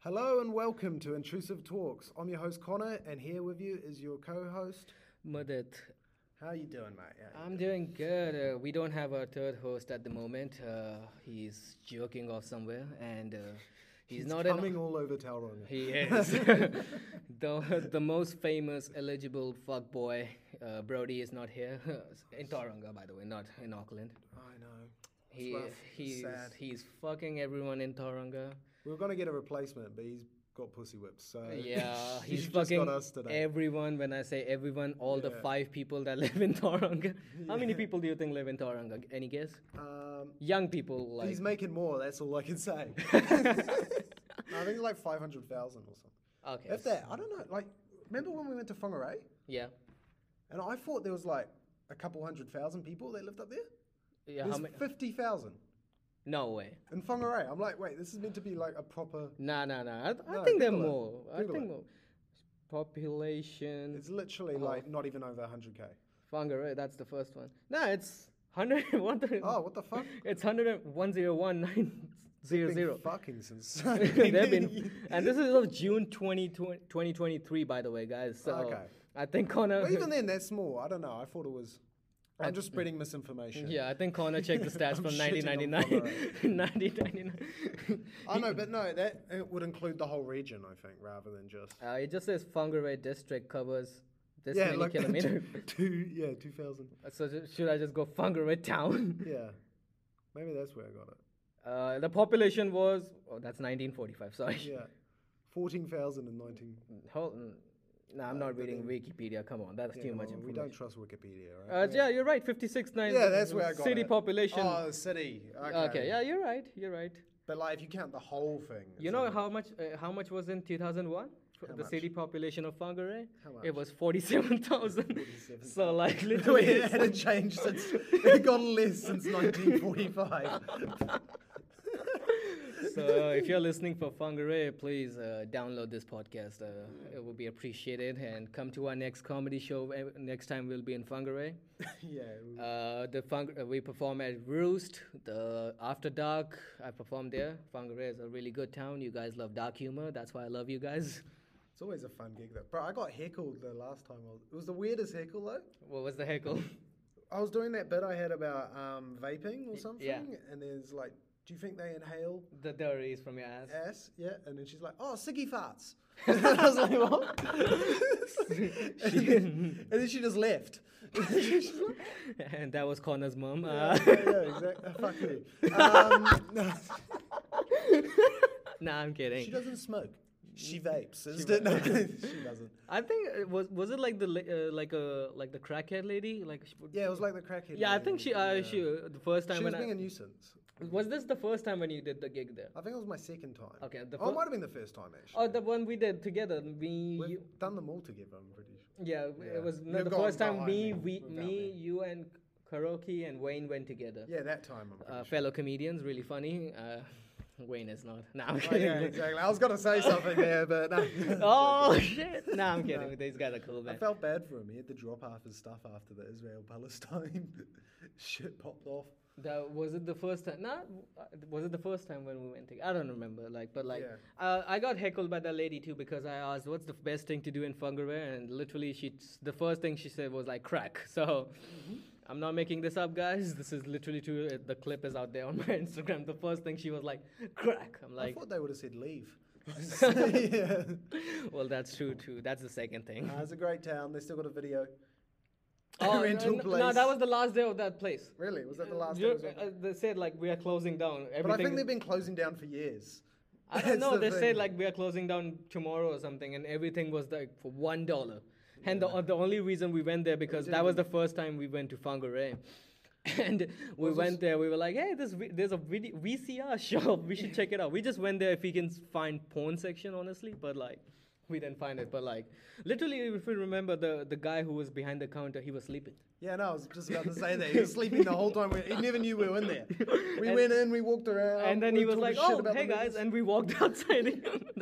Hello and welcome to Intrusive Talks. I'm your host Connor, and here with you is your co-host. Madit. How you doing, mate? Yeah. I'm doing good. Uh, we don't have our third host at the moment. Uh, he's jerking off somewhere, and uh, he's, It's not coming an. all over Tauranga. He is the the most famous eligible fuckboy. Uh, Brody is not here in Tauranga, by the way, not in Auckland. I know. It's He rough. It's he's sad. he's fucking everyone in Tauranga. We were gonna get a replacement, but he's got pussy whipped. So Yeah, he's he's Uh, just fucking got us today. everyone. When I say everyone, all the Yeah. five people that live in Tauranga. How many people do you think live in Tauranga? Any guess? um, Young people, like he's making more. That's all I can say. I think it's like five hundred thousand or something. okay, If that, I don't know. Like, remember when we went to Whangarei? yeah, And I thought there was like a couple hundred thousand people that lived up there. yeah. How There's many? fifty thousand. No way. In Whangarei, I'm like, wait, this is meant to be like a proper. Nah, nah, nah. I, No, I think there are Google it. more. I Google think it. more. Population. It's literally Oh. like not even over 100k. Whangarei, that's the first one. Nah, it's hundred one. Oh, what the fuck? It's hundred and one zero one nine zero Been zero. Fucking since. They've been, and this is of June 20, 2023, by the way, guys. So Okay. I think Connor. Well, even then, that's small. I don't know. I thought it was. I'm just spreading misinformation. yeah, I think Connor checked the stats I'm from shitting on 1999. 1999. I know, but no, that it would include the whole region, I think, rather than just. Uh, it just says Whangarei district covers this yeah, many like kilometers. two, yeah, two thousand. so ju- should I just go Whangarei town? Yeah, maybe that's where I got it. Uh, the population was oh that's 1945. Sorry. Yeah, fourteen thousand and nineteen. Hold, mm, nah, Uh, I'm not reading Wikipedia. Come on, that's too much Well, we information. don't trust Wikipedia, right? Uh, yeah, you're right. 56 nine. yeah, that's where I got City it. population. Oh, the city. Okay. okay. Yeah, you're right. You're right. But like, if you count the whole thing, You it's know like- how much uh, how much was in 2001? The much? city population of Whangarei? How It was 47,000. so like Wait, literally it hadn't changed since it got less since 1945. So uh, if you're listening for Whangarei, please uh, download this podcast. Uh, it would be appreciated and come to our next comedy show. eh, Next time we'll be in Whangarei. yeah. we- Uh, the Whang- uh, we perform at Roost. The After Dark I performed there. Whangarei is a really good town. You guys love dark humor. That's why I love you guys. It's always a fun gig though. Bro, I got heckled the last time. I was, it was the weirdest heckle though. What was the heckle? I was doing that bit I had about um, vaping or something, yeah. and there's like, do you think they inhale the dirty is from your ass. ass? Yeah, and then she's like, oh, ciggy farts. and I was like, what? and, then, and then she just left. She's like, and that was Connor's mom. yeah, Uh, yeah, exactly. Fuck you. Um, no. nah, I'm She kidding. doesn't smoke. She vapes. Is it? No, she doesn't. I think it was was it like the la- uh, like a like the crackhead lady like she would- Yeah, it was like the crackhead. yeah I lady. think she uh, she uh, the first time She was when being a I, nuisance. was this the first time when you did the gig there I think it was my second time. Okay, the oh, it fir- might have been the first time actually. oh the one we did together me We've you, done them all together. I'm pretty sure. yeah, Yeah. it was no, You've the gone first time behind me me we without me me. you and Karoki and Wayne went together Yeah, that time. I'm pretty uh, sure. fellow comedians really funny uh, Wayne is not no I'm Oh, kidding yeah, exactly. I was gonna say something there, but no. oh shit no I'm kidding these guys are cool I man felt bad for him. He had to drop half his stuff after the Israel Palestine shit popped off. That was it the first time? Not was it the first time when we went? To, I don't remember. Like, but like, Yeah. uh, I got heckled by that lady too because I asked, "What's the best thing to do in Fungerware?" And literally, she the first thing she said was like crack. So, Mm-hmm. I'm not making this up, guys. This is literally true. Uh, The clip is out there on my Instagram. The first thing she was like crack. I'm I like, thought they would have said leave. yeah. well, that's true too. That's the second thing. Uh, it's a great town. They still got a video. no, rental Oh, no, place. No, that was the last day of that place. Really? Was that the last You're- time? it was uh, they said like we are closing down. Everything But I think they've been closing down for years. I That's don't know. the They thing. said like we are closing down tomorrow or something, and everything was like for one dollar. And the, the only reason we went there because that was the first time we went to Whangarei. And we went there. We were like, "Hey, this vi- there's a video, VCR shop. We should check it out." We just went there if we can find porn section, honestly. But like, we didn't find it. But like, literally, if you remember the the guy who was behind the counter, he was sleeping. Yeah, no, I was just about to say that. He was sleeping the whole time. We- He never knew we were in there. We And- went in, we walked around. and then we he was talked like, shit "Oh, about hey the guys," movies. and we walked outside.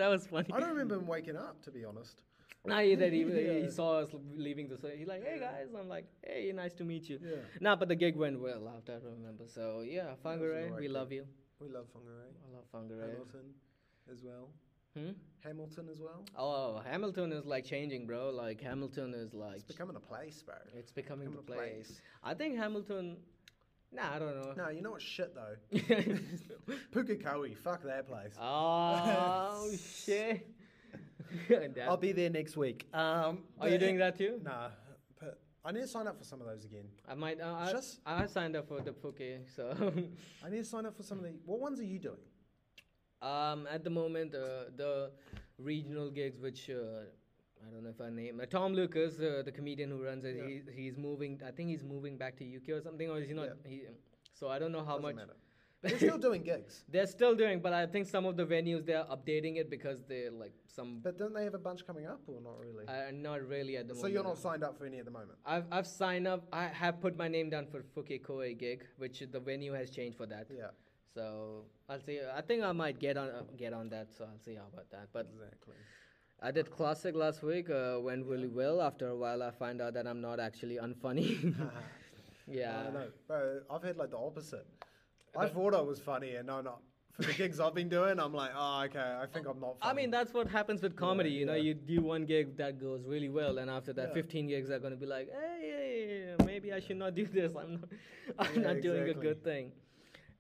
that was funny. I don't remember him waking up, to be honest. Nah, he that he, Yeah. he saw us leaving the site. He's like, "Hey guys," I'm like, "Hey, nice to meet you." Yeah. Nah, but the gig went well. After I remember, so yeah, was Fangaray, alright we gig. love you. We love Whangarei. I love Fangaray. Hamilton as well. Hmm? Hamilton as well. Oh, Hamilton is like changing, bro. Like Hamilton is like It's becoming a place, bro. it's becoming the becoming a place. place. I think Hamilton. Nah, I don't know. No, you know what's shit though? Pukekohe, fuck that place. oh shit! That- I'll be there next week. Um, Are you doing that too? Nah, but I need to sign up for some of those again. I might. Uh, I, Just- I signed up for the Puke, so I need to sign up for some of the. What ones are you doing? Um, at the moment, uh, the regional gigs, which uh, I don't know if I name uh, Tom Lucas, uh, the comedian who runs it, Yeah. he, he's moving. I think he's moving back to UK or something, or is he not? Yeah. He, so I don't know how Doesn't much matter. You're still doing gigs, they're still doing, but I think some of the venues they're updating it because they're like some. but don't they have a bunch coming up or not really? Uh, not really at the so moment. you're not signed up for any at the moment. I've I've signed up. I have put my name down for Fukekoe gig, which the venue has changed for that. Yeah, So I'll see. I think I might get on uh, get on that. So I'll see how about that. But exactly. I did classic last week. Uh, went really well. After a while, I find out that I'm not actually unfunny. I yeah. know, bro. I've had like the opposite. I thought I was funny, and no, not for the gigs I've been doing. I'm like, oh, okay, I think I'm not. Funny. I mean, that's what happens with comedy. you know, yeah. you do one gig that goes really well, and after that, Yeah. 15 gigs are going to be like, hey, maybe I should not do this. I'm not, I'm Yeah, not doing a exactly. good thing.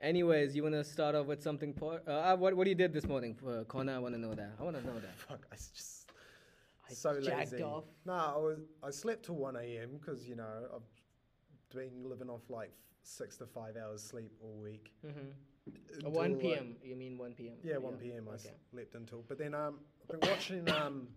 Anyways, you want to start off with something? Po- uh, uh, what what you did this morning, uh, Connor? I want to know that. I want to know that. Fuck, I s- just I so jacked lazy. off. Nah, I was I slept till one a.m. because you know I've been living off like six to five hours sleep all week. Mm-hmm. until, 1 like- p.m. You mean 1 p.m. yeah, one p.m. I Okay. slept until. But then um, I've been watching um,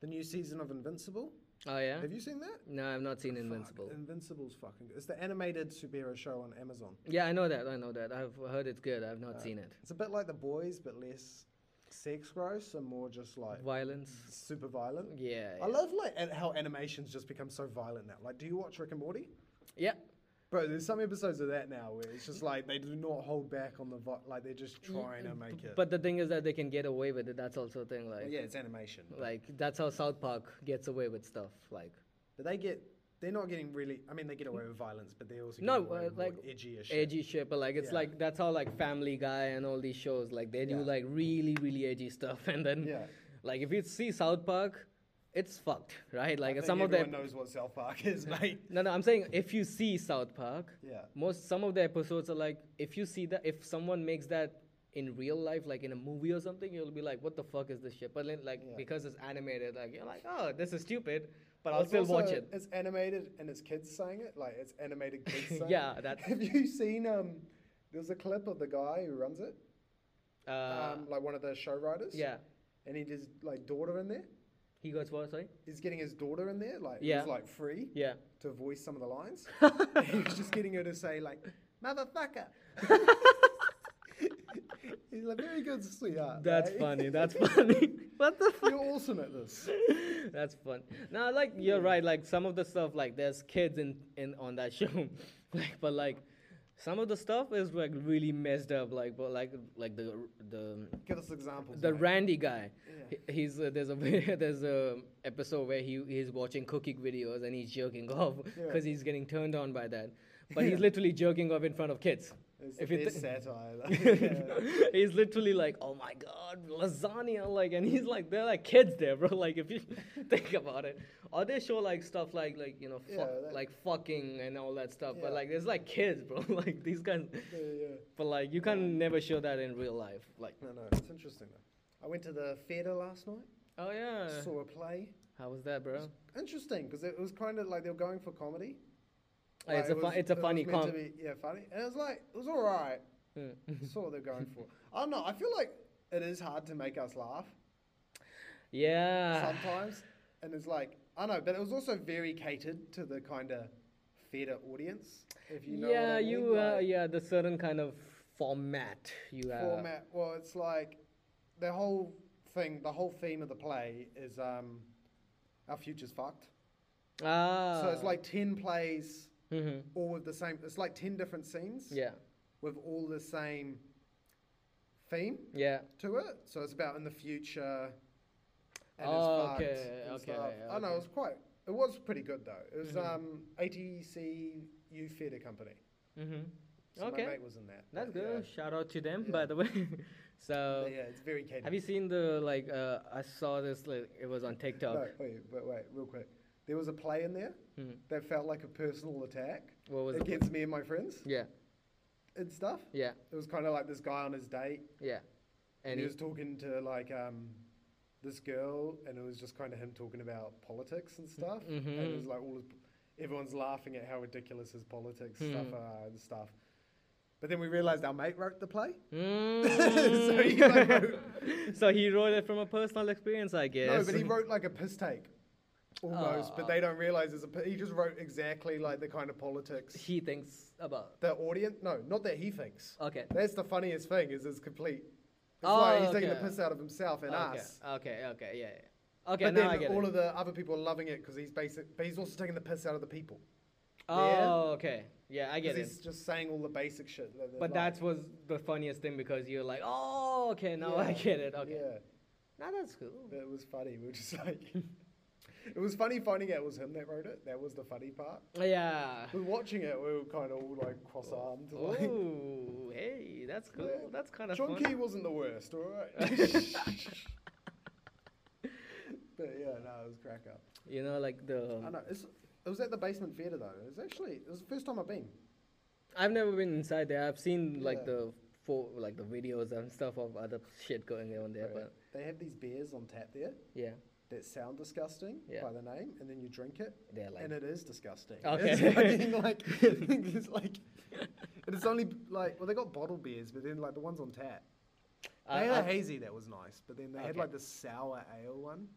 the new season of Invincible. Oh yeah. Have you seen that? No, I've not seen Fuck, Invincible. Invincible's fucking. Good. It's the animated superhero show on Amazon. Yeah, I know that. I know that. I've heard it's good. I've not Uh, seen it. It's a bit like the boys, but less sex gross and more just like Violence. super violent. Yeah. Yeah. I love like an- how animations just become so violent now. Like, do you watch Rick and Morty? yeah. Bro, there's some episodes of that now where it's just like they do not hold back on the vi- like they're just trying to make it. But the thing is that they can get away with it. That's also a thing. Well, Like, Oh, yeah, it's animation. like that's how South Park gets away with stuff. Like, But they get they're not getting really. I mean, they get away with violence, but they also get No, away uh, with more like, edgy as shit. edgy shit. But like, it's Yeah. like that's how like Family Guy and all these shows. Like, they do Yeah. like really, really edgy stuff. And then, Yeah. like, if you see South Park, it's fucked, right? I Like, think some of everyone them. knows what South Park is, mate. No, no. I'm saying if you see South Park, Yeah. most some of the episodes are like if you see that if someone makes that in real life like in a movie or something you'll be like what the fuck is this shit but then, like Yeah. because it's animated like you're like oh this is stupid but i'll It's still watch also- it It's animated and it's kids saying it. Like it's animated kids saying Yeah, it. that's- Have you seen um there's a clip of the guy who runs it? uh, um, like one of the show writers. yeah And he does like daughter in there. he goes what sorry He's getting his daughter in there, like Yeah. who's like free yeah to voice some of the lines. he was just getting her to say like, motherfucker. He's a very good sweetheart. that's right? funny that's funny what the fuck You're awesome at this. that's fun now like you're Hmm. right like some of the stuff like there's kids in, in on that show like but like some of the stuff is like really messed up like but like like the the Give us examples. the mate. Randy guy. Yeah. He- He's uh, there's a there's a episode where he he's watching cooking videos and he's jerking off Yeah. because he's getting turned on by that. But he's literally jerking off in front of kids. It's if the you best thi- satire. like, yeah. he's literally like, oh my god, lasagna, like, and he's like, they're like kids there, bro. Like, if you think about it, or they show like stuff like, like you know, fuck, Yeah, that- like fucking and all that stuff. But Yeah. like, there's like kids, bro. like these guys, Yeah, yeah. but like you can never show that in real life. Like, No, no, it's interesting though. I went to the theatre last night, oh yeah, saw a play. how was that, bro? Interesting, because it was kind of like they were going for comedy. Uh, Like, it's a it fun, was- it's a it was funny meant to comp. be- Yeah, funny. And it was like, it was all right. Mm. Saw what they're going for. I don't know. I feel like it is hard to make us laugh Yeah. sometimes. And it's like, I don't know, but it was also very catered to the kind of theatre audience, if you know what yeah, I mean. you uh, like, yeah, the certain kind of format you have. format. Well, it's like the whole thing, the whole theme of the play is um, our future's fucked. Ah. So it's like 10 plays, hmm all with the same, it's like 10 different scenes Yeah. with all the same theme Yeah. to it. So it's about in the future. And Oh, it's fucked okay, and okay, stuff. I know, okay. it was quite, it was pretty good though. It was Mhm. um, ATC U Theatre Company. hmm So Okay. my mate was in that. That's but yeah. good. Shout out to them, Yeah. by the way. So yeah, it's very catered. have you seen the like? Uh, I saw this. Like, it was on TikTok. No, wait, wait, wait, real quick. There was a play in there Mhm. that felt like a personal attack What was it? against me and my friends Yeah, and stuff. yeah, It was kind of like this guy on his date, yeah. and And he he, was talking to like um, this girl, and it was just kind of him talking about politics and stuff. And it Mhm. was like all his, everyone's laughing at how ridiculous his politics stuff Mm. are and stuff. But then we realized our mate wrote the play. Mm. he, like, wrote- so he wrote it from a personal experience, I guess. No, but he wrote like a piss take, almost. But they don't realize it's a. pi- He just wrote exactly like the kind of politics He thinks about. the audience. No, not that he thinks. Okay. That's the funniest thing is it's complete. It's Oh, like he's taking the okay. piss out of himself and okay. us. Okay. Okay. Yeah. yeah. Okay. but now then I get all it. of the other people are loving it because he's basic. But he's also taking the piss out of the people. yeah. Oh. Okay. Yeah, I 'Cause get it. He's just saying all the basic shit. That they But like. that was the funniest thing because you're like, oh, okay, now I Yeah, get it. Okay. Yeah, Now that's cool. but it was funny. We were just like, it was funny finding out it was him that wrote it. That was the funny part. Yeah. We're watching it. We were kind of all like cross-armed. Like, Oh, hey, that's cool. Yeah. That's kind of John fun. Key wasn't the worst, all right. but yeah, no, it was crack up. You know, like I the. know it's, it was at the basement theater though. It was actually it was the first time I've been. I've never been inside there. I've seen like Yeah. the for like the videos and stuff of other shit going on there, Right. but They have these beers on tap there yeah, that sound disgusting Yeah. by the name, and then you drink it, they're like. and it is disgusting. Okay. It's fucking like it's like. And it's only like well they got bottled beers, but then like the ones on tap. They Uh, I, had a I, hazy that was nice, but then they had Okay. like the sour ale one.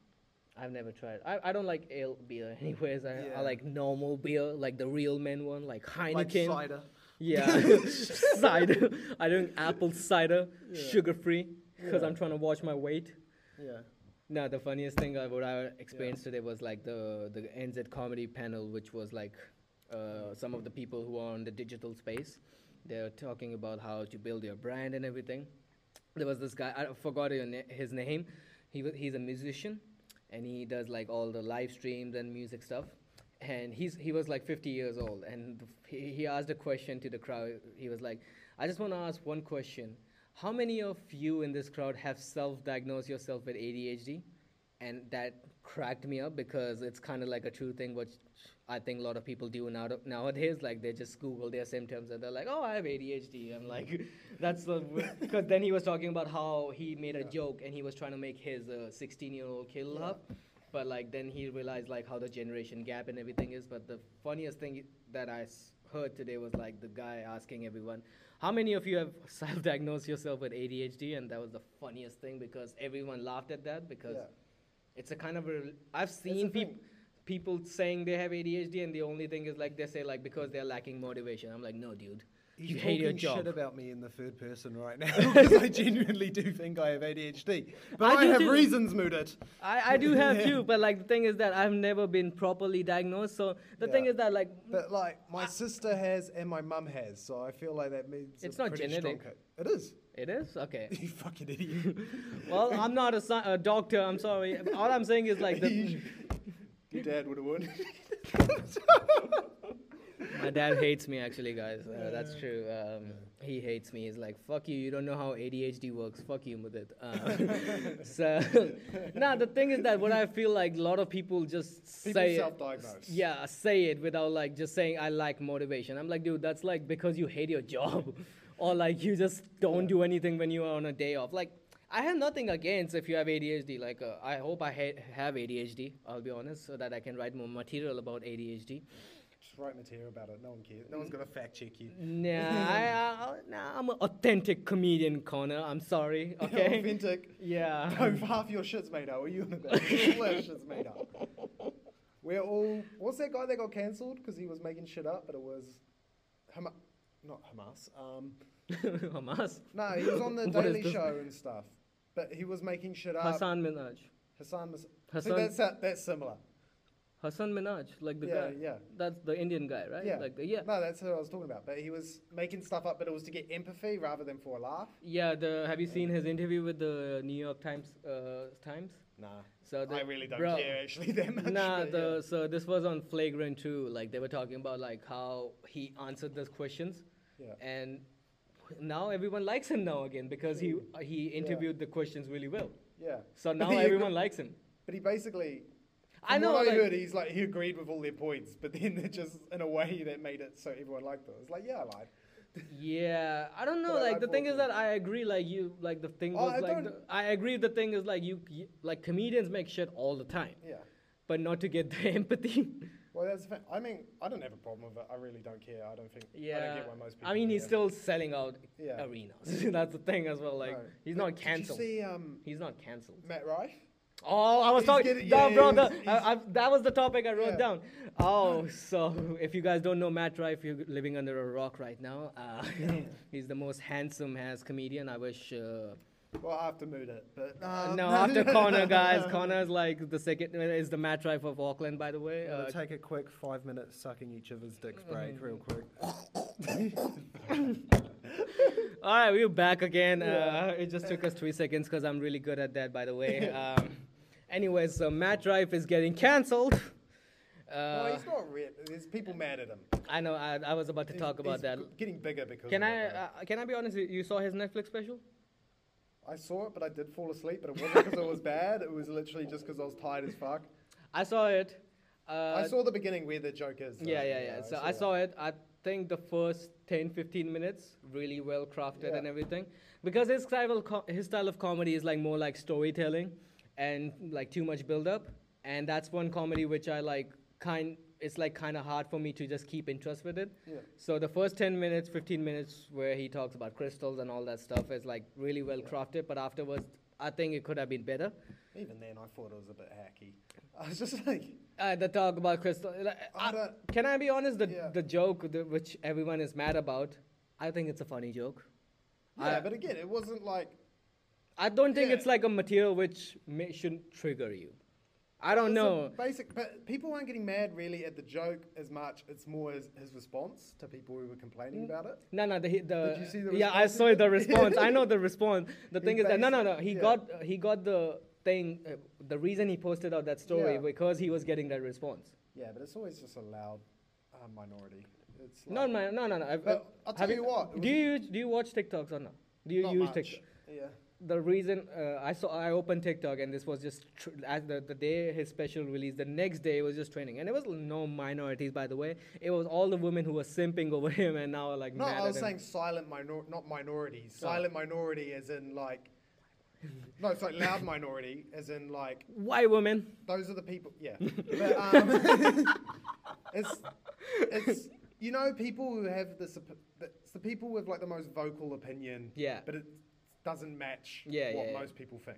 I've never tried. I, I don't like ale beer, anyways. I, Yeah. I like normal beer, like the real men one, like Like Heineken. cider. Yeah, cider. I drink apple cider, Yeah. sugar free, because Yeah. I'm trying to watch my weight. Yeah. No, the funniest thing I, what I experienced today was like the the NZ comedy panel, which was like uh, some of the people who are on the digital space. They're talking about how to build your brand and everything. There was this guy I forgot your na- his name. He was he's a musician, and he does like all the live streams and music stuff. And he's he was like 50 years old, and he, he asked a question to the crowd. He was like, "I just want to ask one question." How many of you in this crowd have self-diagnosed yourself with ADHD? And that cracked me up because it's kind of like a true thing, which I think a lot of people do now, nowadays. Like they just Google their symptoms and they're like, "Oh, I have ADHD." I'm like, "That's the," because then he was talking about how he made a joke and he was trying to make his 16-year-old kid laugh, but like then he realized like how the generation gap and everything is. But the funniest thing that I s- heard today was like the guy asking everyone, how many of you have self-diagnosed yourself with ADHD? And that was the funniest thing because everyone laughed at that because Yeah. it's a kind of a. rel- I've the seen people thing. people saying they have ADHD, and the only thing is like they say like because they're lacking motivation. I'm like, no, dude, He's you hate your talking job. shit about me in the third person right now because I genuinely do think I have ADHD, but I I, do have too. reasons, Mudit. I, I do have too, but like the thing is that I've never been properly diagnosed. So the thing Yeah. is that like But like my sister has and my mum has, so I feel like that means It's a not pretty strong genetic. co- It is. it is okay. You fucking idiot. Well, I'm not a, sci- a doctor. I'm sorry. All I'm saying is like the, Your dad would have won. my dad hates me actually, guys. Uh, that's true. Um, he hates me. He's like, "Fuck you. You don't know how ADHD works. Fuck you, Mudit." Um, so, nah. The thing is that what I feel like a lot of people just People say it- self-diagnose. Yeah, say it without like just saying I lack motivation. I'm like, dude, that's like because you hate your job, or like you just don't do anything when you are on a day off. Like, I have nothing against if you have ADHD. Like, uh, I hope I ha- have ADHD. I'll be honest, so that I can write more material about ADHD. Just write material about it. No one cares. No one's gonna fact check you. Nah, I, I, nah, I'm an authentic comedian, Connor. I'm sorry. Okay. Um, Authentic. yeah. No, half your shit's made up. What are you on about? All our shit's made up. We're all. What's that guy that got cancelled because he was making shit up? But it was, Hama, not Hamas. Um, Hamas. no, he was on the What is Daily this? Show and stuff. But he was making shit up. Hassan Minaj. Hassan. Mas- See, Hassan- that's that, that's similar. Hassan Minaj, like the Yeah, guy. yeah. That's the Indian guy, right? Yeah. Like the, yeah. No, that's what I was talking about. But he was making stuff up, but it was to get empathy rather than for a laugh. Yeah, the have you seen his interview with the New York Times? Uh, Times. Nah. So Uh, the, I really don't bro, care actually that much. Nah, but the, so this was on Flagrant too. Like they were talking about like how he answered those questions, Yeah. and now everyone likes him now again because he uh, he interviewed the questions really well. Yeah. So But now he agre- everyone likes him. But he basically. I from know, What I like- heard, he's like he agreed with all their points, but then they just in a way that made it so everyone liked it. It's like yeah, I lied. Yeah, I don't know. But I Like like the thing both is of that I agree. Like you, like the thing Oh, was I like don't- the, I agree. The thing is like you, you, like comedians make shit all the time, Yeah. but not to get the empathy. Well, that's the thing. I mean, I don't have a problem with it. I really don't care. I don't think. I don't yeah, get why most people. I, mean he's care. still selling out Yeah. arenas. That's the thing as well. Like No. he's But not did cancelled. you see um, He's not cancelled. Matt Rife? Oh, I was He's talking. getting- Duh, yeah, bro, he's- duh, he's- I, I, that was the topic I wrote Yeah. down. Oh, so if you guys don't know Matt Rife, you're living under a rock right now. Uh, he's the most handsome ass comedian. I wish. Uh, Well, after Mood it, but um, Uh, no, after Connor, guys. Connor is like the second, is the Matt Rife of Auckland, by the way. We'll Uh, Mm. take a quick five minute sucking each other's dicks break, real quick. all right, we're back again. Uh, it just took us three seconds because I'm really good at that, by the way. Um, anyways, so Matt Rife is getting Uh, cancelled. no, Uh, he's not real. There's people mad at him. I know, I, I was about to He's- talk about he's that. g- Getting bigger because. Can of I, it, though. uh, can I be honest? You you saw his Netflix special? I saw it, but I did fall asleep. But it wasn't because it was bad. It was literally just because I was tired as fuck. I saw it. Uh, I saw the beginning where the joke is. so, yeah, yeah, yeah. So I that. saw it. I think the first 10, 15 minutes really well crafted Yeah. and everything, because his style, of co- his style of comedy is like more like storytelling, and like too much build up, and that's one comedy which I like. Kind, it's like kind of hard for me to just keep interest with it. Yeah. So the first 10 minutes, 15 minutes where he talks about crystals and all that stuff is like really well crafted, but afterwards, I think it could have been better. Even then, I thought it was a bit hacky. I was just like, Uh, the talk about crystal. like, I I- don't- can I be honest? The Yeah. the joke the, which everyone is mad about, I think it's a funny joke. yeah, I- but again, it wasn't like. I don't think Yeah. it's like a material which may, shouldn't trigger you. I don't it's a know. Basic, but people aren't getting mad really at the joke as much. It's more his, his response to people who were complaining Mm. about it. No, no. The, he- the, Did you see the yeah, I response? saw the response. I know the response. The He thing is that no, no, no. based- He yeah. got he got the thing. Uh, the reason he posted out that story Yeah. because he was getting that response. Yeah, but it's always just a loud uh, minority. It's like, No, no, no, no, no. I've- But I'll have tell you what, it Do was- you use- do you watch TikToks or not? Do you not use much. TikTok? Yeah. the reason uh, I saw I opened TikTok and this was just tr- as the, the day his special release, the next day it was just training, and it was no minorities by the way. It was all the women who were simping over him and now are like No, mad I was at saying him. silent minor, not minorities. Oh. Silent minority, as in like. No, sorry, loud minority, as in like white women. those are the people. Yeah, but, um, it's it's you know people who have this. op- It's the people with like the most vocal opinion. Yeah. but it doesn't match Yeah, what yeah, yeah. most people think.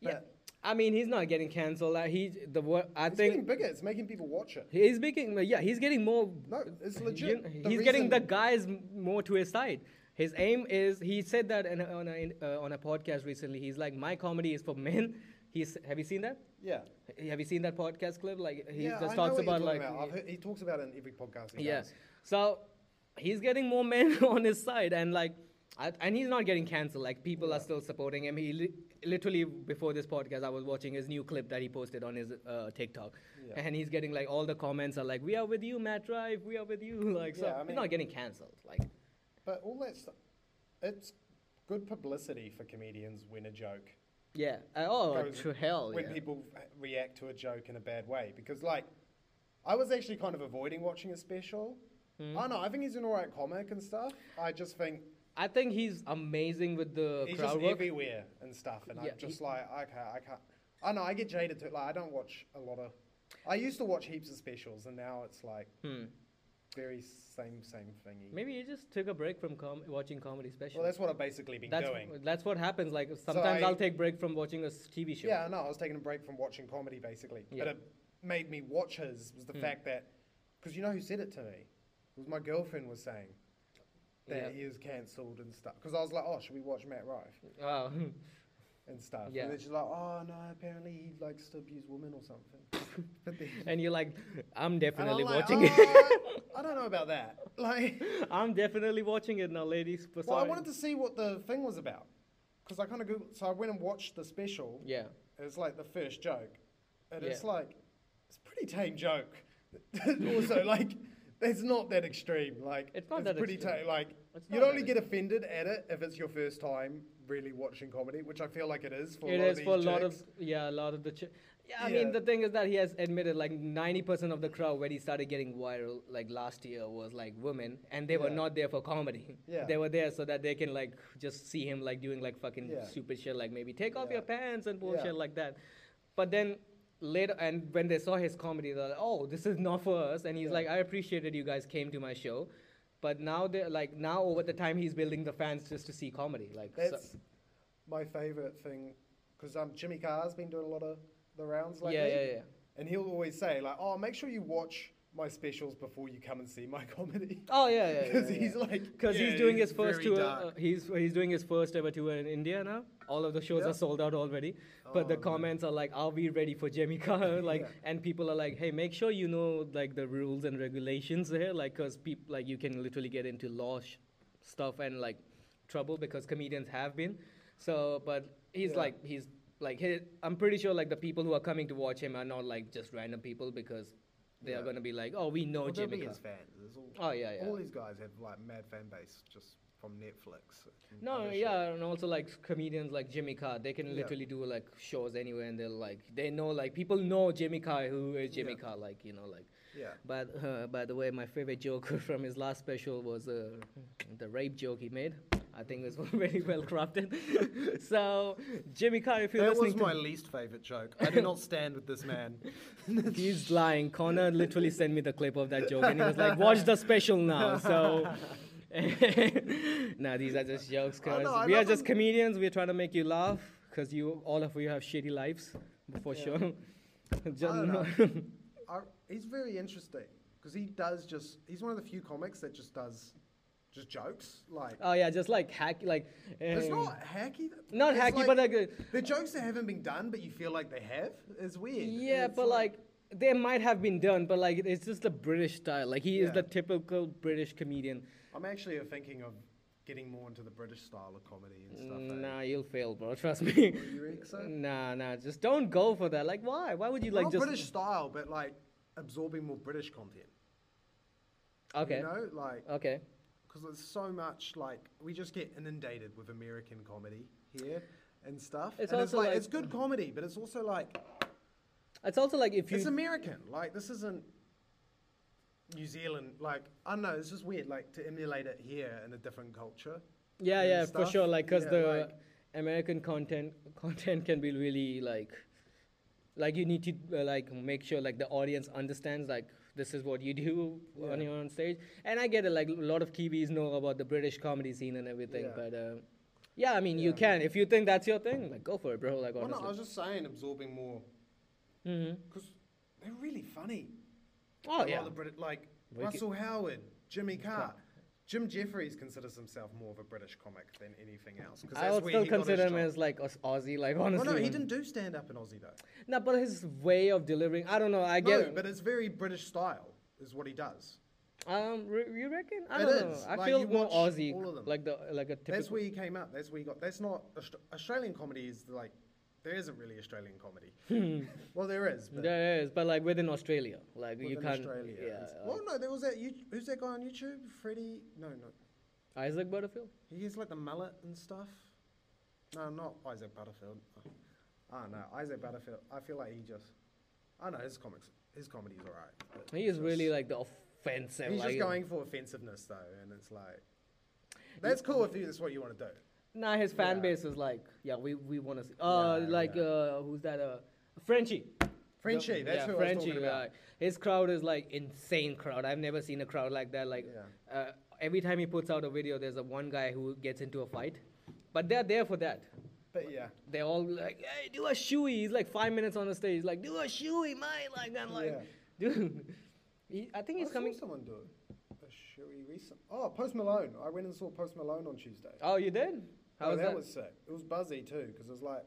Yeah, But- I mean he's not getting cancelled. Like, he the wo- I it's getting think bigger. It's making people watch it. he's making yeah he's getting more. No, it's you- legit. The he's getting the reason- guys m- more to his side. His aim is he said that in, a- on a uh, on a podcast recently. He's like my comedy is for men. He's have you seen that? Yeah, Have you seen that podcast clip? Like he yeah, just I know talks what you're about like talking I've heard, he talks about it in every podcast. He yeah. does. So he's getting more men on his side, and like, I, and he's not getting cancelled. Like people are still supporting him. He li- literally before this podcast, I was watching his new clip that he posted on his uh, TikTok, Yeah. and he's getting like all the comments are like, "We are with you, Matt Drive. We are with you." Like, so Yeah, I he's mean- not getting cancelled. Like, But all that stuff, it's good publicity for comedians when a joke yeah. Uh, oh, goes- to hell. when yeah. people react to a joke in a bad way because like I was actually kind of avoiding watching a special. Hmm. I don't know. I think he's an alright comic and stuff. I just think I think he's amazing with the he's crowd just work. everywhere and stuff, and Yeah, I'm just like, okay, I can't. I don't know. I get jaded to it. Like I don't watch a lot of. I used to watch heaps of specials, and now it's like Hmm. very same same thingy. Maybe he just took a break from com- watching comedy specials. Well, that's what I've basically been that's doing. that's what happens. Like sometimes I, I- will take break from watching a s- TV show. Yeah, I know. I was taking a break from watching comedy basically, Yeah. Hmm. but it made me watch his was the fact that because you know who said it to me it was my girlfriend was saying that Yeah. he was cancelled and stuff because I was like, oh, should we watch Matt Rife Oh. and stuff? Yeah. And then she's like, oh no, apparently he likes to abuse women or something. but then, and you're like, I'm and I'm definitely like, watching it. "Oh, I don't know about that. Like, I'm definitely watching it now, ladies. But well, I sorry. wanted to see what the thing was about because I kind of googled, so I went and watched the special. Yeah. It's like the first joke, and it's Yeah. like it's a pretty tame joke. also, like It's not that extreme. Like It's not that pretty extreme. ta- like It's you'd not only that get offended at it if it's your first time really watching comedy, which I feel like it is for It a lot is of for a these lot of chicks. yeah, a lot of the. Ch- yeah, I mean Yeah. the thing is that he has admitted like ninety percent of the crowd when he started getting viral like last year was like women, and they were Yeah. not there for comedy. Yeah. they were there so that they can like just see him like doing like fucking Yeah. stupid shit, like maybe take off Yeah. your pants and bullshit Yeah. like that. But then later, and when they saw his comedy, they're like, oh, this is not for us. And he's Yeah. like, I appreciated you guys came to my show. But now they're like now over the time he's building the fans just to see comedy like so- That's my favorite thing because um, Jimmy Carr's been doing a lot of the rounds lately. yeah yeah yeah And he'll always say like, "Oh, make sure you watch my specials before you come and see my comedy." oh yeah yeah Because yeah, yeah. he's like, Because Yeah, he's doing his first very tour. Uh, dark. he's he's doing his first ever tour in India now. All of the shows Yeah. are sold out already. But the Oh, no. comments are like, "Are we ready for Jimmy Carr?" like, Yeah. and people are like, "Hey, make sure you know like the rules and regulations here, like, because people like you can literally get into law sh- stuff and like trouble because comedians have been." So, but he's Yeah. like he's like he, I'm pretty sure like the people who are coming to watch him are not like just random people because they are Yeah. gonna be like, "Oh, we know Well, they'll Jimmy be Carr." his fans. There's all, Oh yeah, yeah. all these guys have like mad fan base just from Netflix. and No, other shit. yeah, and also like comedians like Jimmy Carr, they can Yeah. literally do like shows anywhere, and they're like they know like people know Jimmy Carr who is Jimmy Yeah. Carr, like you know like. yeah. But uh, by the way, my favorite joke from his last special was uh, the rape joke he made. I think it was very well crafted. so Jimmy Carr, if you're That was listening, my least favorite joke. I do not stand with this man. to, he's lying. Connor literally sent me the clip of that joke, and he was like, "Watch the special now." So. nah, these are just jokes, Oh, no, cause I we are love just them. comedians. We're trying to make you laugh, cause you all of you have shitty lives, for Yeah. sure. Just- I don't I, he's very interesting because he does just he's one of the few comics that just does just jokes like oh yeah, just like hack, like it's um, not hacky th- not it's hacky, but like uh, the jokes that haven't been done but you feel like they have is weird yeah, It's but like. They might have been done, but like it's just the British style. Like he is Yeah. the typical British comedian. I'm actually thinking of getting more into the British style of comedy and stuff eh? Nah, you'll fail, bro. Trust me. you reckon so? Nah, nah. Just don't go for that. Like, why? Why would you like not just? British style but like absorbing more British content okay. Uh, you know like Okay. because there's so much like we just get inundated with American comedy here and stuff It's and also, like- it's good comedy but it's also like It's also like if you. It's American. Like this isn't New Zealand. Like I don't know. It's just weird. Like to emulate it here in a different culture. yeah, and yeah, for stuff. sure. Like, cause Yeah, the like- American content content can be really like, like you need to uh, like make sure like the audience understands like this is what you do when Yeah. you're on stage. And I get it. Like a lot of Kiwis know about the British comedy scene and everything, Yeah. but. Uh, yeah, I mean, you Yeah. can if you think that's your thing, like go for it, bro. Like Well, no, I honestly. was just saying absorbing more hmm because they're really funny. A Oh lot yeah. of the Brit- like Wicked. Russell Howard, Jimmy Carr. Jim Jeffries considers himself more of a British comic than anything else. 'cause I that's would where still he got consider his him job. as like Aus- Aussie, like Well, honestly. no, he man. didn't do stand up in Aussie though. No, but his way of delivering, I don't know. I no, get. but it's very British style, is what he does. um, re- you reckon? I It don't is. know. I Like, feel you more watch Aussie, all of them. like the like a That's typical. where he came up. That's where he got. That's not Aust- Australian comedy. Is like there isn't really Australian comedy. Hmm. well, there is. But There is, but like within Australia, like you within can't. Australia. it's- Yeah. uh, well, like- no, there was that. You, who's that guy on YouTube? Freddie? No, no. Isaac Butterfield. He has like the mullet and stuff. No, not Isaac Butterfield. I don't know. Isaac Butterfield. I feel like he just. I don't know his comics. His comedy's alright. but He is just- really like the offensive. He's just like- going for offensiveness though, and it's like. That's cool if you, that's what you want to do. Nah, his fan Yeah. base is like, yeah, we we want to see. Uh, Yeah, like yeah. uh, who's that? Uh, Frenchie. Frenchie, that's yeah, who I was Frenchie. talking about. uh, his crowd is like insane crowd. I've never seen a crowd like that. Like uh, every time he puts out a video, there's a one guy who gets into a fight, but they're there for that. But yeah. They're all like, "Hey, do a shoey." He's like five minutes on the stage, like, "Do a shoey, mate!" Like, I'm like, dude, he, I think he's I coming. Saw someone do it. A shoey recent. Oh, Post Malone. I went and saw Post Malone on Tuesday. Oh, you did? How oh, was that? was sick. It was buzzy too, because it was like,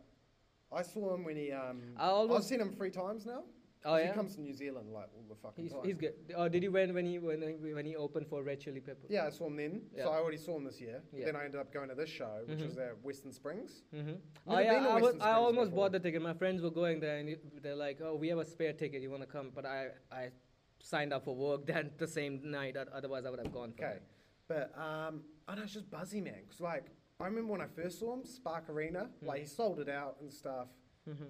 I saw him when he. Um, I always- I've seen him three times now. Oh 'cause yeah. He comes to New Zealand like all the fucking He's, time. he's good. Oh, did he win when he when he, when he opened for Red Chili Pepper? Yeah, I saw him then. Yeah. So I already saw him this year. But Yeah. Then I ended up going to this show, which Mhm. was at Western Springs. Mm-hmm. Never Oh, yeah, been to I, was, Western I Springs almost before. bought the ticket. My friends were going there, and it- they're like, "Oh, we have a spare ticket. You want to come?" But I, I signed up for work that the same night. oth- Otherwise, I would have gone. for Okay, it. but um, I know it's just buzzy, man. Cause like I remember when I first saw him, Spark Arena, Mm. like he sold it out and stuff. Mm-hmm.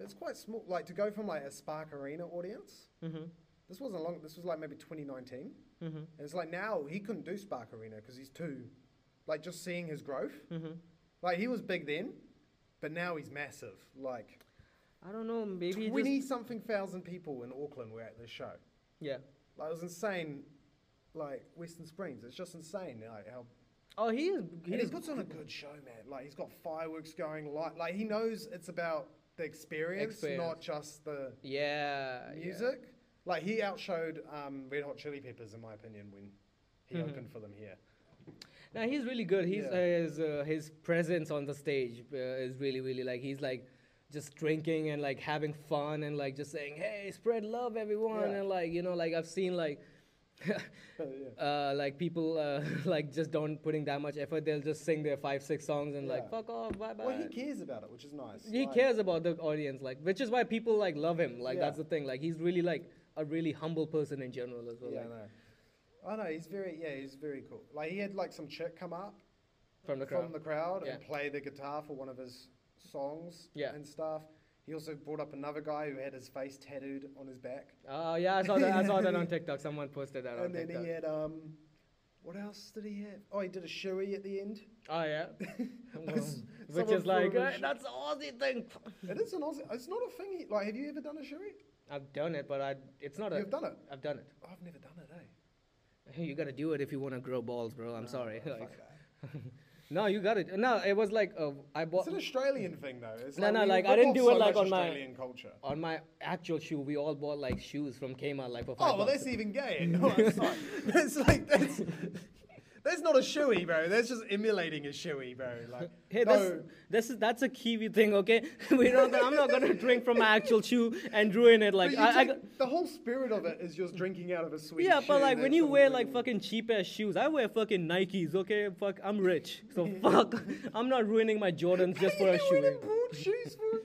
It's quite small, like to go from like a Spark Arena audience. Mm-hmm. This wasn't long. This was like maybe 2019, and it's like now he couldn't do Spark Arena because he's too, like just seeing his growth. Mm-hmm. Like he was big then, but now he's massive. Like I don't know. Maybe he twenty just, something thousand people in Auckland were at this show. yeah. Like it was insane. Like Western Springs, it's just insane. Like how Oh, he is. He and he is puts on a good show, man. Like he's got fireworks going, light. Like he knows it's about the experience, not Experience. Uh, just the yeah. yeah. music. Like he outshowed um, Red Hot Chili Peppers, in my opinion, when he Mm-hmm. opened for them here. No, he's really good. He's Yeah. uh, his, uh, his presence on the stage uh, is really really like he's like just drinking and like having fun and like just saying hey spread love everyone Yeah. and like you know like I've seen like. Yeah. Uh, like people uh, like just don't putting that much effort they'll just sing their five six songs and like Yeah. fuck off bye bye Well, he cares about it, which is nice. he Like, cares about the audience like which is why people like love him like Yeah. that's the thing like he's really like a really humble person in general as well Yeah, I like, know. I know he's very yeah he's very cool. Like he had like some chick come up from the crowd from the crowd and Yeah. play the guitar for one of his songs Yeah. and stuff. He also brought up another guy who had his face tattooed on his back. oh yeah I saw that I saw that on TikTok someone posted that on And then TikTok he had um, what else did he have? Oh, he did a shoey at the end. oh yeah Well, which someone is like threw a "Hey, sh- that's an Aussie thing it is an Aussie. It's not a thing. He, like, have you ever done a shoey? I've done it but I it's not a You've done it. Oh, I've done it I've never done it, eh? you gotta do it if you want to grow balls bro I'm sorry Fuck like that. no you got it no it was like uh, I bought It's an Australian thing, though. It's No, no, we like, I rip didn't off do so it, like, much on my- Australian culture. on my actual shoe we all bought like shoes from Kmart like for five Oh well, bucks. that's even gay. No, it's not. that's like that's that's not a shoey, bro. That's just emulating a shoey, bro. Like, Hey, no, this, this is that's a Kiwi thing, okay? We're not. gonna- I'm not gonna drink from my actual shoe and ruin it. but Like, you I, I, take- the whole spirit of it is just drinking out of a sweet. yeah, but like when you wear like fucking cheap ass shoes, I wear fucking Nikes, okay? Fuck, I'm rich, so fuck, I'm not ruining my Jordans just for a shoe. shoes for.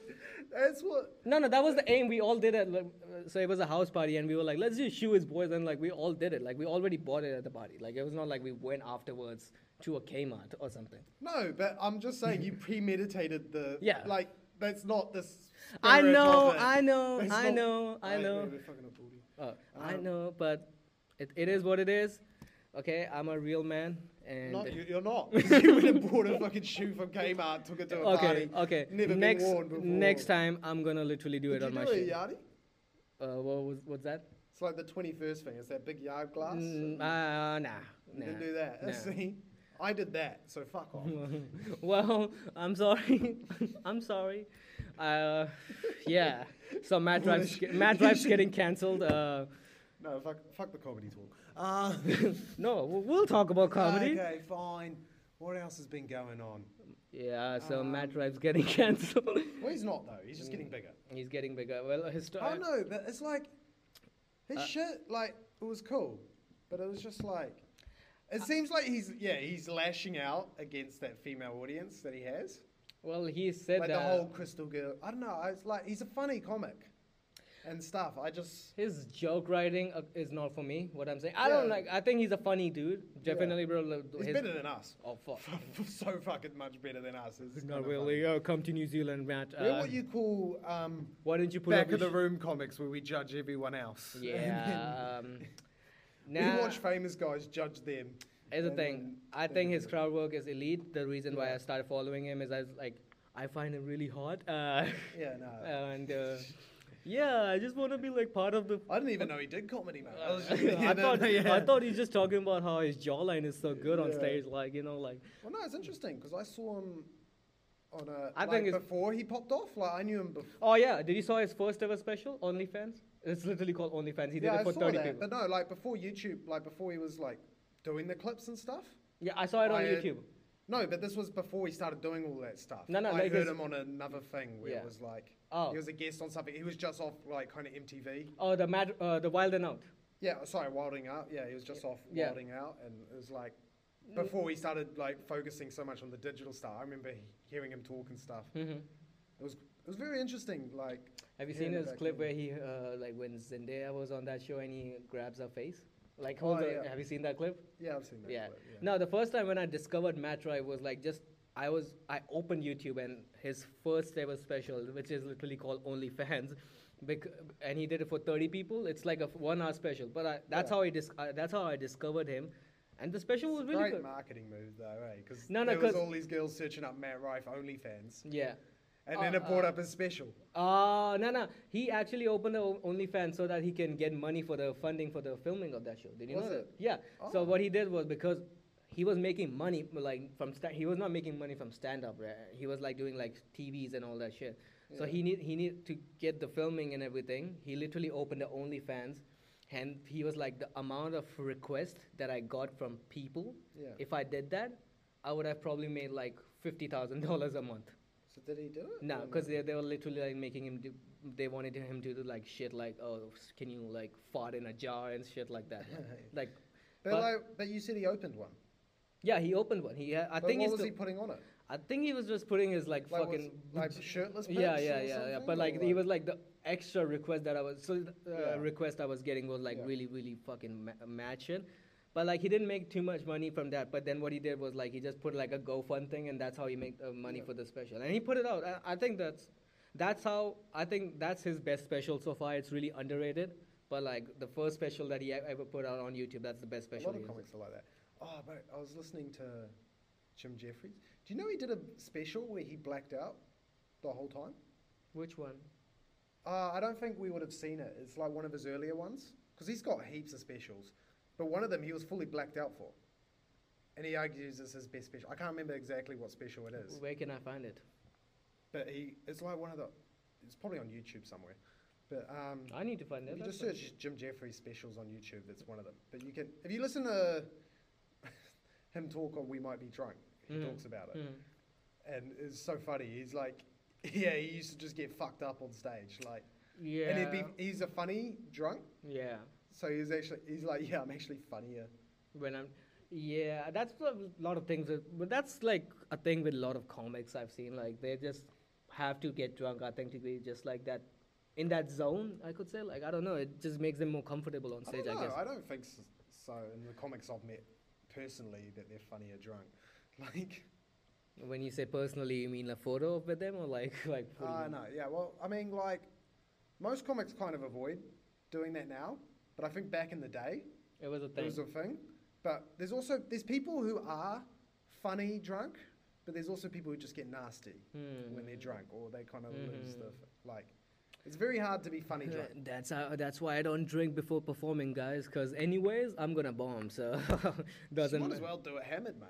That's what. No, no, that was the aim. We all did it. Like, uh, so it was a house party, and we were like, let's do shoe as boys, and like we all did it. Like we already bought it at the party. Like it was not like we went afterwards to a Kmart or something. No, but I'm just saying you premeditated the. Yeah. Like that's not this. I spirit know, of it. I know, That's I not- know, I Right, know. man, we're fucking up, Baldy. Uh, I um, know, but it, it is what it is. Okay, I'm a real man, and Not you, you're not. you would have bought a fucking shoe from Kmart, took it to a okay, party. okay. Never next been worn before. next time, I'm gonna literally do Did it you on my do a shoe. yardie? Uh, what was what's that? It's like the 21st thing. It's that big yard glass. Mm, uh, nah, you nah. didn't do that. nah. See, I did that, so fuck off. well, I'm sorry. I'm sorry. Uh, yeah. So Matt drives Matt drives getting cancelled. Uh, no, fuck, fuck the comedy talk. Uh, no, we'll- we'll talk about comedy. Okay, fine. What else has been going on? Yeah. So Um, Matt drives getting cancelled. Well, he's not though. He's just getting bigger. He's getting bigger. Well, his sto- I don't know, but it's like his Uh, shit. Like it was cool, but it was just like it seems like he's yeah he's lashing out against that female audience that he has. Well, he said like that the whole crystal girl. I don't know. I was like he's a funny comic and stuff. I just his joke writing uh, is not for me. What I'm saying, I don't Yeah. like. I think he's a funny dude. Definitely, bro. like, he's his- better than us. Oh fuck. so fucking much better than us. It's Not kinda really. Oh, come to New Zealand, Matt. funny. We're Uh, what you call um, why don't you put Back up of the your room comics where we judge everyone else. sh- Yeah. um, we nah, watch famous guys judge them. here's the and thing. then I they think do his it. crowd work is elite. The reason why Yeah. I started following him is I was like, I find him really hot. Uh, Yeah, no. and uh, yeah, I just want to be like part of the I didn't even know he did comedy, man. I, was just, uh, I thought yeah. I thought he's just talking about how his jawline is so good on Yeah. stage, like you know, like well, no, it's interesting because I saw him on a. I like, think it's- before he popped off, like I knew him before. oh yeah, did you saw his first ever special, OnlyFans? It's literally called OnlyFans. He did yeah, it for I saw thirty that, people. but no, like before YouTube, like before he was like doing the clips and stuff. Yeah, I saw it on I, uh, YouTube. No, but this was before he started doing all that stuff. No, no, I like heard his- him on another thing where Yeah. it was like Oh. he was a guest on something. He was just off like kind of MTV. Oh, the mad, uh, the Wild and Out. Yeah, sorry, Wilding Out. Yeah, he was just off Yeah. Mm. Wilding Out, and it was like before he started like focusing so much on the digital stuff. I remember he- hearing him talk and stuff. It was It was very interesting. Like, Mm-hmm. Have you Yeah, seen no, his back clip then. where he, uh, like, when Zendaya was on that show and he grabs her face? Like, Oh, hold the, yeah. have you seen that clip? yeah, I've seen that. Yeah. clip, No, the first time when I discovered Matt Roy was like just I was I opened YouTube and his first ever special, which is literally called OnlyFans, bec- and he did it for thirty people. It's like a one hour special, but I, that's Yeah. how I dis- uh, that's how I discovered him, and the special was Great really good. marketing move though, eh? Because No, no, there was 'cause- all these girls searching up Matt Rife OnlyFans, Yeah. and then Oh, it brought uh, up his special. Uh no no. He actually opened the O- OnlyFans so that he can get money for the funding for the filming of that show. Did you Was know it? Oh. that? Yeah. So what he did was because he was making money like from sta- he was not making money from stand up. Right? He was like doing like TVs and all that shit. So he need he need to get the filming and everything. He literally opened the OnlyFans, and he was like the amount of requests that I got from people. Yeah. If I did that, I would have probably made like fifty thousand dollars a month. So did he do it? No, or because they, they were literally like making him do. They wanted him to do like shit like, oh, s- can you like fart in a jar and shit like that. like, But, but- like, but you said he opened one. yeah, he opened one. He, ha- I But think what he's. was still- he putting on it? I think he was just putting his like, Like, was- fucking. like shirtless. yeah, pics or yeah, yeah, yeah. something, But like, or he was like the extra request that I was. So the uh, Yeah. request I was getting was like Yeah. really, really fucking ma- matching. But like, he didn't make too much money from that. But then what he did was like, he just put like a GoFund thing, and that's how he made uh, money Yeah. for the special. And he put it out. I, I think that's that's how I think that's his best special so far. It's really underrated. But like the first special that he e- ever put out on YouTube, that's the best A special. lot he of has. comics are like that. Oh, but I was listening to Jim Jeffries. Do you know he did a special where he blacked out the whole time? Which one? Uh, I don't think we would have seen it. It's like one of his earlier ones because he's got heaps of specials, but one of them he was fully blacked out for, and he argues it's his best special. I can't remember exactly what special it is, Where can I find it? but he it's like one of the. It's probably on YouTube somewhere, but um, I need to find it. you that's just what- search Jim Jeffries specials on YouTube. It's one of them. But you can if you listen to him talk on We Might Be Drunk, he Mhm. talks about it, Hmm. and it's so funny. He's like, yeah, he used to just get fucked up on stage, like, Yeah. and he'd be he's a funny drunk. Hmm. yeah. So he's actually he's like, yeah, I'm actually funnier. when I'm yeah, that's a lot of things. With, but that's like a thing with a lot of comics I've seen. Like they just have to get drunk. I think to be just like that in that zone. I could say like I don't know. It just makes them more comfortable on I stage. don't I, know. guess. I don't think s- so. In the comics I've met personally, that they're funnier drunk. Like, when you say personally, you mean a photo with them or like like. what do you uh, mean? no, yeah. Well, I mean, like, most comics kind of avoid doing that now, but I think back in the day, It was a it thing. was a thing. But there's also there's people who are funny drunk, but there's also people who just get nasty when they're drunk or they kind of lose the f- like. It's very hard to be funny drunk. That's how, that's why I don't drink before performing, guys. Cause anyways, I'm gonna bomb. So doesn't. Might as well do it hammered, mate.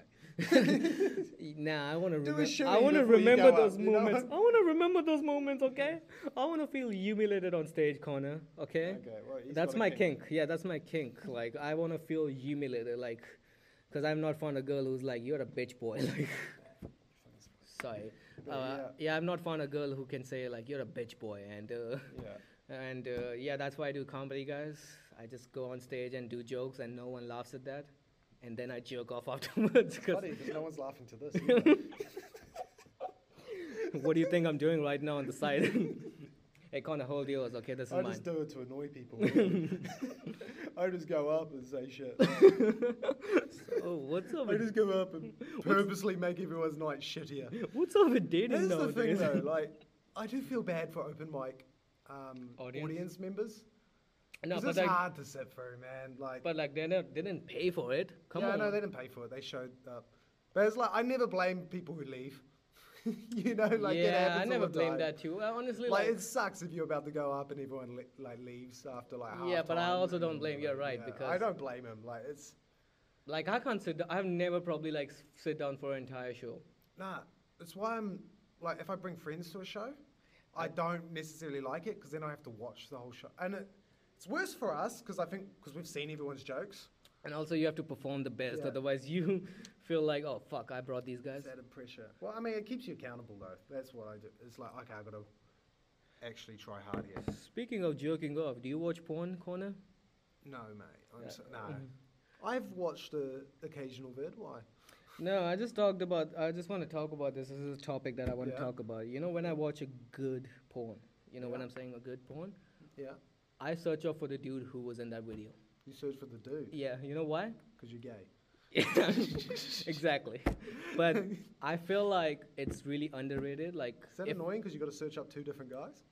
Nah, I want to Do a remember. shimmy I want to before you remember go up, those you know? moments. I want to remember those moments. Okay, I want to feel humiliated on stage, Connor. Okay, Okay, uh, well, he's that's got a my kink. kink. Yeah, that's my kink. Like I want to feel humiliated, like, cause I'm not fond of girl who's like, you're a bitch boy. Like, sorry. But Uh, yeah. yeah, I'm not fond of girl who can say like, you're a bitch boy, and uh, Yeah. and uh, yeah, that's why I do comedy, guys. I just go on stage and do jokes, and no one laughs at that, and then I jerk off afterwards. 'cause- Funny, 'cause no one's laughing to this. either. what do you think I'm doing right now on the side? hey, Connor, hold yours. Okay, this is I mine. just do it to annoy people. I just go up and say shit. Oh, what's up? I With, just go up and purposely make everyone's night shittier. what's up with dating Here's the thing nowadays? though, like I do feel bad for open mic um, Audience? audience. members. no, 'Cause but it's like, hard to sit through, man. Like, but like, they didn't, they didn't pay for it. Come yeah, on. no, they didn't pay for it. They showed up, but it's like I never blame people who leave. you know, like it yeah, happens I all never the blame time. that too. I honestly, Like, like, it sucks if you're about to go up and everyone le- like leaves after like half Yeah, but I time also and don't blame- you're right, I because- don't blame him. Like it's like I can't sit. d- I've never probably like s- sit down for an entire show. nah. It's why I'm like if I bring friends to a show, I don't necessarily like it because then I have to watch the whole show, and it, it's worse for us because I think because we've seen everyone's jokes. And also, you have to perform the best, Yeah. otherwise you feel like, oh fuck, I brought these guys. It's added pressure. Well, I mean, it keeps you accountable though. That's what I do. It's like okay, I gotta actually try hard here. Speaking of jerking off, do you watch porn, Connor? No, mate. I'm Yeah. Mm-hmm. so, no. I've watched the occasional vid. Why? No, I just talked about. I just want to talk about this. This is a topic that I want Yeah. to talk about. You know, when I watch a good porn, you know, when Yeah. I'm saying a good porn, Yeah. I search up for the dude who was in that video. You search for the dude Yeah, you know why? because you're gay. exactly. But I feel like it's really underrated. Like, Is that if- annoying because you got to search up two different guys?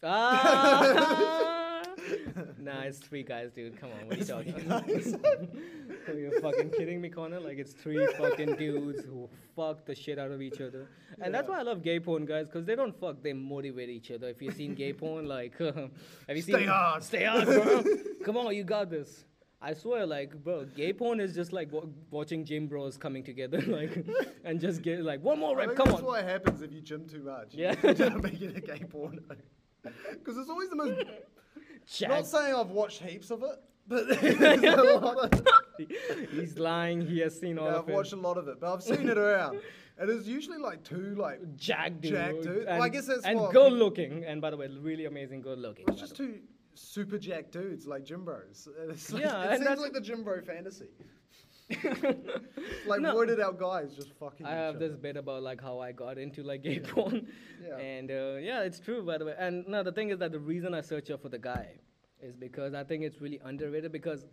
ah! nah, it's three guys, dude. Come on, what are you talking about? Are you fucking kidding me, Connor? Like, it's three fucking dudes who fuck the shit out of each other. And that's why I love gay porn, guys, because they don't fuck, they motivate each other. If you've seen gay porn, like, have you Stay seen. hard. Stay hard, bro. Come on, you got this. I swear, like, bro, gay porn is just like wa- watching gym bros coming together, like, and just get, like, one more I rep, think come that's on. what happens if you gym too much. Yeah. you end up making a gay porn. Because it's always the most. Jack. Not saying I've watched heaps of it, but there's a lot of. He's lying, he has seen all Yeah, of I've it. watched a lot of it, but I've seen it around. It is usually like two, like Jack dude. Jack dude. Well, I guess that's and what- good looking. And by the way, really amazing good looking. it's by just the way. two super jack dudes, like gym bros. And It's like, Yeah, it and seems that's- like the gym bro fantasy. It's like No. roided out guys just fucking. I each have this other. bit about like how I got into like gay porn, Yeah. and uh, yeah, it's true by the way. And no, the thing is that the reason I search up for the guy is because I think it's really underrated because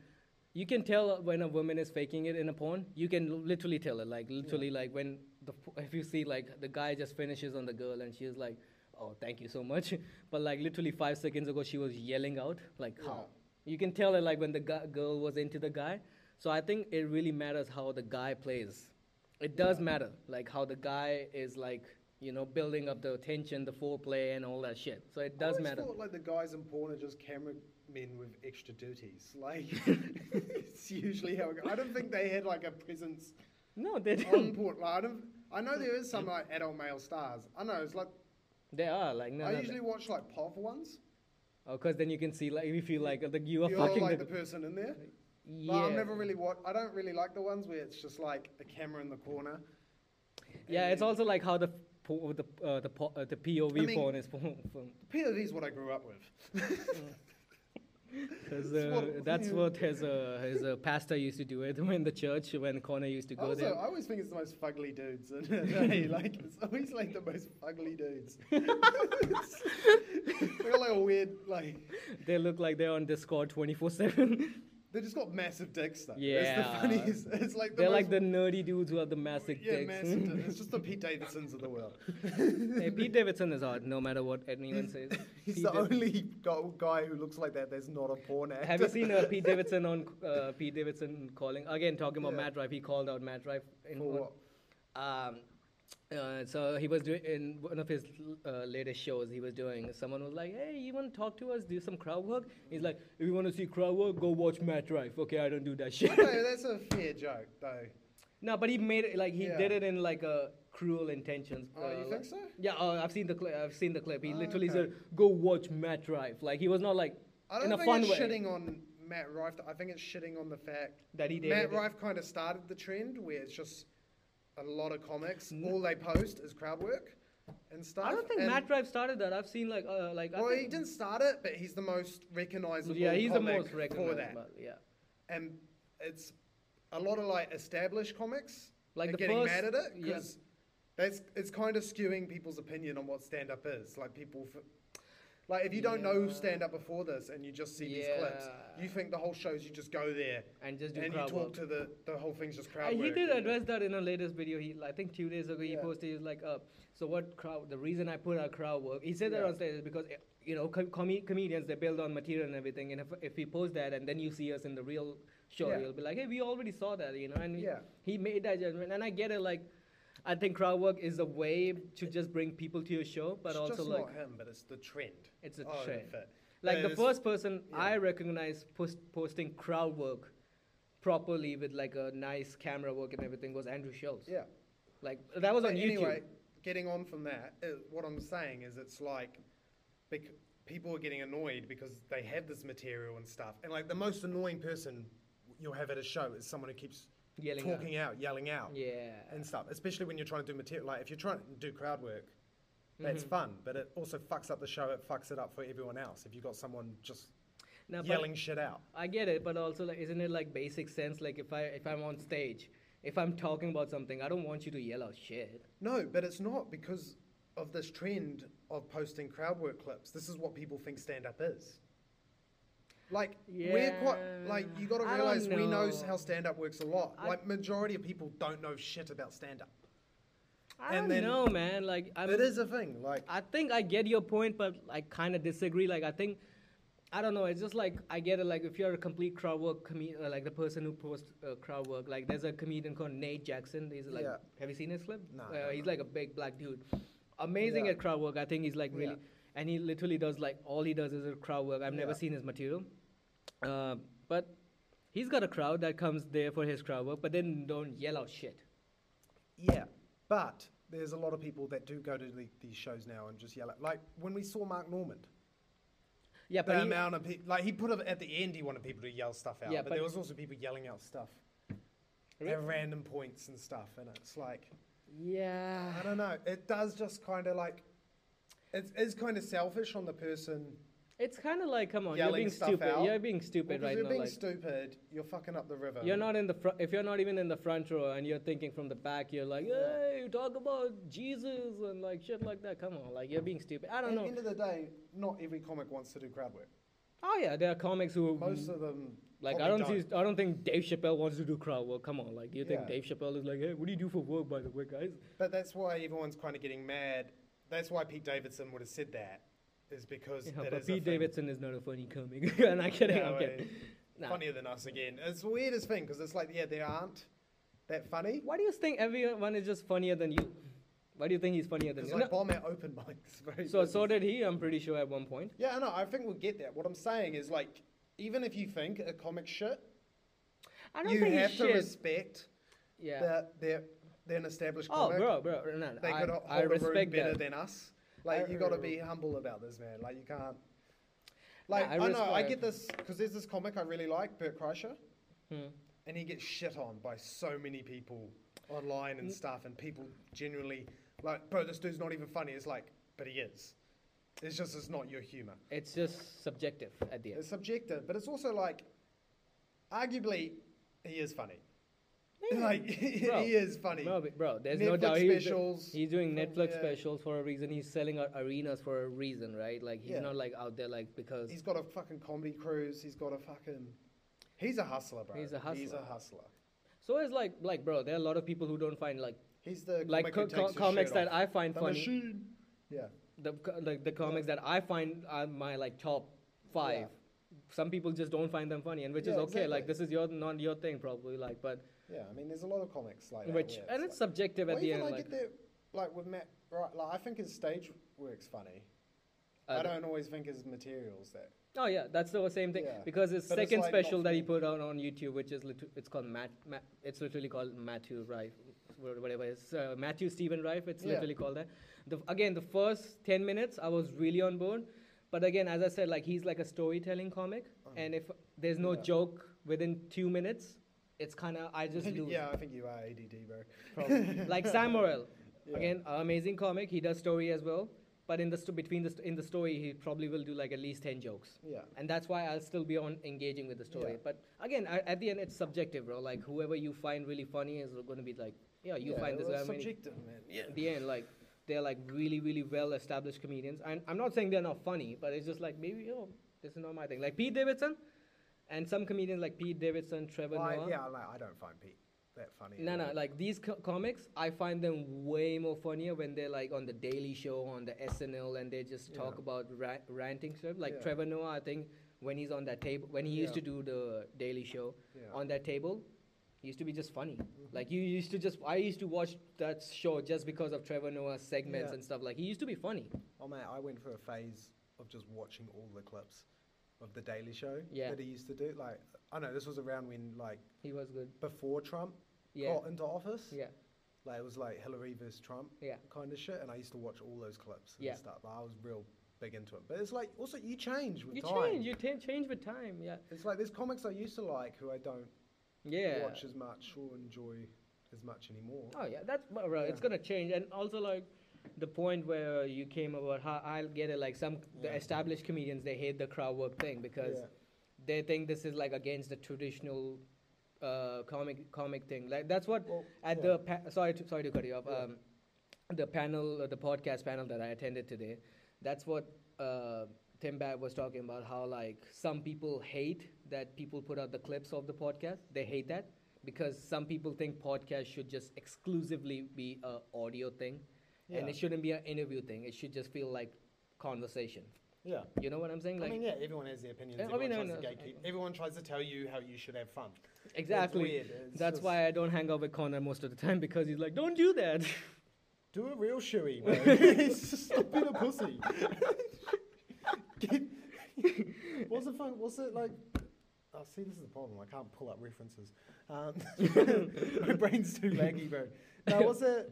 you can tell when a woman is faking it in a porn. You can l- literally tell it, like literally like when the p- if you see like the guy just finishes on the girl and she's like, oh thank you so much, but like literally five seconds ago she was yelling out like how. You can tell it like when the gu- girl was into the guy. So I think it really matters how the guy plays it does matter like how the guy is like you know building up the tension the foreplay and all that shit so it I does always matter Thought, like the guys in porn are just camera men with extra duties. Like it's usually how it goes. I don't think they had like a presence no they on do porn. Like, I don't. I know there is some like adult male stars. I know it's like they are like no I no, usually watch like POV ones. because then you can see like if you like the, you are You're fucking like the, the person in there. yeah But I've never really watched. I don't really like the ones where it's just like the camera in the corner. yeah it's and- also like how the po- the uh, the, po- uh, the POV I mean- porn is from POV is what I grew up with. because uh, that's what his uh, his uh, pastor used to do it when the church when Connor used to I go Also, there. I always think it's the most fugly dudes. in a day, like it's always like the most fugly dudes. They're got, like a weird like. They look like they're on Discord twenty four seven. They just got massive dicks though. Yeah. It's the funniest. It's like the They're like most- the nerdy dudes who have the massive yeah, dicks. massive dicks. It's just the Pete Davidsons of the world. Hey, Pete Davidson is hard, no matter what anyone says. He's Pete the Dav- only go- guy who looks like that. That's not a porn actor. Have you seen uh, Pete Davidson on uh, Pete Davidson calling again? Talking about Matt Rife, he called out Matt Rife in For one- what? Um, uh, so he was doing in one of his uh, latest shows. He was doing. Someone was like, "Hey, you want to talk to us? Do some crowd work?" He's like, "If you want to see crowd work, go watch Matt Rife." Okay, I don't do that shit. no, that's a fair joke though. no, but he made it like he Yeah. did it in like a cruel intentions. Oh, you uh, think so? Yeah, uh, I've seen the clip. I've seen the clip. He Ah, literally okay. said, "Go watch Matt Drive." Like he was not like I in don't a think fun it's way shitting on Matt Rife. I think it's shitting on the fact that he did. Matt it. Rife kind of started the trend where it's just a lot of comics. All they post is crowd work and stuff. Mm-hmm. I don't think and- Matt Drive started that. I've seen like uh, like. I Well, he think, didn't start it, but he's the most recognizable. yeah, he's the comic most recognized. for that. Yeah, and it's a lot of like established comics Like are the getting first- mad at it yeah. because that's it's kind of skewing people's opinion on what stand up is. Like people, f- like if you don't know Yeah. stand up before this and you just see these clips, Yeah. you think the whole show's you just go there and just do and you crowd talk work. to the the whole thing's just crowd And he work did and- address that in a latest video. He I think two days ago he Yeah. posted. He was like, uh, "So what crowd? The reason I put out crowd work." He said that Yeah. on stage is because eh, you know com- comi comedians they build on material and everything. And if if we post that and then you see us in the real show, Yeah. you'll be like, "Hey, we already saw that," you know. And he- Yeah. he made that judgment, and I get it. Like, I think crowd work is a way to just bring people to your show, but it's also just like not him, but it's the trend. it's a of trend. Oh, it. Like And the it's- first person yeah. I recognize post- posting crowd work properly with like a nice camera work and everything was Andrew Schultz. Yeah. Like that was on But YouTube. Anyway, getting on from that, uh, what I'm saying is it's like bec- people are getting annoyed because they have this material and stuff. And like the most annoying person you'll have at a show is someone who keeps Yelling out. talking out, yelling out Yeah. and stuff, especially when you're trying to do material. Like if you're trying to do crowd work, that's Mm-hmm. fun, but it also fucks up the show. It fucks it up for everyone else if you've got someone just Now, but yelling shit out. I get it, but also like, isn't it like basic sense? Like if I if I'm on stage, If I'm talking about something, I don't want you to yell out shit. No, but it's not because of this trend of posting crowd work clips. This is what people think stand up is. Like we're quite like you got to Yeah, I don't realize we know know. how stand up works a lot. I- like majority of people don't know shit about stand up. I And don't then- know, man. Like I'm, It is a thing. Like I think I get your point, but I kind of disagree. Like I think, I don't know. It's just like I get it. Like if you're a complete crowd work comedian, like the person who posts uh, crowd work, like there's a comedian called Nate Jackson. He's like, Yeah. have you seen his clip? No, Uh, no, he's like a big black dude, amazing Yeah. at crowd work. I think he's like really, and he literally does like all he does is a crowd work. I've never Yeah. seen his material, uh, but he's got a crowd that comes there for his crowd work, but then don't yell out shit. yeah, but there's a lot of people that do go to the, these shows now and just yell at. Like when we saw Mark Normand, Yeah, the but he, amount of people like he put up at the end he wanted people to yell stuff out Yeah, but, but- there was also people yelling out stuff Really? at random points and stuff and it's like yeah. i don't know it does just kind of like it's, it's kind of selfish on the person It's kind of like, come on, you're Yelling being stuff stupid. out. You're being because stupid right you're now. being Like, stupid you're fucking up the river you're not in the front. If you're not even in the front row and you're thinking from the back, you're like, hey, you talk about Jesus and like shit like that. Come on, like you're being stupid. I at don't the know. end of the day not every comic wants to do crowd work Oh yeah, there are comics who most of them like. I probably don't see. I don't think Dave Chappelle wants to do crowd work. Come on, like you think Yeah. Dave Chappelle is like, hey, what do you do for work, by the way, guys? But that's why everyone's kind of getting mad. That's why Pete Davidson would have said that, is because Yeah, that but is a Pete thing. Davidson is not a funny comic. and I'm kidding. Yeah, I'm well, kidding. Nah. Funnier than us again. It's the weirdest thing because it's like, yeah, they aren't that funny. Why do you think everyone is just funnier than you? Why do you think he's funnier than Because you? I No, bomb at open mics. Very so busy. so did he. I'm pretty sure at one point. yeah, I know. I think we'll get that. What I'm saying is like, even if you think a comic shit, I don't you think have he to shit. respect yeah. that they're they're an established oh, comic. bro, bro, no, no, They I, could hold I a room respect better that. than us. Like I- you got to be humble about this, man. Like you can't. Nah, Like I I, know I respect- get this because there's this comic I really like, Bert Kreischer, Hmm. and he gets shit on by so many people online Mm. and stuff, and people genuinely like, bro, this dude's not even funny. It's like, but he is. It's just it's not your humor. It's just subjective at the end. It's subjective, but it's also like, arguably, he is funny. Like he Bro, is funny. No, but bro, there's no doubt Netflix he's, specials he's doing from- Netflix yeah. specials for a reason. He's selling out arenas for a reason, right? Like he's Yeah. not like out there like because He's got a fucking comedy cruise. He's got a fucking. He's a hustler, bro. He's a He's hustler. a hustler. so it's like like bro, there are a lot of people who don't find like He's the like comic who co- co- takes his comics shirt that off. I find The funny. machine. Yeah. the co- like the comics that I find are my like top five. Some people just don't find them funny, and which is Yeah, okay. Like exactly. this is your not your thing probably. Like, but Yeah. I mean, there's a lot of comics like that. which where and it's subjective like, at the end. Well, even I Like, get that, like with Matt, right? Like I think his stage work's funny. uh, I don't always think his materials that. Oh yeah, that's the same thing Yeah. because his But it's second like not special that he put out on YouTube, which is lit- it's called Matt, Matt, it's literally called Matthew Rife, wha- whatever it's uh, Matthew Stephen Rife. It's Yeah. literally called that. The, again, the first ten minutes I was really on board, but again, as I said, like he's like a storytelling comic, and if there's no Uh-huh. Yeah. joke within two minutes, it's kind of I just lose. yeah, I think you are ADD, bro. Like Sam Morril, Yeah. again, a amazing comic. He does story as well, but in the sto- between the st- in the story, he probably will do like at least ten jokes Yeah. and that's why I'll still be on engaging with the story. Yeah. But again, I, at the end, it's subjective, bro. Like whoever you find really funny is going to be like, yeah, you yeah, find this well, guy. it's really- subjective, man. Yeah. At the end, like they're like really, really well-established comedians. And I'm not saying they're not funny, but it's just like maybe oh, this is not my thing. Like Pete Davidson, and some comedians like Pete Davidson, Trevor Like, Noah. yeah, like, I don't find Pete that funny. No, no, like these co- comics, I find them way more funnier when they're like on the Daily Show, on the SNL, and they just talk about ra- ranting stuff. Like Yeah. Trevor Noah, I think when he's on that table, when he used to Yeah. do the Daily Show Yeah. on that table, he used to be just funny. Like you used to just, I used to watch that show just because of Trevor Noah's segments Yeah. and stuff. Like he used to be funny. Oh man, I went through a phase of just watching all the clips of the Daily Show Yeah. that he used to do. Like, I know this was around when, like, He was good. before Trump Yeah. Oh, got into office. Yeah. Like it was like Hillary versus Trump Yeah. kind of shit, and I used to watch all those clips and Yeah. stuff. Like, I was real big into it, but it's like also you change with You time. change. You t- change with time. Yeah. It's like there's comics I used to like who I don't Yeah. watch as much or enjoy as much anymore. Oh yeah, that's well, right. It's Yeah. gonna change, and also like the point where you came about how I'll get it. Like some the Yeah. established comedians, they hate the crowd work thing because Yeah. they think this is like against the traditional uh, comic comic thing. Like that's what Well, at yeah. the pa- sorry to, sorry to cut you off. Um, the panel, uh, the podcast panel that I attended today, that's what uh, Tim Bad was talking about. How like some people hate that people put out the clips of the podcast. They hate that because some people think podcast should just exclusively be a audio thing, Yeah. and it shouldn't be an interview thing. It should just feel like conversation. Yeah. You know what I'm saying? Like I mean, yeah, everyone has their opinions. Yeah, I everyone mean, I tries to know. gatekeep. Everyone tries to tell you how you should have fun. exactly. weird. It's That's just- why I don't hang out with Connor most of the time because he's like, don't do that. Do a real shoey, man. Stop being a pussy. Get, what's the fun? What's it like? Oh, see, this is the problem. I can't pull up references. Um, my brain's too laggy, bro. No, what's it?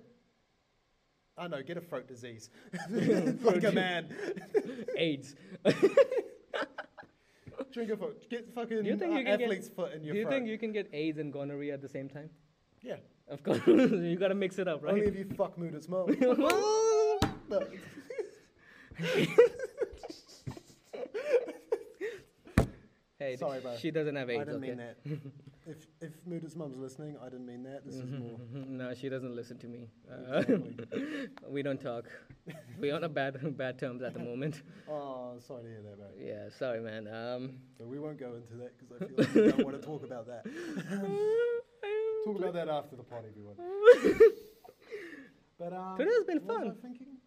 I know. Get a throat disease, like a Throat- man. AIDS. Drink a foot. Get fucking Do you think uh, you can get- athlete's foot in Do your you throat. think you can get AIDS and gonorrhea at the same time? yeah. Of course, you gotta mix it up, Only right? if you fuck Muda's mum. Look. hey, Sorry, bro. she doesn't have I AIDS. didn't okay? mean that. if if Muda's mum's listening, I didn't mean that. This is more. no, she doesn't listen to me. Uh, Exactly. we don't talk. We're on a bad bad terms at the moment. oh, sorry to hear that, mate. Yeah, sorry, man. Um, But we won't go into that because I feel like we don't want to talk about that. Talk about that after the pod, everyone. but um, Today's been what was fun. I thinking?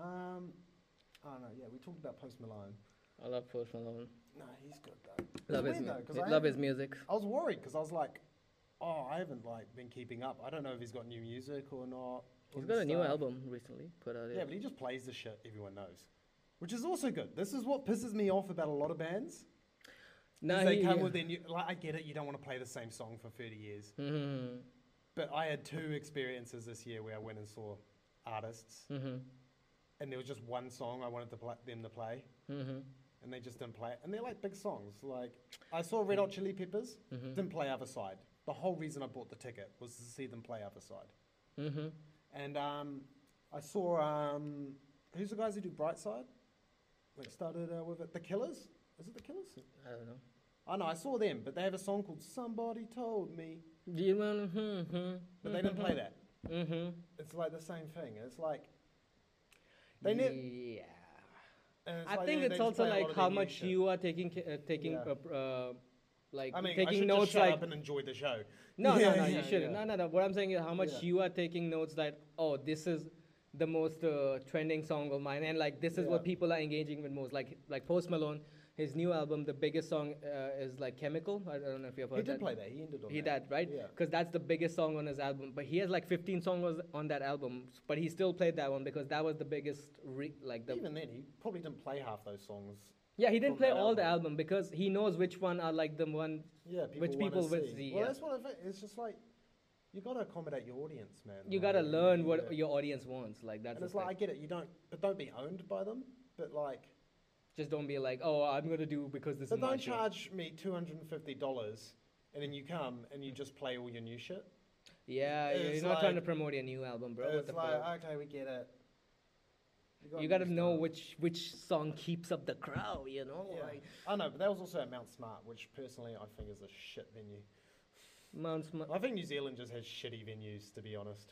Um, I don't know. Yeah, we talked about Post Malone. I love Post Malone. No, he's good though. It's Love his, weird, mu- though, 'cause I love his haven't- music. I was worried because I was like, oh, I haven't like been keeping up. I don't know if he's got new music or not. He's and got a new stuff. album recently put out. Yeah, but he just plays the shit everyone knows, which is also good. This is what pisses me off about a lot of bands. no, is they he- uh, come yeah. with their new. Like, I get it. You don't want to play the same song for thirty years. Mhm. But I had two experiences this year where I went and saw artists, Mhm. and there was just one song I wanted to pla them to play, Mhm. and they just didn't play it. And they're like big songs. Like I saw Red Hot Chili Peppers, mm-hmm, didn't play Other Side. The whole reason I bought the ticket was to see them play Other Side. Mhm. And um, I saw um, who's the guys who do Brightside? Like started uh, with it, the Killers. Is it the Killers? I don't know. I know I saw them, but they have a song called "Somebody Told Me," Do you want? Mhm. but they didn't play that. Mhm. It's like the same thing. It's like they never. Yeah. I think it's also like how much you are taking ca- uh, taking Yeah. uh, pr- uh, like I mean, I taking should notes just shut like up and enjoy the show. no Yeah, no no yeah, you shouldn't yeah. no no no what I'm saying is how much Yeah. you are taking notes that oh this is the most uh, trending song of mine and like this is what Yeah. people are engaging with most like like Post Malone his new album the biggest song uh, is like Chemical I don't know if you've heard He did that. play that. He ended on He that. did, right? Yeah. Because that's the biggest song on his album. But he has like 15 songs on that album, but he still played that one because that was the biggest, re- like the. Even then, he probably didn't play half those songs. yeah, he didn't from play that all the album. album because he knows which one are like the one. Yeah, people Which wanna people would see. see, Well, yeah. that's what I think. It's just like you gotta accommodate your audience, man. You Like, gotta learn what yeah. your audience wants. Like that's. And the it's like I thing. get it. You don't, but don't be owned by them. But like, Just don't be like, oh, I'm gonna do because this but is my don't show." charge me two hundred and fifty dollars, and then you come and you just play all your new shit. Yeah, you're It's not trying to like- promote your new album, bro. What it's the like, fuck? okay, we get it. You gotta new know stuff. which which song keeps up the crowd. You know, Yeah. like I know, but that was also at Mount Smart, which personally I think is a shit venue. Mount Sm- I think New Zealand just has shitty venues, to be honest.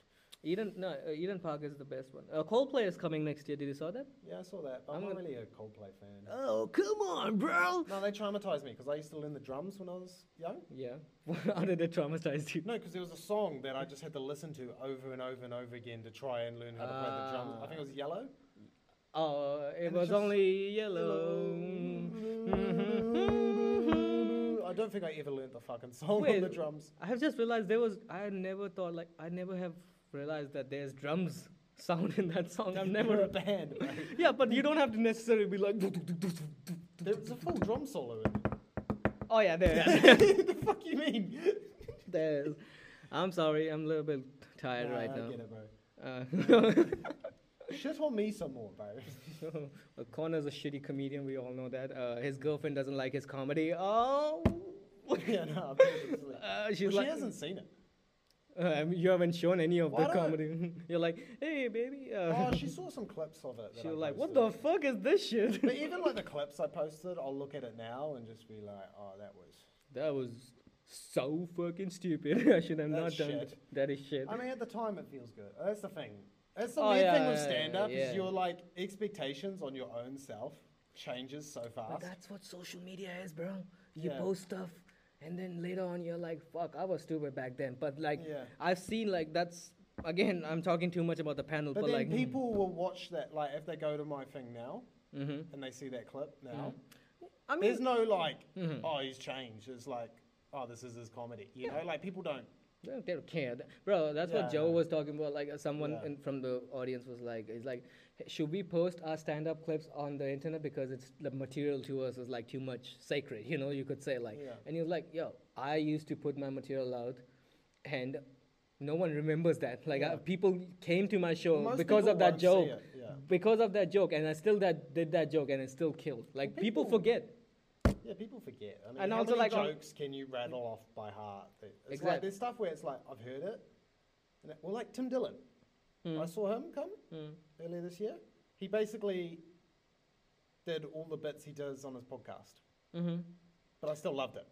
Eden, no, uh, Eden Park is the best one. Uh, Coldplay is coming next year. Did you saw that? Yeah, I saw that. But I'm, I'm not gonna- really a Coldplay fan. Oh, come on, bro. no, they traumatized me because I used to learn the drums when I was young. Yeah. How did it traumatize you? No, because there was a song that I just had to listen to over and over and over again to try and learn how to play Ah. the drums. I think it was Yellow. Oh, it And it's was just- only yellow. I don't think I ever learned the fucking song on Wait. the drums. I have just realized there was. I never thought like I never have realized that there's drums sound in that song. I've They're never. a band. mate. yeah, but you don't have to necessarily be like. There's a full drum solo in it. Oh yeah, there. the fuck you mean? there is. I'm sorry. I'm a little bit tired Nah, right I now. get it, bro. Uh, Shit on me some more, bro. Uh, Connor's a shitty comedian. We all know that. Uh, his girlfriend doesn't like his comedy. Oh, yeah, no, I'm seriously. uh, she's well, she like, hasn't seen it. Uh, I mean, you haven't shown any of Why the don't- comedy. You're like, hey, baby. Uh, Oh, she saw some clips of it. that she I was like, what the posted. fuck is this shit? But even like the clips I posted, I'll look at it now and just be like, oh, that was that was so fucking stupid. I should have not That's done shit. th- that. Is shit. I mean, at the time, it feels good. That's the thing. That's the Oh, weird yeah, thing with yeah, yeah, stand up yeah. is your like expectations on your own self changes so but fast. that's what social media is, bro. You Yeah. post stuff, and then later on you're like, "Fuck, I was stupid back then." But like, Yeah. I've seen like that's again. I'm talking too much about the panel, But but, then like, people will watch that. Like, if they go to my thing now hmm and they see that clip now, Mm-hmm. I mean, there's no like, Mhm. oh, he's changed. It's like, oh, this is his comedy. You know, like people don't. They don't, they don't care, Th- bro. That's what Yeah, Joe no. was talking about. Like uh, someone Yeah. in, from the audience was like, "It's like, "Hey, should we post our stand-up clips on the internet because it's the material to us is like too much sacred?" You know, you could say like, Yeah. and he was like, "Yo, I used to put my material out, and no one remembers that. Like, I, people came to my show Most because people of that won't see joke, it, yeah. because of that joke, and I still that did that joke, and it still killed. Like, people, people- forget." Yeah, people forget. I mean, And how also, many like, on- jokes can you rattle off by heart? It's Exact- like there's stuff where it's like I've heard it. And it- well, like Tim Dillon, Mm. I saw him come earlier this year. He basically did all the bits he does on his podcast, Mm-hmm. but I still loved it.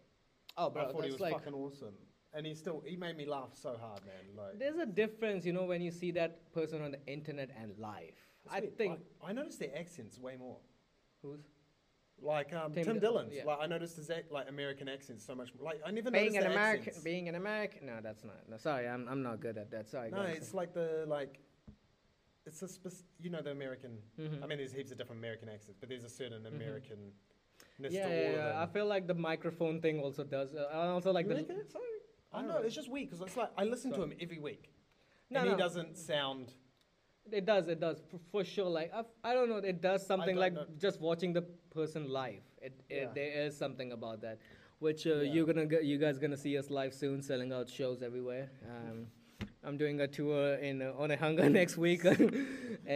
Oh, bro, I thought that's he was like, fucking awesome, and he still he made me laugh so hard, man. Like There's a difference, you know, when you see that person on the internet and live. it's I weird. think I, I noticed their accents way more. who's Like um, Tim Tim, Dill- Dillon's, yeah. like I noticed his ac- like American accents so much. More. Like I never being noticed an their American. accents. Being an American. No, that's not. No, sorry, I'm I'm not good at that. Sorry, No, guys. it's like the like. It's a spec- you know the American. Mhm. I mean, there's heaps of different American accents, but there's a certain American. yeah, ness to Mm-hmm. yeah, all of yeah, I them. feel like the microphone thing also does. Uh, and also like You the. reckon? I know it's just weird because it's like I listen to him every week, No, and no. he doesn't sound. It does. It does for, for sure. Like I, I don't know. It does something don't like know. just watching the person live. It, it Yeah. there is something about that, which uh, Yeah. you're gonna go, you guys gonna see us live soon, selling out shows everywhere. Um, I'm doing a tour in uh, Onehunga next week,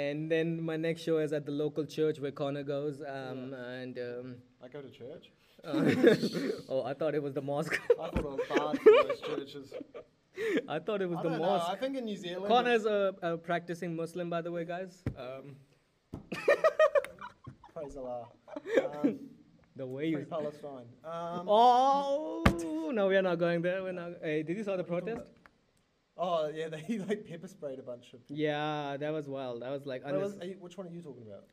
and then my next show is at the local church where Connor goes. Um, And um, I go to church. uh, oh, I thought it was the mosque. I thought it was bad for those churches. I thought it was I the don't know. mosque. I think in New Zealand. Connor's a, a practicing Muslim, by the way, guys. Um, praise Allah. Um, The way free you Palestine. Um, Oh no, we are not going there. We're not. Hey, did you saw the protest? oh yeah, they like pepper sprayed a bunch of. Yeah, that was wild. That was like. What was, unnec- are you, which one are you talking about?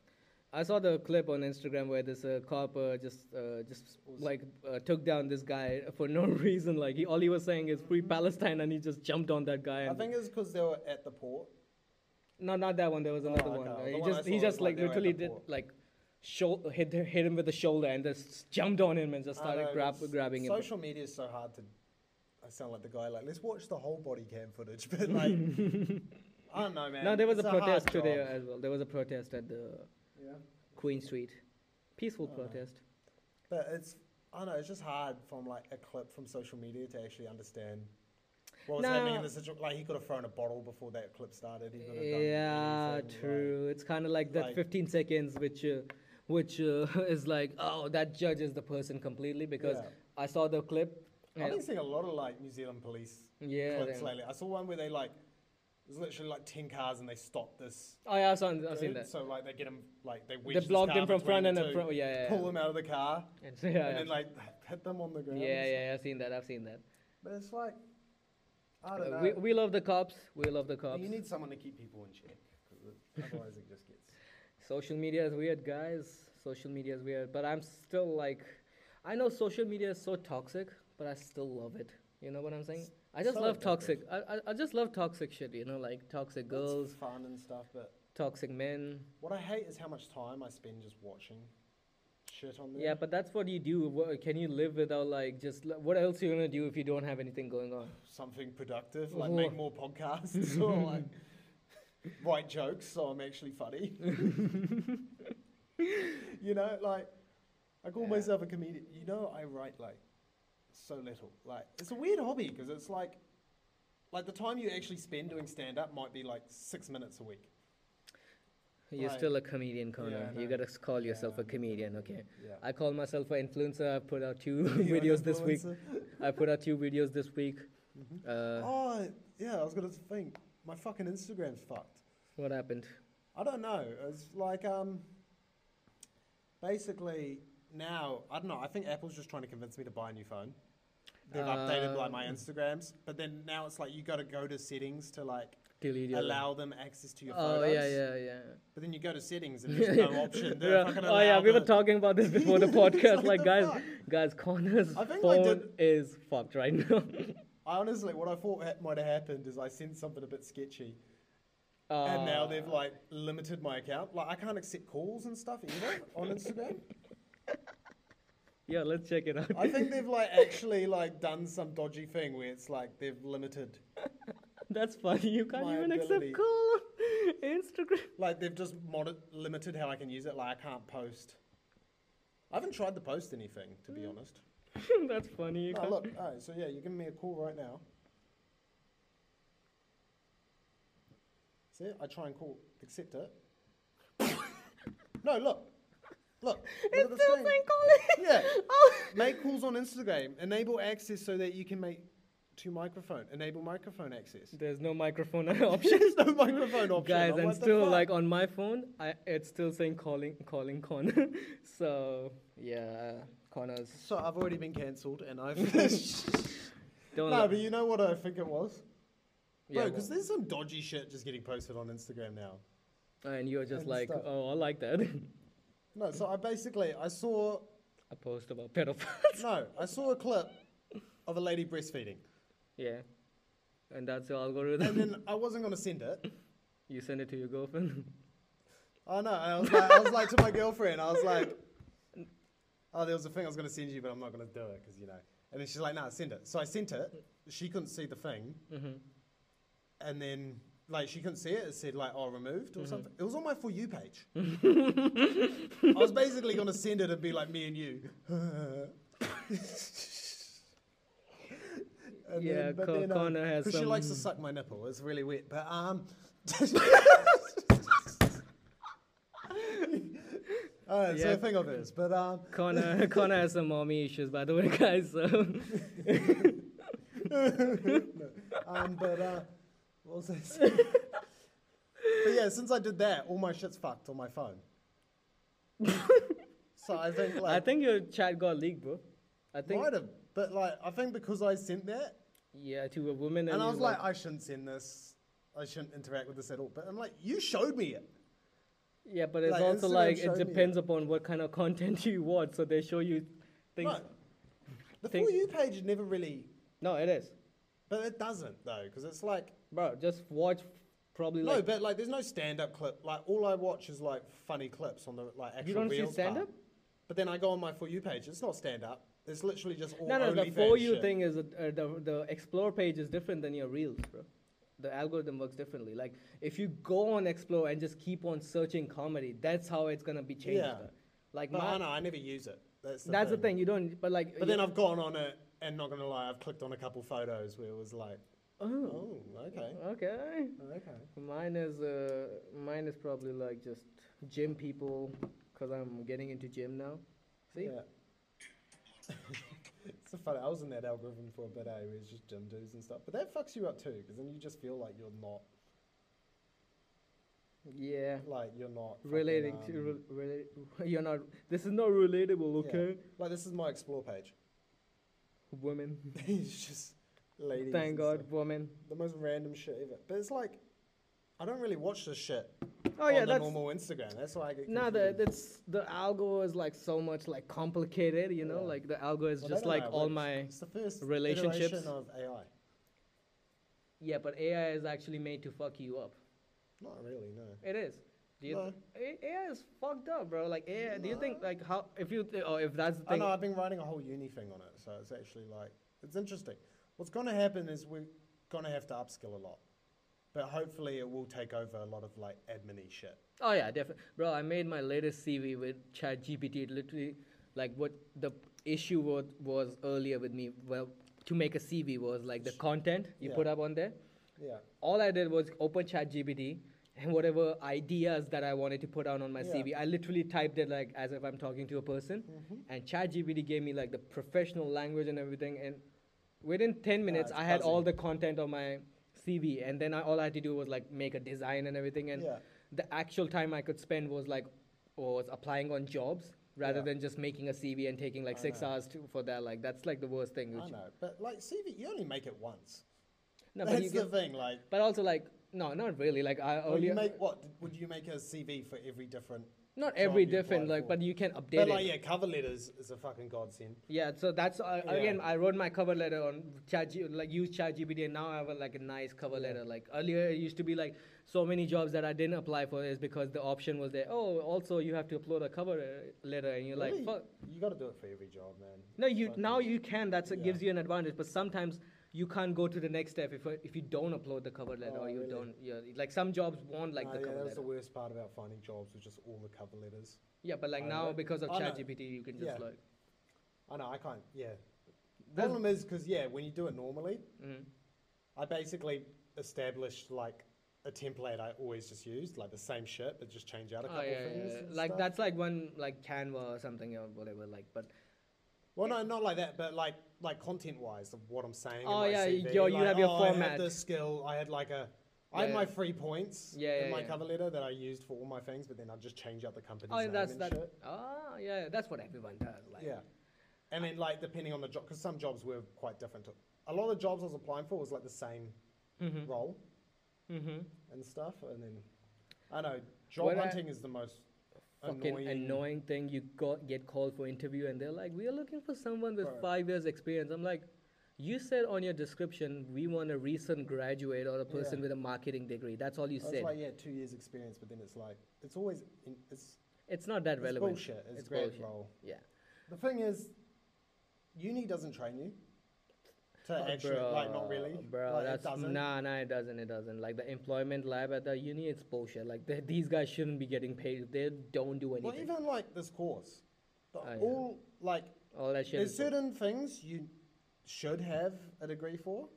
I saw the clip on Instagram where this uh, cop uh, just uh, just like uh, took down this guy for no reason. Like he, all he was saying is free Palestine, and he just jumped on that guy. I And think it's because they were at the port. no, not that one. There was another okay. one. Uh, The he one Oh, I just he saw was, just like, like they were at literally the did port. like. Show, hit hit him with the shoulder and just jumped on him and just I started know, grab, it's- grabbing him. um, Social media is so hard to. I sound like the guy. Like, let's watch the whole body cam footage, but like, I don't know, man. No, there was It's a hard protest today uh, job. as well. There was a protest at the Yeah, Queen Street, Oh, peaceful protest. but it's I don't know. It's just hard from like a clip from social media to actually understand what was happening No. in the situation. Like, he could have thrown a bottle before that clip started. He could have done Yeah, anything, like- true. it's kind of like that like- 15 seconds, which, uh, which uh, is like, oh, that judges the person completely because Yeah. I saw the clip. I've been and- seeing a lot of like New Zealand police Yeah, clips they- lately. I saw one where they like, there's literally like ten cars and they stopped this oh yeah, I've seen, I've seen dude, that. So like they get him like they wedge They this blocked car him from between front the and the two, front- yeah, yeah, Pull yeah. them out of the car And so, yeah, and then yeah. like hit them on the ground. yeah, yeah, I've seen that. I've seen that. But it's like I don't Uh, know. we, we love the cops. We love the cops. you need someone to keep people in check. 'cause it- Otherwise, it just gets. Social media is weird, guys. Social media is weird, but I'm still like, I know social media is so toxic, but I still love it. You know what I'm saying? I just so love addictive. toxic. I, I I just love toxic shit. You know, like toxic girls, It's fun and stuff, but toxic men. what I hate is how much time I spend just watching shit on there. Yeah, but that's what you do. Wha- Can you live without like just li- what else you gonna do if you don't have anything going on? something productive, like make Wha- more podcasts or like write jokes so I'm actually funny. you know, like I call Yeah. myself a comedian. You know, I write like so little. Like it's a weird hobby because it's like like the time you actually spend doing stand up might be like 6 minutes a week. You're Right. still a comedian, Connor. I you know. gotta s- call Yeah, yourself I a comedian, okay? Yeah. I call myself an influencer. I put out two You're an videos this week. influencer. I put out two videos this week. Uh, Oh, yeah, I was going to think my fucking Instagram's fucked. What happened? I don't know. It's like um. Basically, now I don't know. I think Apple's just trying to convince me to buy a new phone. they've updated like my Um, Instagrams, but then now it's like you got to go to settings to like Delete your. allow them access to your Oh photos. yeah, yeah, yeah. But then you go to settings and there's no option. to Yeah. fucking Oh yeah, allow we were the- talking about this before the podcast. like, the guys, fuck? guys, Connor's I think, like, phone did- is fucked right now. I honestly, what I thought ha- might have happened is I sent something a bit sketchy, and now they've Uh, like limited my account. Like I can't accept calls and stuff either on Instagram. Yeah, let's check it out. I think they've like actually like done some dodgy thing where it's like they've limited, That's funny. You can't My even ability. accept call on Instagram. like they've just modded, limited how I can use it. Like I can't post. I haven't tried to post anything to Mm. be honest. That's funny. You Oh, can't- look, all right, so yeah, you're giving me a call right now. See, I try and call, accept it. no, look, look. look at It's the still screen. saying calling. Yeah. Oh. Make calls on Instagram. Enable access so that you can make to microphone. Enable microphone access. There's no microphone option. There's no microphone option. Guys, I'm and Oh, what the still fuck? like on my phone, I it's still saying calling, calling Connor. so yeah, Connor's So I've already been cancelled, and I've. don't. No, lo- but you know what I think it was? yeah, Bro, because there's some dodgy shit just getting posted on Instagram now. well, and you're just and like, stuff. oh, I like that. a No, so I basically, I saw post about pedophiles. No, I saw a clip of a lady breastfeeding, yeah, and that's your and algorithm. then I wasn't gonna send it. you send it to your girlfriend. Oh no! And I was like, I was like to my girlfriend, I was like, "Oh, there was a thing I was gonna send you, but I'm not gonna do it because you know." And then she's like, "No, send it." So I sent it. She couldn't see the thing, Mhm. and then like she couldn't see it. It said like, "Oh, removed" or Mm-hmm. something. It was on my for you page. I was basically gonna send it and be like, "Me and you." And yeah, but Co- then, um, Connor has Because some. she likes to suck my nipple. It's really wet. But um. Alright, so Yeah. I think of this, but um, Connor, Connor has some mommy issues, by the way, guys. So um, but uh, what was I saying? but yeah, since I did that, all my shit's fucked on my phone. so I think like I think your chat got leaked, bro. I think might have, but like I think because I sent that, yeah, to a woman, and, and, I you was like, I shouldn't send this. I shouldn't interact with this at all. But I'm like, you showed me it. yeah, but it's like, also Instagram like showed it me depends upon what kind of content you watch. So they show you things. No. The Things- for you page never really, No, it is, but it doesn't though, because it's like bro. Just watch probably no, like but like there's no stand up clip. Like all I watch is like funny clips on the like actual. you don't see reels stand up. part. But then I go on my for you page. It's not stand up. It's literally just all. No, no, the OnlyFans for you shit. thing is uh, uh, the the explore page is different than your reels, bro. The algorithm works differently. Like if you go on explore and just keep on searching comedy, that's how it's gonna be changed. Yeah. though. Like But my, I know I never use it. That's the that's thing. the thing. You don't, but like. But you- then I've gone on it, and not gonna lie, I've clicked on a couple photos where it was like, Oh, oh, okay, okay. okay. Mine is uh, mine is probably like just gym people, cause I'm getting into gym now. See, Yeah. it's so funny. I was in that algorithm for a bit, eh? Where it's just gym dudes and stuff. But that fucks you up too, because then you just feel like you're not, yeah. like you're not fucking, Relating um, to rela- rela- you're not. This is not relatable, Yeah. okay? Like this is my explore page. Women. it's just ladies. Thank and God, stuff. women. The most random shit ever. But it's like, I don't really watch this shit Oh on yeah, the that's normal Instagram. That's why I get. no. The confused. that's the algo is like so much like complicated. You know, Yeah. like the algo is Well, they just don't know like how it all works. my It's the first relationships. relationships of AI. yeah. But AI is actually made to fuck you up. Not really, no. It is. Do you No. A- AI is fucked up, bro. Like AI. Do you think like how if you th- or if that's the I thing? know I've been writing a whole uni thing on it, so it's actually like it's interesting. What's going to happen is we're going to have to upskill a lot, but hopefully it will take over a lot of like admin shit. Oh yeah, definitely, bro. I made my latest CV with ChatGPT. It literally, like, what the issue was, was earlier with me. Well, to make a CV was like the content you Yeah. put up on there. Yeah, All I did was open ChatGPT and whatever ideas that I wanted to put out on my Yeah. CV. I literally typed it like as if I'm talking to a person, Mm-hmm. and ChatGPT gave me like the professional language and everything. And within ten minutes, it's I had all buzzing. the content on my CV, and then I, all I had to do was like make a design and everything. And Yeah. the actual time I could spend was like was applying on jobs rather Yeah. than just making a CV and taking like I six know. hours to, for that. Like that's like the worst thing. I Which, know, but like CV, you only make it once. no, but you That's the get, thing. Like, but also like no, not really. Like I well, earlier, you make what? Would you make a CV for every different? not job every you apply different like, for? but you can update But it. like, yeah, cover letters is a fucking godsend. Yeah, so that's uh, Yeah. again. I wrote my cover letter on chat, like use ChatGPT, and now I have a, like a nice cover letter. Like earlier, it used to be like so many jobs that I didn't apply for is because the option was there. Oh, also you have to upload a cover uh, letter, and you're Really? like, fuck. You got to do it for every job, man. No, you Fucking- now you can. That's it Yeah. gives you an advantage, but sometimes you can't go to the next step if if you don't upload the cover letter Oh, or you really? don't. Yeah, like some jobs want like Nah, the yeah, cover that was letter. the worst part about finding jobs was just all the cover letters. yeah, but like I now know. because of I know. ChatGPT, you can just Oh, Yeah. like. I know I can't. Yeah. The That's- problem is because yeah, when you do it normally, Mhm. I basically established like a template I always just used, like the same shit, but just change out a Oh, couple yeah, yeah, things. yeah. and Like stuff. that's like one like Canva or something or whatever. Like, but Well, no, not like that, but like like content wise of what I'm saying. in Oh, my yeah, CV. yo, you like, have your oh, I format. had this skill. I had like a. I Yeah, had my yeah. three points Yeah, in yeah, my yeah. cover letter that I used for all my things, but then I would just change out the company's Oh, yeah, name that's and that. shit. Oh, yeah, yeah, that's what everyone does. Like, yeah, and then like depending on the job, because some jobs were quite different. To, a lot of the jobs I was applying for was like the same Mm-hmm. role Mm-hmm. and stuff, and then I know job What I- hunting is the most Fucking annoying. annoying. thing. You got get called for interview, and they're like, "We are looking for someone with Bro. five years experience." I'm like, "You said on your description, we want a recent graduate or a person Yeah. with a marketing degree. That's all you I was said. like, yeah, two years experience, but then it's like it's always in, it's, it's not that it's relevant. bullshit. It's, It's grad bullshit. role. Yeah. The thing is, uni doesn't train you to Oh, actually like not really. Bro, like, that's it doesn't. nah, nah, it doesn't, it doesn't. Like the employment lab at the uni, it's bullshit. Like the, these guys shouldn't be getting paid. They don't do well, anything. even like this course, the, Oh, yeah. all like all that shit. there's Is bull- certain things you should have a degree for.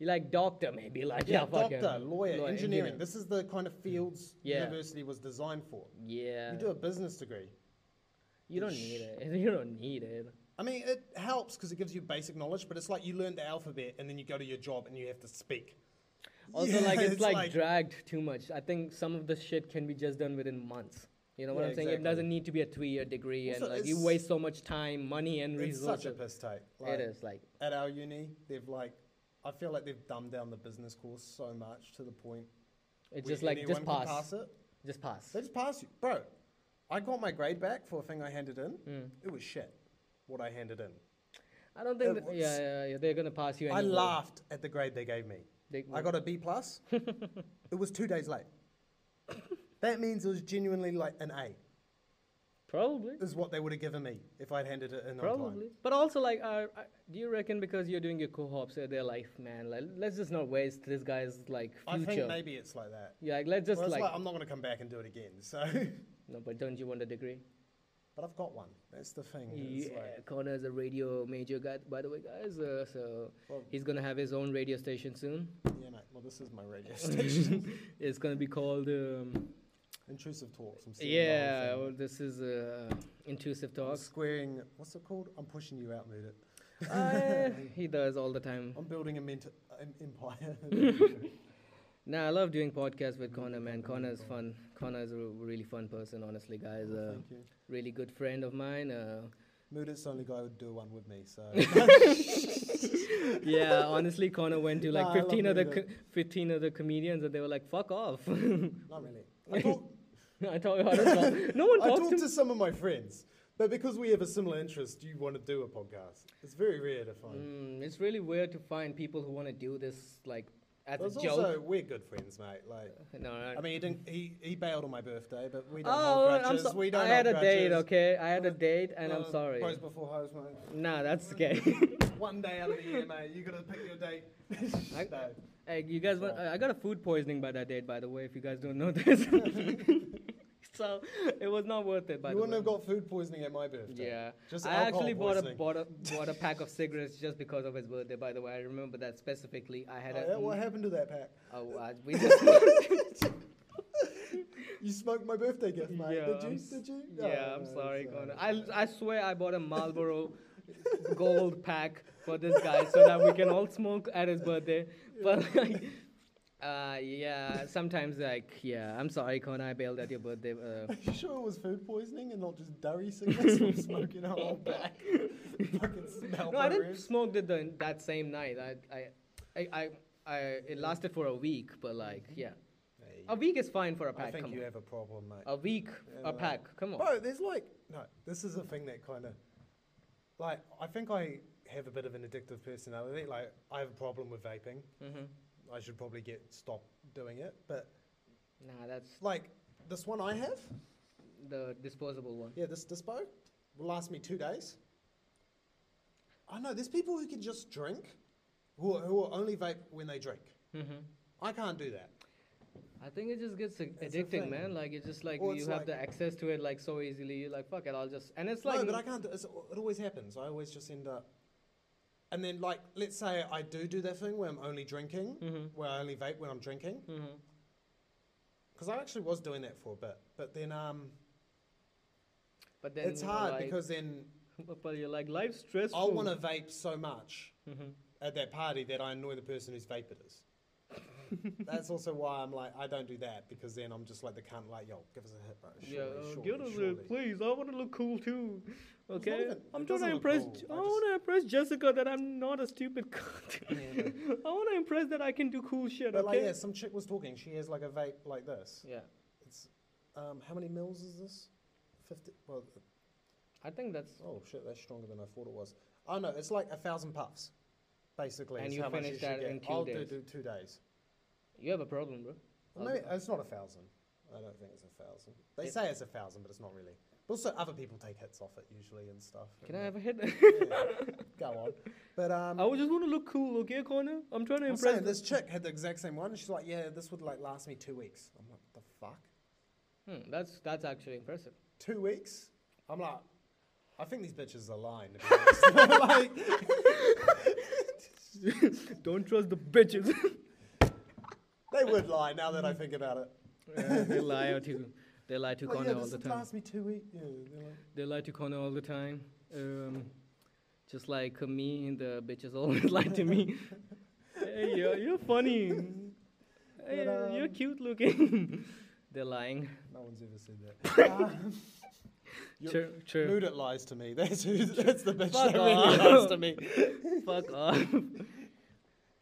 like doctor, maybe. Like yeah, fucking Mm. doctor, lawyer, engineering. This is the kind of fields Yeah. university was designed for. Yeah. You do a business degree. You don't need it. You don't need it. I mean, it helps because it gives you basic knowledge, but it's like you learn the alphabet and then you go to your job and you have to speak. Also, Yeah, like it's, it's like, like- dragged too much. I think some of the shit can be just done within months. You know what Yeah, I'm saying? It exactly. doesn't need to be a three-year degree, Also, and like you it's- waste so much time, money, and It's such resources. a piss take. it Like, is like At our uni, they've like, I feel like they've dumbed down the business course so much to the point. it's where just like just anyone pass, can it. just pass. They just pass you, bro. I got my grade back for a thing I handed in. Hmm. It was shit. What I handed in. I don't think. It That, yeah, was- yeah, yeah, they're gonna pass you. Uh, I anyway. laughed at the grade they gave me. They- I got a B plus. it was two days late. that means it was genuinely like an A, probably, is what they would have given me if I'd handed it in on time. probably. But also, like, uh, uh, do you reckon because you're doing your co-ops, uh, they're like, man, like, let's just not waste this guy's like I future. think maybe it's like that. yeah, like, let's just well, it's like, like, I'm not going to come back and do it again. So, no, but don't you want a degree? but I've got one. That's the thing. Yeah, It's like, Connor is a radio major guy, by the way, guys. Uh, so Well- he's gonna have his own radio station soon. yeah, mate. Well, this is my radio station. It's gonna be called. Um, Intrusive talks. I'm stealing the whole yeah, thing. well, this is uh, intrusive I'm talks. squaring. What's it called? I'm pushing you out, Moodit. uh, he does all the time. I'm building a mental um, empire. Nah, I love doing podcasts with Connor, man. Connor is fun. Connor is a really fun person, honestly, guys. Uh, Thank you. really good friend of mine. Uh, Moodit's the only guy who would do one with me. So. yeah, honestly, Connor went to like Nah, I love 15 other doing co- 15 other comedians, and they were like, "Fuck off." Not really. I talk, I talk, I don't talk. No one I talks talk to to some of my friends, but because we have a similar interest, you want to do a podcast. It's very rare to find. Mm, it's really weird to find people who want to do this like as But it's a joke. also we're good friends, mate. Like, no, no. I mean, he didn't. He, he bailed on my birthday, but we don't oh, hold I'm grudges. so- we don't I had a hold date, grudges. okay? I had a Uh, date, and I'm Uh, sorry. Bros before hoes, mate. Nah, that's okay. One day out of the year, mate. You gotta pick your date. I- No. hey, you guys, want, Sorry. I I got a food poisoning by that date, by the way. If you guys don't know this, so it was not worth it. By you the wouldn't way. have got food poisoning at my birthday. Yeah, Just I alcohol actually bought a poisoning. bought a bought a pack of cigarettes just because of his birthday. By the way, I remember that specifically. I had Oh, a mm. yeah? what happened to that pack? oh, I, we just You smoked my birthday gift, mate. Yeah, did I'm you? s- Did you? Yeah, Oh, I'm no, sorry, it's Connor. alright. I, I swear I bought a Marlboro gold pack for this guy so that we can all smoke at his birthday. But like, Uh, yeah, sometimes like yeah. I'm sorry, Kona. I bailed at your birthday. Uh, Are you sure it was food poisoning and not just dairy sickness from smoking a whole pack? Fucking smell no, I my didn't ribs. smoke it the, that same night. I, I, I, I, I, it lasted for a week, but like yeah, Hey, a week is fine for a Mm-hmm. I pack. think come you on. have a problem, mate. A week, Yeah, a no. pack. Come on. Bro, there's like no. This is a thing that kind of like I think I have a bit of an addictive personality. Like I have a problem with vaping. hmm I should probably get stop doing it. But Nah, that's like this one I have, the disposable one. yeah, this dispo will last me two days. I know there's people who can just drink, who who will only vape when they drink. hmm I can't do that. I think it just gets a- It's a addicting, thing. man. Like it's just like Or you it's have like- the access to it like so easily. You're like, fuck it, I'll just. And it's like no, but I can't. Do, it's, it always happens. I always just end up. And then, like, let's say I do do that thing where I'm only drinking, Mhm. where I only vape when I'm drinking, Mhm. because I actually was doing that for a bit. But then, um, But then it's you're hard like- because then but you're like life's stressful. I want to vape so much Mhm. at that party that I annoy the person whose vape it is. That's also why I'm like I don't do that because then I'm just like the cunt, like yo, give us a hit, bro. Surely, Yeah, surely, get us surely. it, please. I want to look cool too. not Okay, even- I'm it trying doesn't to look impress. cool, Je- I I, just- want to impress Jessica that I'm not a stupid cunt. I want to impress that I can do cool shit. But like, okay. yeah, some chick was talking. She has like a vape like this. Yeah, It's um, how many mils is this? Fifty. Well, I think that's. oh shit, that's stronger than I thought it was. Oh no, it's like a thousand puffs, basically. And is you how much finish should that get. in two I'll days. do, do two days. You have a problem, bro. Um, Well, I'll maybe, it's not a thousand. I don't think it's a thousand. They It- say it's a thousand, but it's not really. But also, other people take hits off it usually and stuff. Can I and have a hit? yeah, go on? But um, I would just want to look cool, okay, Connor? I'm trying to I'm impress. saying this chick had the exact same one. and She's like, yeah, this would like last me two weeks. I'm like, the fuck. Hmm, that's that's actually impressive. two weeks. I'm like, I think these bitches are lying. To be honest. like, Don't trust the bitches. they would lie now that I think about it. Yeah, they lie to they lie to Like, Connor Oh, yeah, all this the would time. last me two weeks. Yeah, they're like, They lie to Connor all the time. Um, just like uh, me and the bitches always lie to me. hey, you're, you're funny. "Hmm." Hey, But, you're um, cute looking. They're lying. no one's ever said that. um, You're- True, true. Nudet lies to me. That's, who, that's the bitch Fuck that really off. lies to me. Fuck off.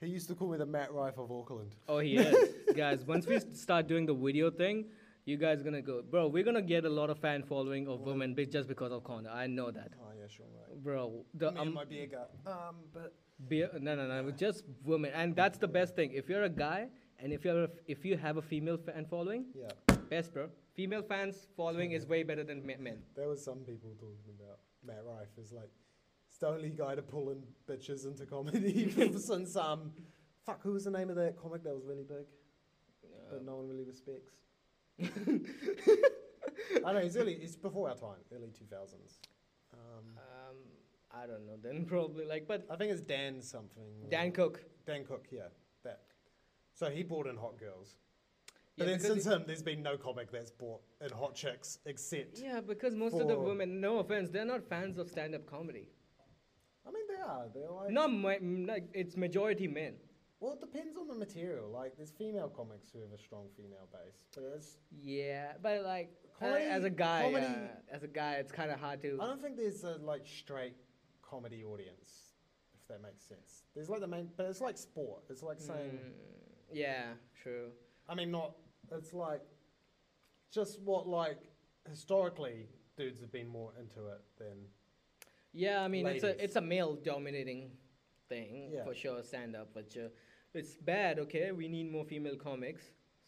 He used to call me the Matt Rife of Auckland. Oh, he is. guys, once we s- start doing the video thing, you guys gonna go, bro. We're gonna get a lot of fan following of women be- just because of Connor. I know that, Oh yeah, sure, mate. bro. The me and um, my beer gut. Um, but Beer, no, no, no. Just women, and that's the best thing. If you're a guy, and if you're a, if you have a female fan following, yeah, best, bro. Female fans following is way better than ma- men. there was some people talking about Matt Rife is like it's the only guy to pull in bitches into comedy since um, fuck, who was the name of that comic that was really big? that no one really respects. I know he's early. It's before our time, early two thousands. Um, Um, I don't know. Then probably like, but I think it's Dan something. or- Dan Cook. Dan Cook, yeah, that. So he brought in hot girls, Yeah, but then since because him, there's been no comic that's brought in hot chicks except. Yeah, because most of the For- women, no offense, they're not fans of stand-up comedy. I mean, they are. They're like. Not my, m- like it's majority men. Well, it depends on the material. Like, there's female comics who have a strong female base, but it's. Yeah, but like a- Comedy- as a guy, comedy- yeah, as a guy, it's kind of hard to. I don't think there's a like straight comedy audience, if that makes sense. There's like the main, but it's like sport. It's like saying. Mm, yeah, true. I mean, not. It's like just what like historically dudes have been more into it than. Yeah, I mean it's a ladies. it's a male dominating thing Yeah. for sure. Stand up, but uh, it's bad. Okay, we need more female comics.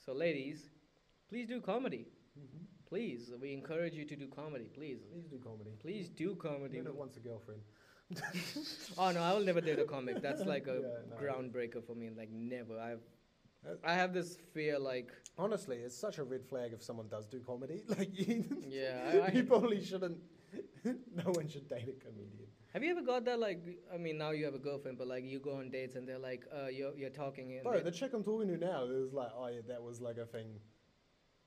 So ladies, please do comedy. Mm-hmm. Please, we encourage you to do comedy. Please, Please do comedy. please do comedy. Who that wants a girlfriend? Oh no, I will never date a comic. That's like a Yeah, no. groundbreaker for me. Like never. I've Uh, I have this fear like Honestly, it's such a red flag if someone does do comedy. Like, you, yeah. I, you I, probably shouldn't. no one should date a comedian. have you ever got that like? I mean, now you have a girlfriend, but like you go on dates and they're like, uh, you're you're talking and Bro, they- the chick I'm talking to now, it was like, oh yeah, that was like a thing.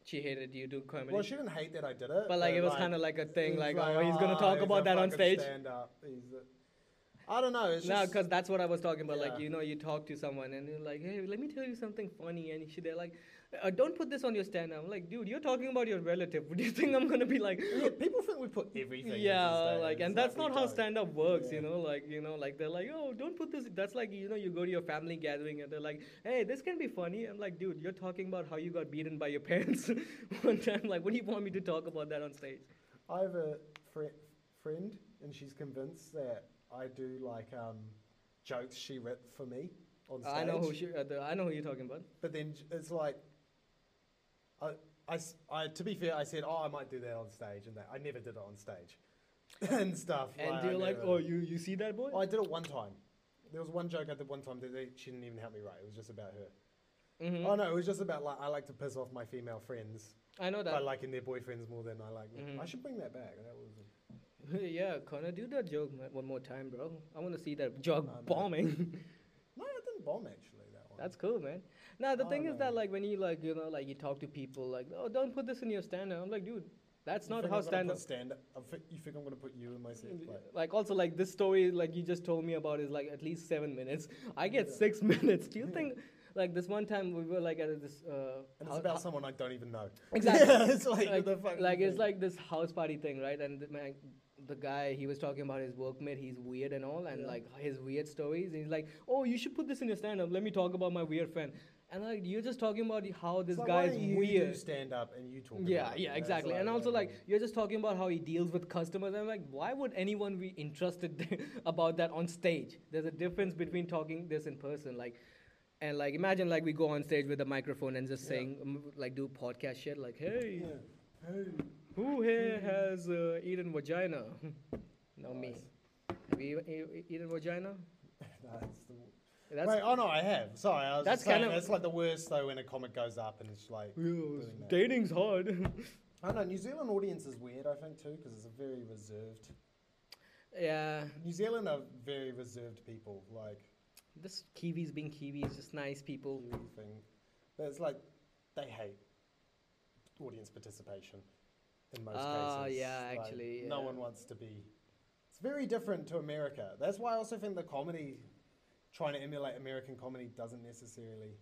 she hated you do comedy. Well, she didn't hate that I did it. But like it was kind of like a it thing, was like, oh, he's gonna "Ah, talk he's a about that on fucking stage. Stand-up. He's a- I don't know. It's No, just, because that's what I was talking about. Like, Yeah. you know, you talk to someone and you're like, hey, let me tell you something funny. And she, they're like, uh, don't put this on your stand. I'm like, dude, you're talking about your relative. Do you think I'm going to be like, yeah, people think we put everything. yeah, into like, standards, and that's we not how don't. stand up works, you Yeah. know? Like, you know, like they're like, oh, don't put this. That's like, you know, you go to your family gathering and they're like, hey, this can be funny. I'm like, dude, you're talking about how you got beaten by your parents one time. Like, what do you want me to talk about that on stage? I have a fri- friend, and she's convinced that I do like um, jokes she wrote for me on stage. I know who she, uh, the, I know who you're talking about. But then j- it's like, I, I s- I- to be fair, I said, oh, I might do that on stage, and that I never did it on stage, and stuff. And I you're like, never- oh, you, you see that boy? Oh, I did it one time. There was one joke I did one time that they, she didn't even help me write. It was just about her. Mhm. Oh no, it was just about like I like to piss off my female friends I know by that. liking their boyfriends more than I like. them. Mhm. I should bring that back. That was. yeah, Connor, do that joke man, one more time, bro. I want to see that joke I know. bombing. No, I didn't bomb actually. That one. That's cool, man. Now the I thing is that know. like when you like you know like you talk to people like oh don't put this in your stand up. I'm like dude, that's You not think how I'm gonna stand up. put stand up. You think I'm gonna put you in my set? Like, Like also like this story like you just told me about is like at least seven minutes. I get six minutes. Do you think like this one time we were like at this uh, and hou- it's about someone I don't even know. Exactly. Yeah, it's like, like, the fuck. like, it's like this house party thing, right? And the, man, the guy he was talking about his workmate, he's weird and all, and like his weird stories. And he's like, "Oh, you should put this in your stand-up. Let me talk about my weird friend." And like you're just talking about how this guy is weird. stand up and you talk. Yeah, about it? yeah, It's exactly. and also, yeah. like, you're just talking about how he deals with customers. I'm like, why would anyone be interested about that on stage? There's a difference between talking this in person, like, and like, imagine like we go on stage with a microphone and just saying, um, like, do podcast shit, like, hey, who here has uh, eaten vagina? Not me. Have you e- e- eaten vagina? Nah, it's the- That's Wait, oh no, I have. Sorry, I was That's just saying, kind of- That's like the worst though when a comic goes up and it's like. Yo, doing that. dating's hard. I don't know. New Zealand audience is weird, I think too, because it's a very reserved. yeah, New Zealand are very reserved people. Like this Kiwis being Kiwis, just nice people. everything, but it's like they hate audience participation in most Ah, cases. yeah, Like, actually, no yeah. one wants to be. It's very different to America. That's why I also think the comedy, trying to emulate American comedy, doesn't necessarily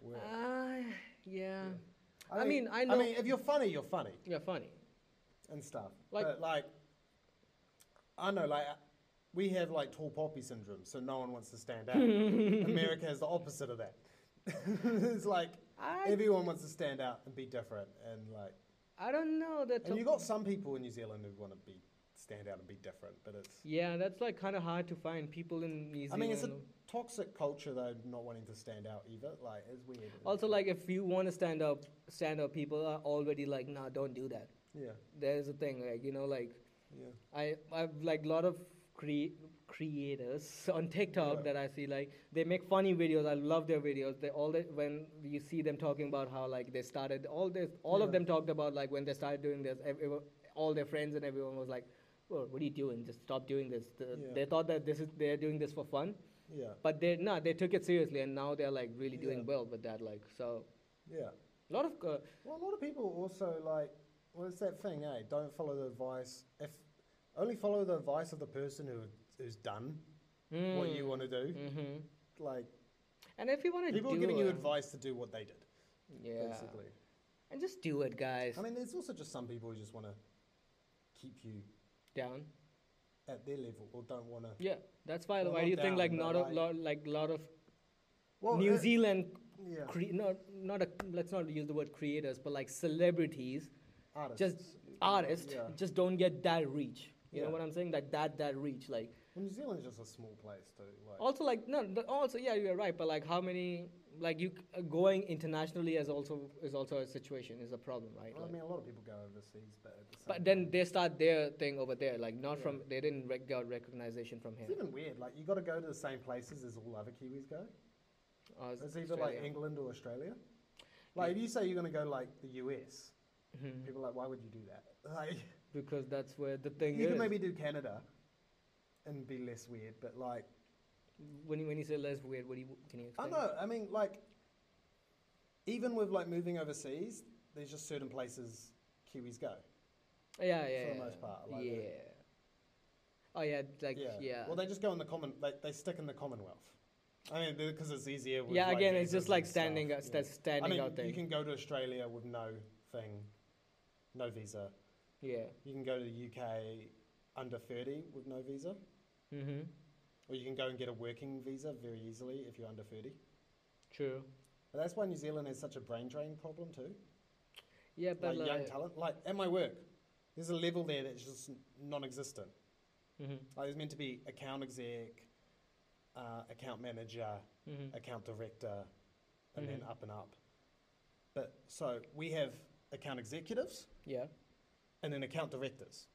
work. Ah, yeah. I think- mean, I know- I mean, if you're funny, you're funny. Yeah, funny. and stuff. Like- Like, but like, I know, like, we have like tall poppy syndrome, so no one wants to stand out. America has the opposite of that. it's like I- everyone wants to stand out and be different, and like, I don't know that. and you got some people in New Zealand who want to be stand out and be different, but it's. yeah, that's like kind of hard to find people in New Zealand. I mean, it's a toxic culture though, not wanting to stand out either. Like, it's weird. also like if you want to stand up, stand up people are already like, nah, don't do that. yeah, There's a thing like you know like yeah. I I've like lot of cre- creators on TikTok Yeah. that I see like they make funny videos. I love their videos. They all that when you see them talking about how like they started all this, all of Yeah. them talked about like when they started doing this. ev- ev- all their friends and everyone was like, "Well, what are you doing? Just stop doing this." The- Yeah. They thought that this is they're doing this for fun, Yeah, but they no, they took it seriously and now they're like really doing Yeah. well with that. Like so, yeah. a lot of uh, Well, a lot of people also like, well, it's that thing, eh? Don't follow the advice. If only follow the advice of the person who who's done what you want to do. mhm. Like mm, and if you want to people are do giving you it- advice to do what they did, yeah, basically. and just do it, guys. I mean, there's also just some people who just want to keep you Down. at their level or don't want to. Yeah, that's why. Well, why not do you think down, like but not a like- lot like lot of New uh, Zealand, yeah, cre- not not a, let's not use the word creators, but like celebrities, just artists. artists, yeah. just don't get that reach. You know Yeah. what I'm saying? That that that reach. Like Well, New Zealand's just a small place too. Like, also like no, but also yeah, you're right. But like how many like you c- going internationally is also is also a situation is a problem, right? well, I Like, mean, a lot of people go overseas, but at the same but then time- they start their thing over there, like not from they didn't rec- get recognition from it's here. even weird. Like, you got to go to the same places as all other Kiwis go. Uh, It's either like Australia. England or Australia. Like if you say you're going to go like the US, Mhm. people are like, why would you do that? Like because that's where the thing you is. could maybe do Canada and be less weird, but like When you, when you say less weird, what do you can you I explain? don't know. I mean, like even with like moving overseas, there's just certain places Kiwis go. Yeah, yeah. for the yeah. most part, like, yeah. yeah. Oh yeah, like yeah. Well, they just go in the common. They, they stick in the Commonwealth. I mean, because it's easier. With Yeah, like, again, it's just visas like and standing stuff, out- yeah. that's standing I mean, out there. you can go to Australia with no thing, no visa. yeah. You can go to the UK under thirty with no visa, Mm-hmm. or you can go and get a working visa very easily if you're under thirty. True. But that's why New Zealand has such a brain drain problem too. Yeah, but like young like- talent, like at my work, there's a level there that's just non-existent. Mhm, Like there's meant to be account exec, uh, account manager, mhm. account director, and then Mhm. up and up. But so we have account executives Yeah. and then account directors.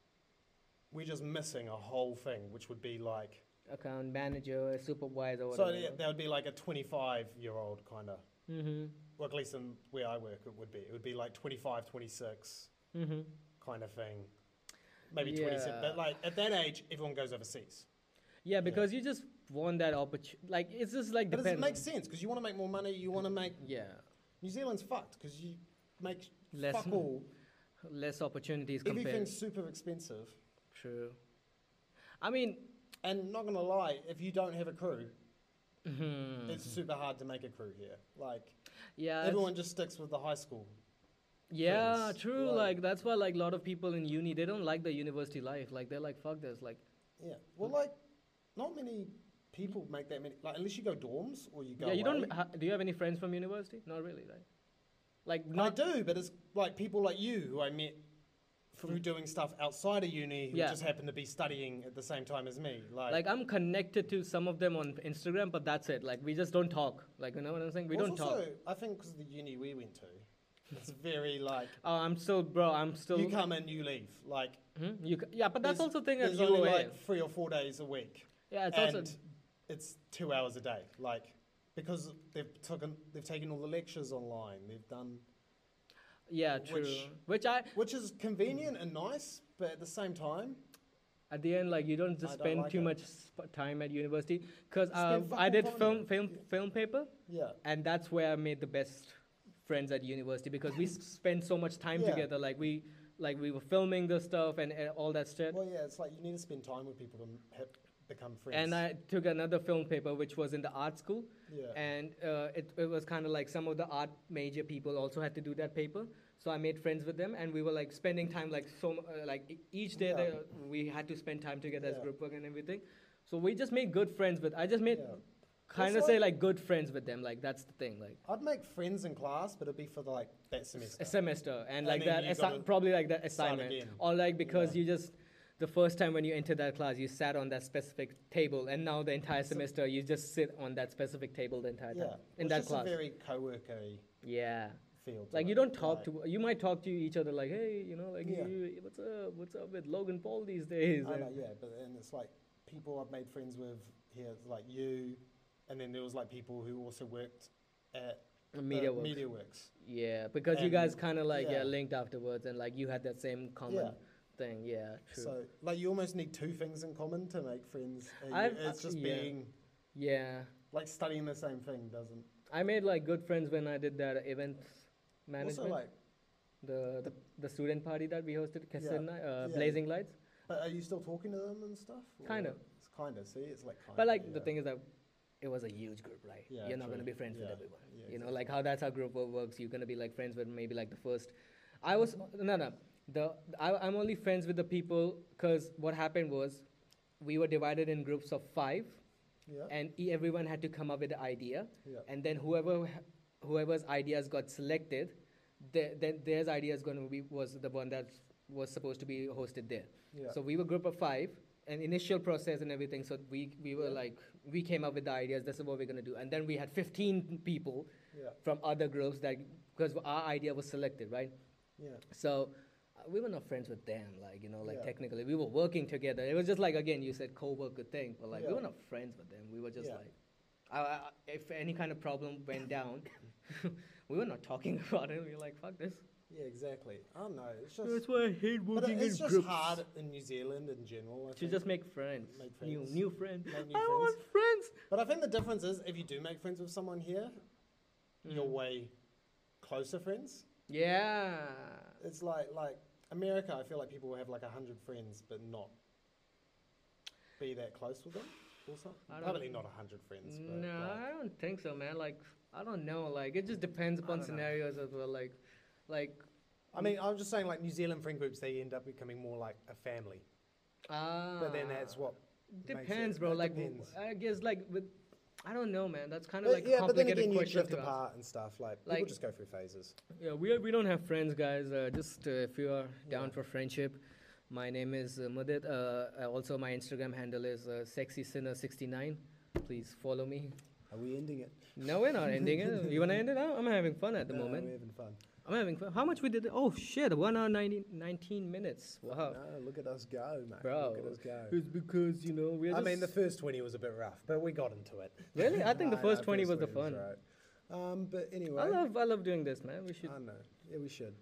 We're just missing a whole thing, which would be like Account manager, supervisor, so. whatever. yeah, That would be like a 25-year-old kind of, mm-hmm. or at least in where I work, it would be. It would be like 25, 26 Mm-hmm. kind of thing. Maybe 27, but Yeah. like at that age, everyone goes overseas. Yeah, because you just want that opportunity. Like it's just like But does it depends. make sense because you want to make more money. You want to make yeah, New Zealand's fucked because you make Less fuck m- all. less opportunities compared. Everything's super expensive. True. I mean, And not gonna lie, if you don't have a crew, mhm. it's super hard to make a crew here. Like yeah, Uh, it's- everyone just sticks with the high school. Yeah, things, true. like- Like, that's why like a lot of people in uni they don't like the university life. Like they're like fuck this. Like Yeah. Well, like not many people make that many. Like unless you go dorms or you go. yeah, you away. don't. Ha, do you have any friends from university? Not really, right? Like I not. do, but it's like people like you who I met through doing stuff outside of uni who Mm. Yeah. just happen to be studying at the same time as me. Like, Like I'm connected to some of them on Instagram, but that's it. Like we just don't talk. Like you know what I'm saying? We Well, don't it's talk. also, I think because the uni we went to, it's very like Oh, I'm still, bro. I'm still. you come in, you leave. Like Hmm? You ca- yeah, but that's there's- also thing at there's UOA. only like three or four days a week, yeah, it's and also. it's two hours a day. Like because they've taken they've taken all the lectures online. They've done Yeah, true. which- which I which is convenient and nice, but at the same time, at the end like you don't I just don't spend like too it. much sp- time at university because uh, Spend I fucking did time film there. film Yeah. film paper yeah. and that's where I made the best friends at university because we s- spent so much time Yeah. together. Like we like we were filming the stuff and, and all that shit. Well, yeah, it's like you need to spend time with people to m- hip- become friends. and I took another film paper which was in the art school. yeah. and uh, it, it was kind of like some of the art major people also had to do that paper so i made friends with them and we were like spending time like so mu- uh, like e- each day Yeah. there, we had to spend time together as Yeah. group work and everything so we just made good friends with i just made Yeah. kind of It's say like- like good friends with them like that's the thing like I'd make friends in class, but it'd be for like that semester. a semester and And like then that you assi- gotta probably like that assignment again. or like because Yeah. you just the first time when you entered that class you sat on that specific table and now the entire semester you just sit on that specific table the entire yeah, time in It's that just class a very co-worker yeah field. to Like you it, don't talk like- to you might talk to each other like hey you know like Yeah. you, what's up what's up with Logan Paul these days I and- know, yeah, but and it's like people I've made friends with here, it's like you, and then there was like people who also worked at and media uh, works Media Works. yeah because you guys And- kind of like yeah. yeah. linked afterwards and like you had that same common thing yeah true So like you almost need two things in common to make friends. and you- I've- it's uh, just yeah. being yeah like studying the same thing doesn't. I made like good friends when I did that events Also management like, the, the the student party that we hosted Kesar night, uh, yeah. blazing lights but are you still talking to them and stuff? or- Kinda. It's kind of. See, it's like. Kinda, but like the yeah. thing is that it was a huge group right Yeah, you're not true. gonna be friends with Yeah. everyone Yeah, you know exactly. like how that's how group work works you're gonna be like friends with maybe like the first i was no no the I, i'm only friends with the people because what happened was we were divided in groups of five Yeah. and e- everyone had to come up with an idea Yeah. and then whoever whoever's ideas got selected the, then their idea is going to be was the one that was supposed to be hosted there Yeah. so we were group of five and initial process and everything so we we were like we came up with the ideas this is what we're going to do and then we had 15 people Yeah. from other groups that because our idea was selected right Yeah. so uh, we were not friends with them, like you know, like Yeah. technically we were working together. It was just like again, you said co-worker thing, but like we Yeah. were not friends with them. We were just Yeah. like, I, I, if any kind of problem went down, we were not talking about it. We were like, fuck this. Yeah. Exactly. I don't know. It's just. why I hate but it- it's just hard in New Zealand in general. I To think. just make friends, Make new friends. new friends. Make new I friends. want friends. But I think the difference is if you do make friends with someone here, you're Mm. way closer friends. Yeah, It's like like America. I feel like people will have like hundred friends, but not be that close with them or something? I don't- Probably not a hundred friends. But No, like- I don't think so, man. Like, I don't know. Like, it just depends upon don't know. scenarios as well. Like, like, I mean, I'm just saying, like New Zealand friend groups, they end up becoming more like a family. ah. But then that's what. makes it- depends, bro. it Like, w- depends. I guess, like, with, I don't know, man. That's kind of But like a yeah, but then complicated again, you question drift to ask. apart and stuff. Like, Like- people just go through phases. Yeah, we are, we don't have friends, guys. Uh, just uh, if you are down for friendship, my name is uh, Mudit. Uh, uh, also, my Instagram handle is uh, sexysinner69. Please follow me. Are we ending it? No, we're not ending it. You wanna end it? I'm I'm having fun at the No, moment. we're having fun. I'm having fun. How much we did? Oh shit! One hour 90, 19 minutes. Wow. No, look at us go, mate. Oh. Bro, Look at us go. It's because you know we're. I mean, the just- first 20 was a bit rough, but we got into it. really, I think the Nah, first nah, twenty was the fun. alright. Um, but anyway, I love, I love doing this, man. We should. I know. Yeah, we should.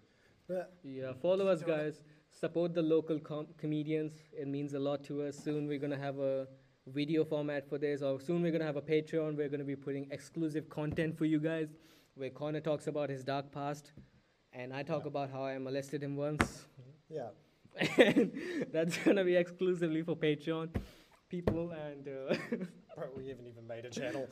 But Yeah, follow us, guys. Support the local com- comedians. It means a lot to us. Soon we're gonna have a video format for this, or soon we're gonna have a Patreon. We're gonna be putting exclusive content for you guys, where Connor talks about his dark past, and I talk about how I molested him once. yeah, and that's gonna be exclusively for Patreon people. And uh, bro, we haven't even made a channel.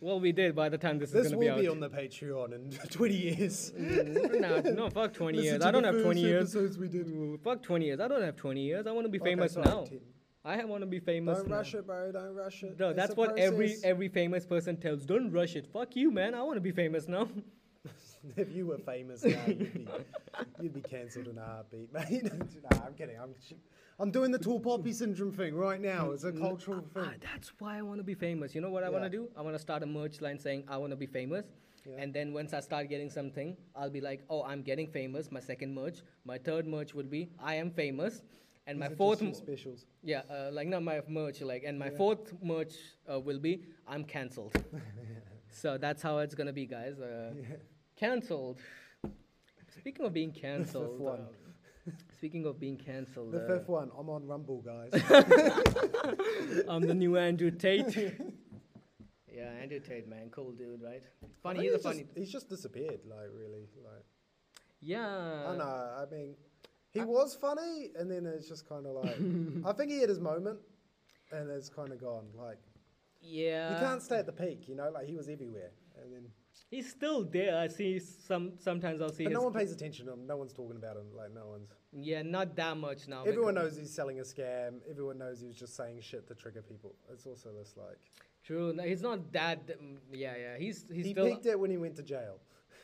well, we did by the time this, is this gonna will be be out. on the Patreon in 20 years. no, no, fuck 20 Listen years. to I don't the have 20 first years. Episodes we did. Fuck 20 years. I don't have 20 years. I want to be Okay, famous sorry, now. 10. I want to be famous. Don't now. rush it, bro. Don't rush it. No, It's that's a what every process. every famous person tells. Don't rush it. Fuck you, man. I want to be famous now. if you were famous now, you'd be, you'd be cancelled in a heartbeat, mate. nah, I'm kidding. I'm, sh- I'm doing the tall poppy syndrome thing right now. It's a cultural Ah, thing. that's why I want to be famous. You know what I want to Yeah. do? I want to start a merch line saying I want to be famous. Yeah. And then once I start getting something, I'll be like, oh, I'm getting famous. My second merch. My third merch would be I am famous. And my These are just fourth, some m- specials. yeah, uh, like not my merch, like, and my fourth merch uh, will be I'm cancelled. so that's how it's gonna be, guys. Uh, Cancelled. Speaking of being cancelled, one. um, speaking of being cancelled, The uh, fifth one. I'm on Rumble, guys. I'm the new Andrew Tate. yeah, Andrew Tate, man, cool dude, right? Funny, he's a he's, funny. Just, he's just disappeared. Like really. Like Yeah. I know. I mean, he was funny, and then it's just kind of like I think he had his moment, and it's kind of gone. Like Yeah. you can't stay at the peak, you know. Like he was everywhere, and then He's still there. I see some. Sometimes I'll see. but His, no one pays attention to him. No one's talking about him. Like no one's. yeah, not that much now. Everyone because- knows he's selling a scam. Everyone knows he was just saying shit to trigger people. It's also this like True. No, he's not that. mm, Yeah, yeah. He's he's he still. peaked it when he went to jail.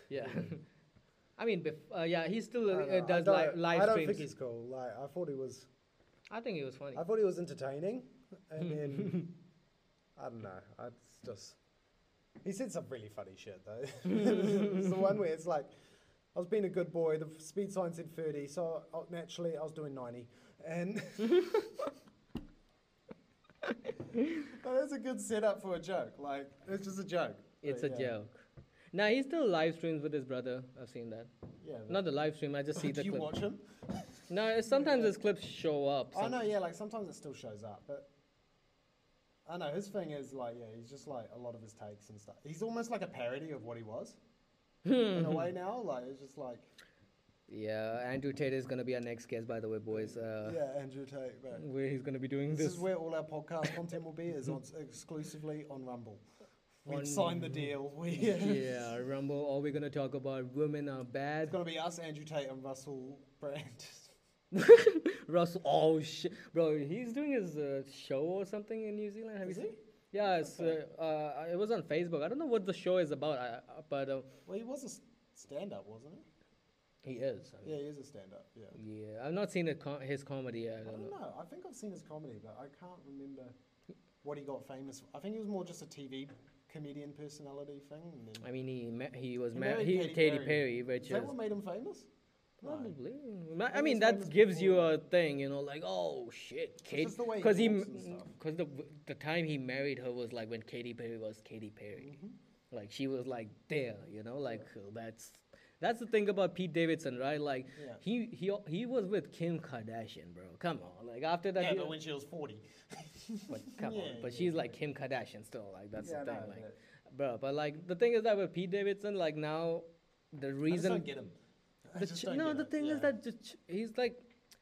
Yeah. I mean, bef- uh, yeah, he still I uh, don't uh, know, does I li- don't- live I don't streams. think he's cool. Like I thought he was. I think it was funny. I thought he was entertaining, and then I don't know. I it's just he said some really funny shit though. it's the one where it's like I was being a good boy. The speed sign said thirty, so I, naturally I was doing ninety, and But that's a good setup for a joke. Like it's just a joke. It's a But yeah, joke. Now he still live streams with his brother. I've seen that. Yeah. but- Not the live stream. I just see Do the you clip. watch Oh, him? No, it's- sometimes his clips show up. I some- know, yeah, like sometimes it still shows up, but I know his thing is like, yeah, he's just like a lot of his takes and stuff. He's almost like a parody of what he was in Hmm. a way now. Like it's just like, Yeah, Andrew Tate is gonna be our next guest, by the way, boys. Uh, yeah, Andrew Tate. But Where he's gonna be doing this this. is where all our podcast content will be is on, exclusively on Rumble. On- We've signed the deal. We yeah, Rumble. All we're gonna talk about women are it's bad. gonna be us, Andrew Tate, and Russell Brand. Russell. Oh shit, bro, he's doing his uh, show or something in New Zealand. Have Is you he? seen? Yeah, it's, uh, uh, it was on Facebook. I don't know what the show is about, I, I- but uh, well, he was a s- stand-up, wasn't he? he is. I mean, Yeah, he is a stand-up. Yeah. Yeah, I've not seen the com- his comedy. yet, I I don't don't know. know. I think I've seen his comedy, but I can't remember what he got famous. For. I think he was more just a TV comedian personality thing. And then I mean, he ma- he was He married. married He Katy Katy Perry. Perry, which is is that what made him famous? No. probably. Ma- I He mean, was that famous gives you before a thing, you know, like oh shit, Katy, just the way he because he talks and stuff. because the w- the time he married her was like when Katy Perry was Katy Perry, Mm-hmm. like she was like there, you know, like uh, that's. That's the thing about Pete Davidson, right? Like Yeah. he he he was with Kim Kardashian, bro. Come on, like after that, Yeah, he- but when she was forty. but come Yeah, on, but yeah, she's like Kim Kardashian still. Like that's Yeah, I the thing. know, like, bro, but like the thing is that with Pete Davidson, like now, the I just reason don't get him. I the just ch- don't no, get the it, thing yeah. is that the ch- he's like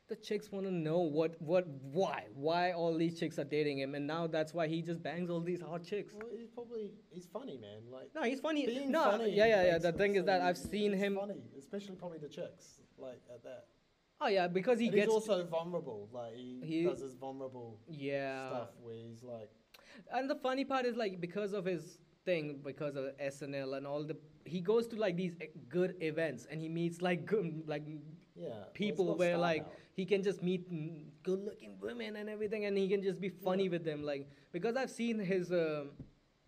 the chicks want to know what, what, why, why all these chicks are dating him, and now that's why he just bangs all these hot chicks. Well, he's probably he's funny, man. Like No, he's funny. being no, funny yeah, yeah, yeah. makes The him thing is so that I've easy. seen It's him. funny, especially probably the chicks, like at that. Oh yeah, because he And gets. he's also vulnerable. Like he, He- does his vulnerable yeah. stuff where he's like, And the funny part is like because of his thing, because of SNL and all the, he goes to like these eh, good events and he meets like good like yeah, well, it's people not where star like power. he can just meet good looking women and everything and he can just be funny with them like because i've seen his um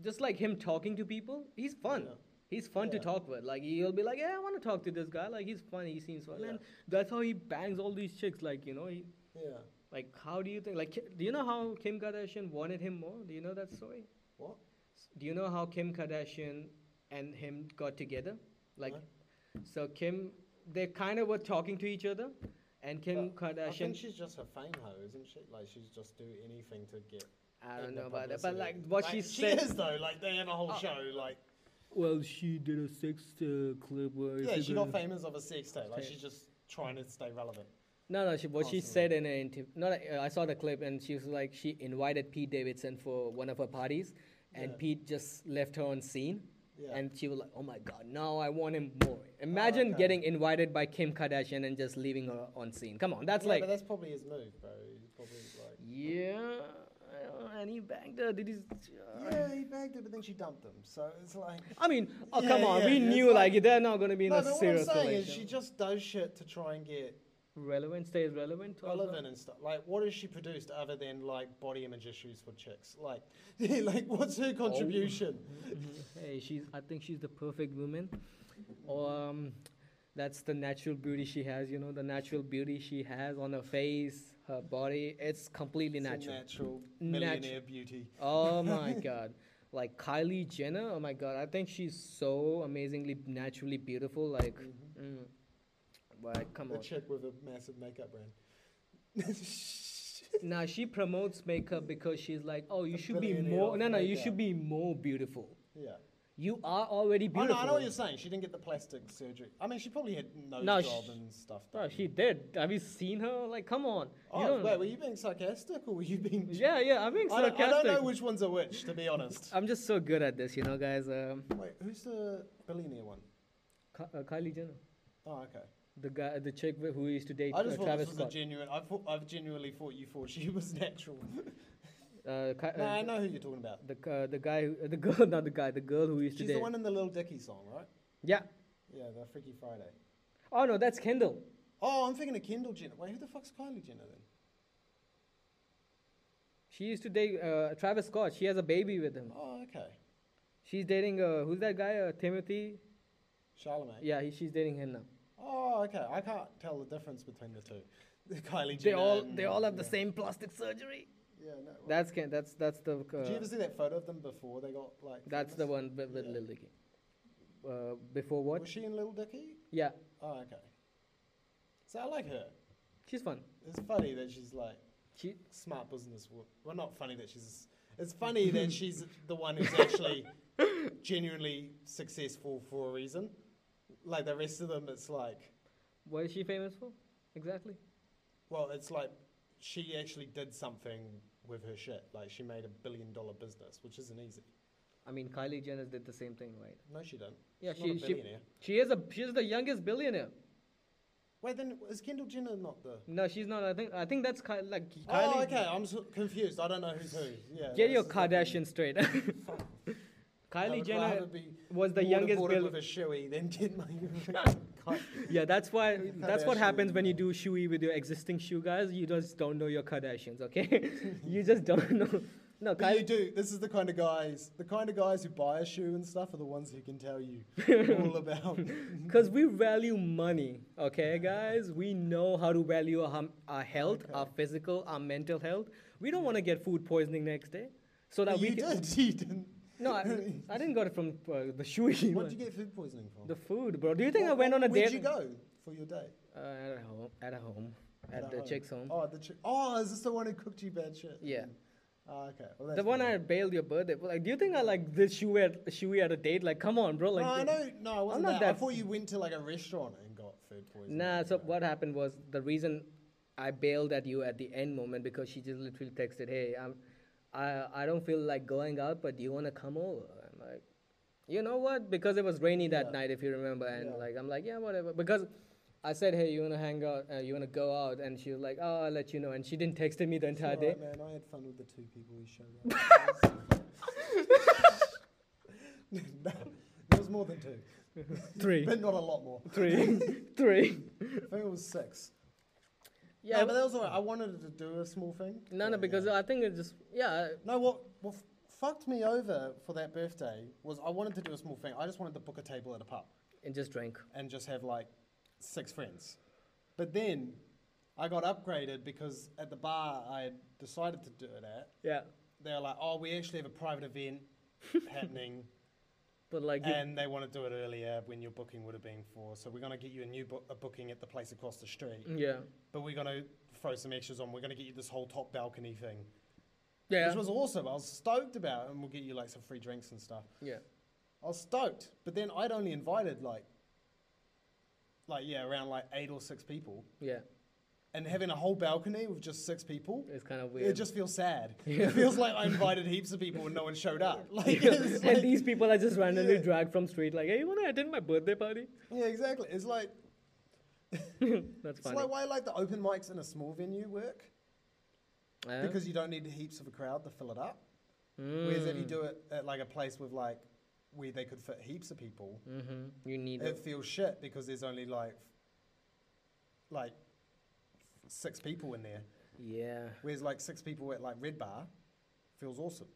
just like him talking to people he's fun Yeah. he's fun to Yeah. talk with like he'll be like yeah i want to talk to this guy like he's funny he seems fun Yeah. and that's how he bangs all these chicks like you know he yeah, like how do you think like Ki- do you know how kim kardashian wanted him more do you know that story what? do you know how Kim Kardashian and him got together? Like, so Kim, they kind of were talking to each other, and Kim But I Kardashian. think she's just a fame hoe, isn't she? Like she's just do anything to get. I in don't the know about that, but like publicity. what Like, she she said. Oh. is though. Like they have a whole show. Like Well, she did a sex uh, clip where. yeah, she she gonna- got famous of a sex tape. Like tape. she's just trying to stay relevant. No, no. She, what she Awesome. said in an interview. No, no, uh, I saw the clip, and she was like, she invited Pete Davidson for one of her parties, and Yeah. Pete just left her on scene. Yeah. And she was like, "Oh my God, now I want him more." Imagine okay. getting invited by Kim Kardashian and just leaving her on scene. Come on, that's yeah, like but that's probably his move, bro. He's probably like. Yeah, uh, and he banged her. Did he? uh, Yeah, he bagged her, but then she dumped him. So it's like. I mean, oh Yeah, come on, yeah, we it's knew like, like- they're not gonna be in no, a but what I'm serious saying is relationship. she just does shit to try and get relevant stays relevant. also. relevant and stuff. Like, what has she produced other than like body image issues for chicks? Like, like what's Oh. her contribution? Hey, she's. I think she's the perfect woman. Um, that's the natural beauty she has. You know, the natural beauty she has on her face, her body. It's completely It's a natural. natural Natu- millionaire beauty. Oh my god. Like Kylie Jenner, oh my god, I think she's so amazingly naturally beautiful. Like, Mm-hmm. mm. like come The on. chick with a massive makeup brand. Now she promotes makeup because she's like, oh, you A should be billionaire more. of No, no, you makeup. should be more beautiful. yeah. Oh, You are already I know, beautiful. I know what you're saying. She didn't get the plastic surgery. I mean, she probably had nose No, job sh- and stuff. Bro, done. she did. Have you seen her? Like, come on. You Oh, don't- wait, were you being sarcastic or were you being? yeah, yeah. I'm being I don't, sarcastic. Uh, I don't know which ones are which, to be honest. I'm just so good at this, you know, guys. Um, Wait, who's the billionaire one? Ki- uh, Kylie Jenner, Oh, okay. the guy, the chick wh- who used to date I uh, just thought Travis this was Scott. a genuine. I thought I've genuinely thought you thought she was natural. Uh, Ki- no, uh, I know who you're talking about. The g- uh, the guy, who- the girl, not the guy, the girl who used She's to the date. one in the Little Dicky song, right? Yeah. Yeah, the Freaky Friday. Oh no, that's Kendall. Oh, I'm thinking of Kendall Jenner. Wait, who the fuck's Kylie Jenner then? She used to date uh, Travis Scott. She has a baby with him. Oh, okay. She's dating uh, who's that guy? Uh, Timothy. Charlemagne. Yeah, he, she's dating him now. Oh, okay. I can't tell the difference between the two. The Kylie They Jenner. all and- they all have the yeah. same plastic surgery. Yeah, no. well, That's Ken, that's that's the Did you uh, ever see that photo of them before they got like? that's the famous? one with, with Yeah. Lil Dicky. Uh, before what? Was she in Little Dicky? Yeah, Oh, okay. So I like her. she's fun. It's funny that she's like She smart business. wo- Well, not funny that she's. It's funny that she's the one who's actually genuinely successful for a reason. Like the rest of them, it's like, what is she famous for? Exactly. well, it's like she actually did something with her shit. Like she made a billion dollar business, which isn't easy. I mean, Kylie Jenner did the same thing, right? No, she didn't. Yeah, she's not she- a she- billionaire. She is a she's the youngest billionaire. Wait, then is Kendall Jenner not the? No, she's not. I think I think that's Ky- like Kylie. Oh, okay. I'm so confused. I don't know who's who. Yeah. Get your that's the thing. Kardashian straight. I Kylie would Jenner rather be was the youngest waterboarded bill- with a shoey than get my. Yeah, that's why. That's what Kardashian. happens when you do shoey with your existing shoe guys. You just don't know your Kardashians, okay? you just don't know. No, But Kylie. you do. This is the kind of guys. The kind of guys who buy a shoe and stuff are the ones who can tell you all about. Because we value money, okay, guys? We know how to value our, hum- our health, our physical, our mental health. We don't want to get food poisoning next day. So that we you can. did. You didn't. No, I, I didn't got it from uh, the shoey. What did you get food poisoning from? The food, bro. Do you think I What- went on a Where'd date? you go for your date? Uh, at home. At a home. At, the home. chick's home. Oh, at the chick. Oh, is this the one who cooked you bad shit? Yeah. Oh, okay. Well, that's The one good. I bailed your birthday. but, Like, do you think I like this shoe at shoey at a date? Like, come on, bro. Like, no, I the- don't. No, I wasn't not that. I that- thought you went to like a restaurant and got food poisoning. Nah. So Yeah. what happened was the reason I bailed at you at the end moment because she just literally texted, "Hey, I'm, I, I don't feel like going out, but do you want to come over?" I'm like, you know what? Because it was rainy that night, if you remember, and Yeah. like I'm like, yeah, whatever. Because I said, "Hey, you wanna hang out? Uh, you wanna go out?" And she was like, "Oh, I'll let you know." And she didn't text me the entire day. Alright, man, I had fun with the two people we showed up. no, it was more than two, Three, but not a lot more. three, three. I think it was six. Yeah, no, but but that was alright. I wanted to do a small thing. no, no, but, because yeah. I think it's just yeah. no, what what f- fucked me over for that birthday was I wanted to do a small thing. I just wanted to book a table at a pub. And just drank. and just have like six friends. But then I got upgraded because at the bar I had decided to do it at, Yeah, they were like, oh, we actually have a private event happening but like you, and they want to do it earlier when your booking would have been for. So we're going to get you a new book a booking at the place across the street, yeah, but we're going to throw some extras on. We're going to get you this whole top balcony thing, yeah, which was awesome. I was stoked about it and we'll get you like some free drinks and stuff. yeah. I was stoked, but then I'd only invited like, like yeah, around like eight or six people, Yeah, and having a whole balcony with just six people, it's kind of it weird. just feels sad. Yeah. It feels like I invited heaps of people and no one showed up. Like, it's and like- these people are just randomly Yeah. dragged from street, like, hey, you wanna attend my birthday party? yeah, exactly. It's like That's it's funny. like why like the open mics in a small venue work Yeah. because you don't need heaps of a crowd to fill it up. Whereas if you Mm. do it at like a place with like where they could fit heaps of people, Mhm. You need it a- feels shit because there's only like like six people in there. yeah, Whereas like six people at like Red Bar feels awesome.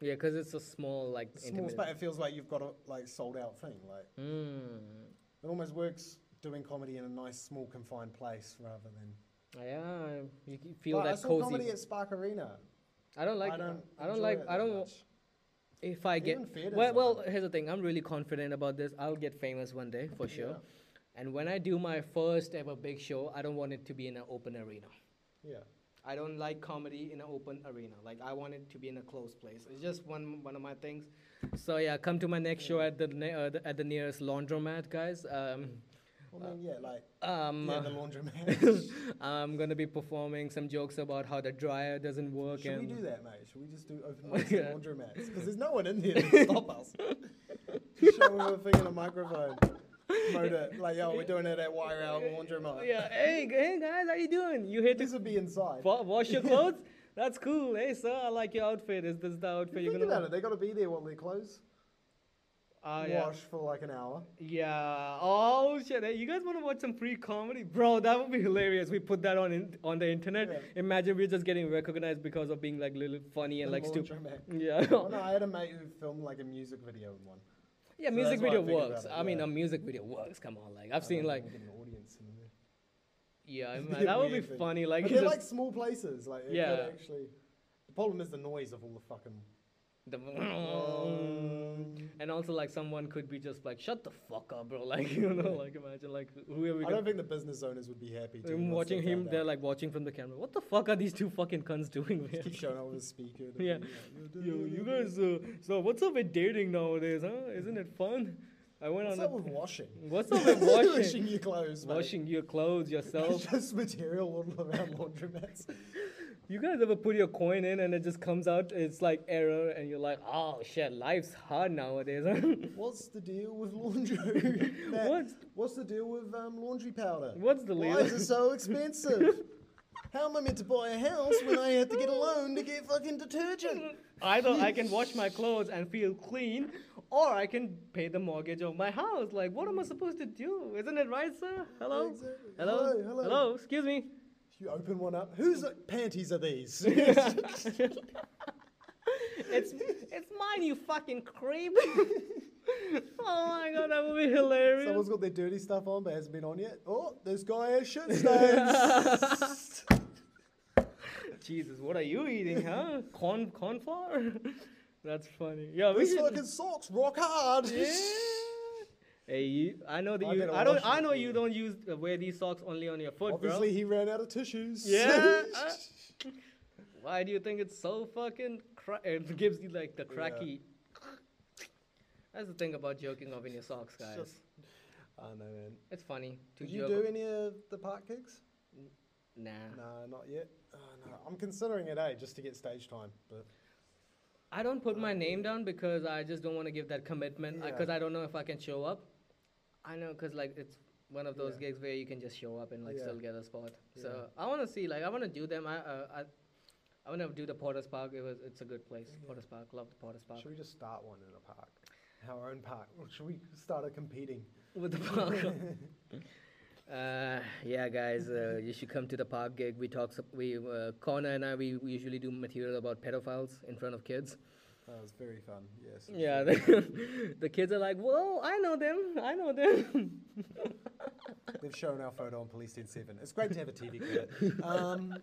yeah, because it's a small like Small space, it feels like you've got a like sold out thing. Like Mm. it almost works doing comedy in a nice small confined place rather than. Yeah, you c- feel But I that saw cozy. comedy at Spark Arena. I don't like. I don't. I don't enjoy like. it I that don't. much. If I get. Even theatre's Well, not well, that here's the thing. I'm really confident about this. I'll get famous one day for sure. Yeah. And when I do my first ever big show, I don't want it to be in an open arena. Yeah. I don't like comedy in an open arena. Like I want it to be in a closed place. It's just one one of my things. So yeah, come to my next show at the, ne- uh, the at the nearest laundromat, guys. Um, Well, I mean, yeah, like um, yeah, the laundromat. I'm gonna be performing some jokes about how the dryer doesn't work. Should we and do that, mate? Should we just do open mics Yeah. and laundromats? Because there's no one in there to stop us. Just show them a thing in a microphone. Mode it. Like, yo, we're doing it at Wire Out Laundromat. Oh, Yeah. Hey, g- hey guys, how you doing? You here to This would be inside. wa- wash your clothes? That's cool. Hey sir, I like your outfit. Is this the outfit Think you're gonna about wear? it. They got to be there while they close. Ah, yeah. wash for like an hour. Yeah. Oh shit! Hey, you guys want to watch some free comedy, bro? That would be hilarious. We put that on in, on the internet. Yeah. Imagine we're just getting recognized because of being like little funny and The like stupid. laundromat. Yeah. Oh, no, I had a mate who filmed like a music video in one. yeah. So Music that's why I video think about works. it, I mean, yeah. a music video works. Come on, like I've I seen don't like even get an audience in there. yeah, It'd man, be a that would be weird thing. funny. Like But you they're just like small places. Like it could Yeah. actually. The problem is the noise of all the fucking. the Um, and also like someone could be just like shut the fuck up, bro. Like you know, like imagine like whoever. I don't think the business owners would be happy. doing I'm this watching stuff like him. that. They're like watching from the camera. What the fuck are these two fucking cunts doing? man? Keep showing up with a speaker. and Yeah. everything, Yo, like, you guys, uh, so what's up with dating nowadays, huh? Isn't it fun? I went What's on up with washing? a. What's up with washing? your clothes, mate. washing your clothes yourself. Just material all around laundromats. you guys ever put your coin in and it just comes out? It's like error, and you're like, oh shit, life's hard nowadays. huh?" What's the deal with laundry? Matt, What's- What's the deal with um, laundry powder? What's the Why is it latest? so expensive? How am I meant to buy a house when I had to get a loan to get fucking detergent? Either I can wash my clothes and feel clean, or I can pay the mortgage of my house. Like, what am I supposed to do? Isn't it right, sir? Hello? Exactly. Hello? Hello, hello. Hello? Excuse me? You open one up. Whose panties are these? It's it's mine, you fucking creep. oh my god, that would be hilarious. Someone's got their dirty stuff on but hasn't been on yet. Oh, this guy has shit stains. Jesus, what are you eating, huh? Corn cornflour? That's funny. Yeah, we These should. fucking socks rock hard. Yeah. Hey, you, I know that I you. better I don't. wash I it, know yeah. you don't use uh, wear these socks only on your foot, Obviously, he ran out of tissues. Yeah, uh, bro. Why do you think it's so fucking? Cra- it gives you like the cracky. That's the thing about joking off in your socks, guys. just- I know, man. It's funny to Did you joke do any of the park gigs? Nah. No, not yet. Oh, no. I'm considering it, eh, just to get stage time. But I don't put my name down because I just don't want to give that commitment Uh, Yeah. because I don't know if I can show up. I know because like it's one of those Yeah. gigs where you can just show up and like Yeah. still get a spot. So Yeah. I want to see like I want to do them. I uh, I I want to do the Porter's Park. It was it's a good place. Porter's Park, love the Porter's Park. should we just start one in a park? Our own park. Or should we start a competing? with the park. uh, yeah, guys, uh, you should come to the park gig. We talk. sup- We uh, Connor and I. We, we usually do material about pedophiles in front of kids. That was very fun. Yes. it was Yeah, very the, the kids are like, "Whoa, I know them. I know them." fun. They've shown our photo on Police Ten Seven. It's great to have a TV credit. Um,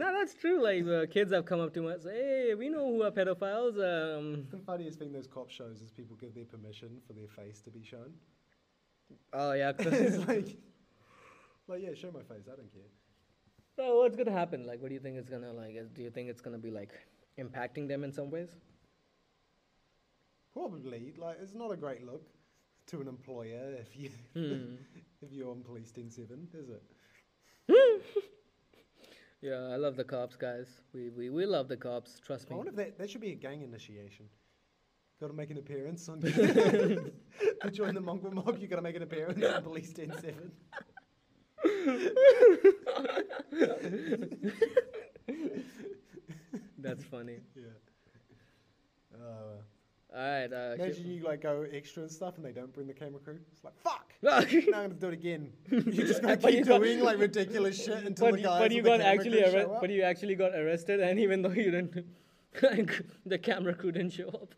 no, that's true. Like uh, kids have come up to me and say, "Hey, we know who are pedophiles." Um, the funniest thing those cop shows is people give their permission for their face to be shown. oh yeah. 'cause- it's like, like yeah, show my face. I don't care. so what's gonna happen? Like, what do you think it's gonna like? is- Do you think it's gonna be like impacting them in some ways? Probably like it's not a great look to an employer if you Hmm. if you're on Police Ten Seven, is it? Yeah, I love the cops, guys. We we, we love the cops. Trust I me. wonder if that, that should be a gang initiation. Got to make an appearance on. to join the mongrel mob, you got to make an appearance on Police Ten Seven. That's funny. Yeah. Uh, All right. Uh, should- imagine you like go extra and stuff, and they don't bring the camera crew. It's like fuck. now No. I'm gonna do it again. You just gotta But you keep got- doing like ridiculous shit until but, the you- guys. but with you the got camera actually crew arre- show up. but you actually got arrested, and even though you didn't, like, the camera crew didn't show up.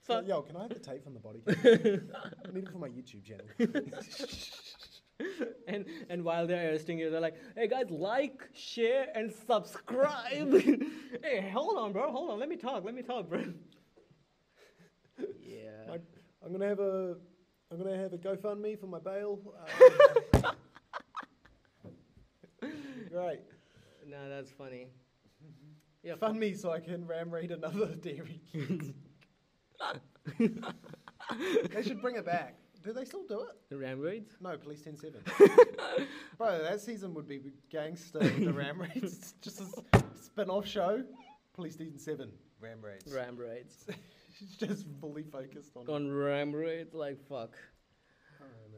It's like, yo, can I have the tape from the body cam? I need it for my YouTube channel. And and while they're arresting you, they're like, "Hey guys, like, share, and subscribe." hey, hold on, bro. Hold on. Let me talk. Let me talk, bro. Yeah. Like, I'm gonna have a, I'm gonna have a GoFundMe for my bail. Um, Great. No, that's funny. Yeah. Fund me so I can ram raid another dairy. they should bring it back. Do they still do it? The ram raids. No, Police 10 7. Bro, that season would be gangster with the ram raids. Just a spin off show. Police 10 7. Ram raids. Ram raids. She's just fully focused on. On ram raids, like fuck.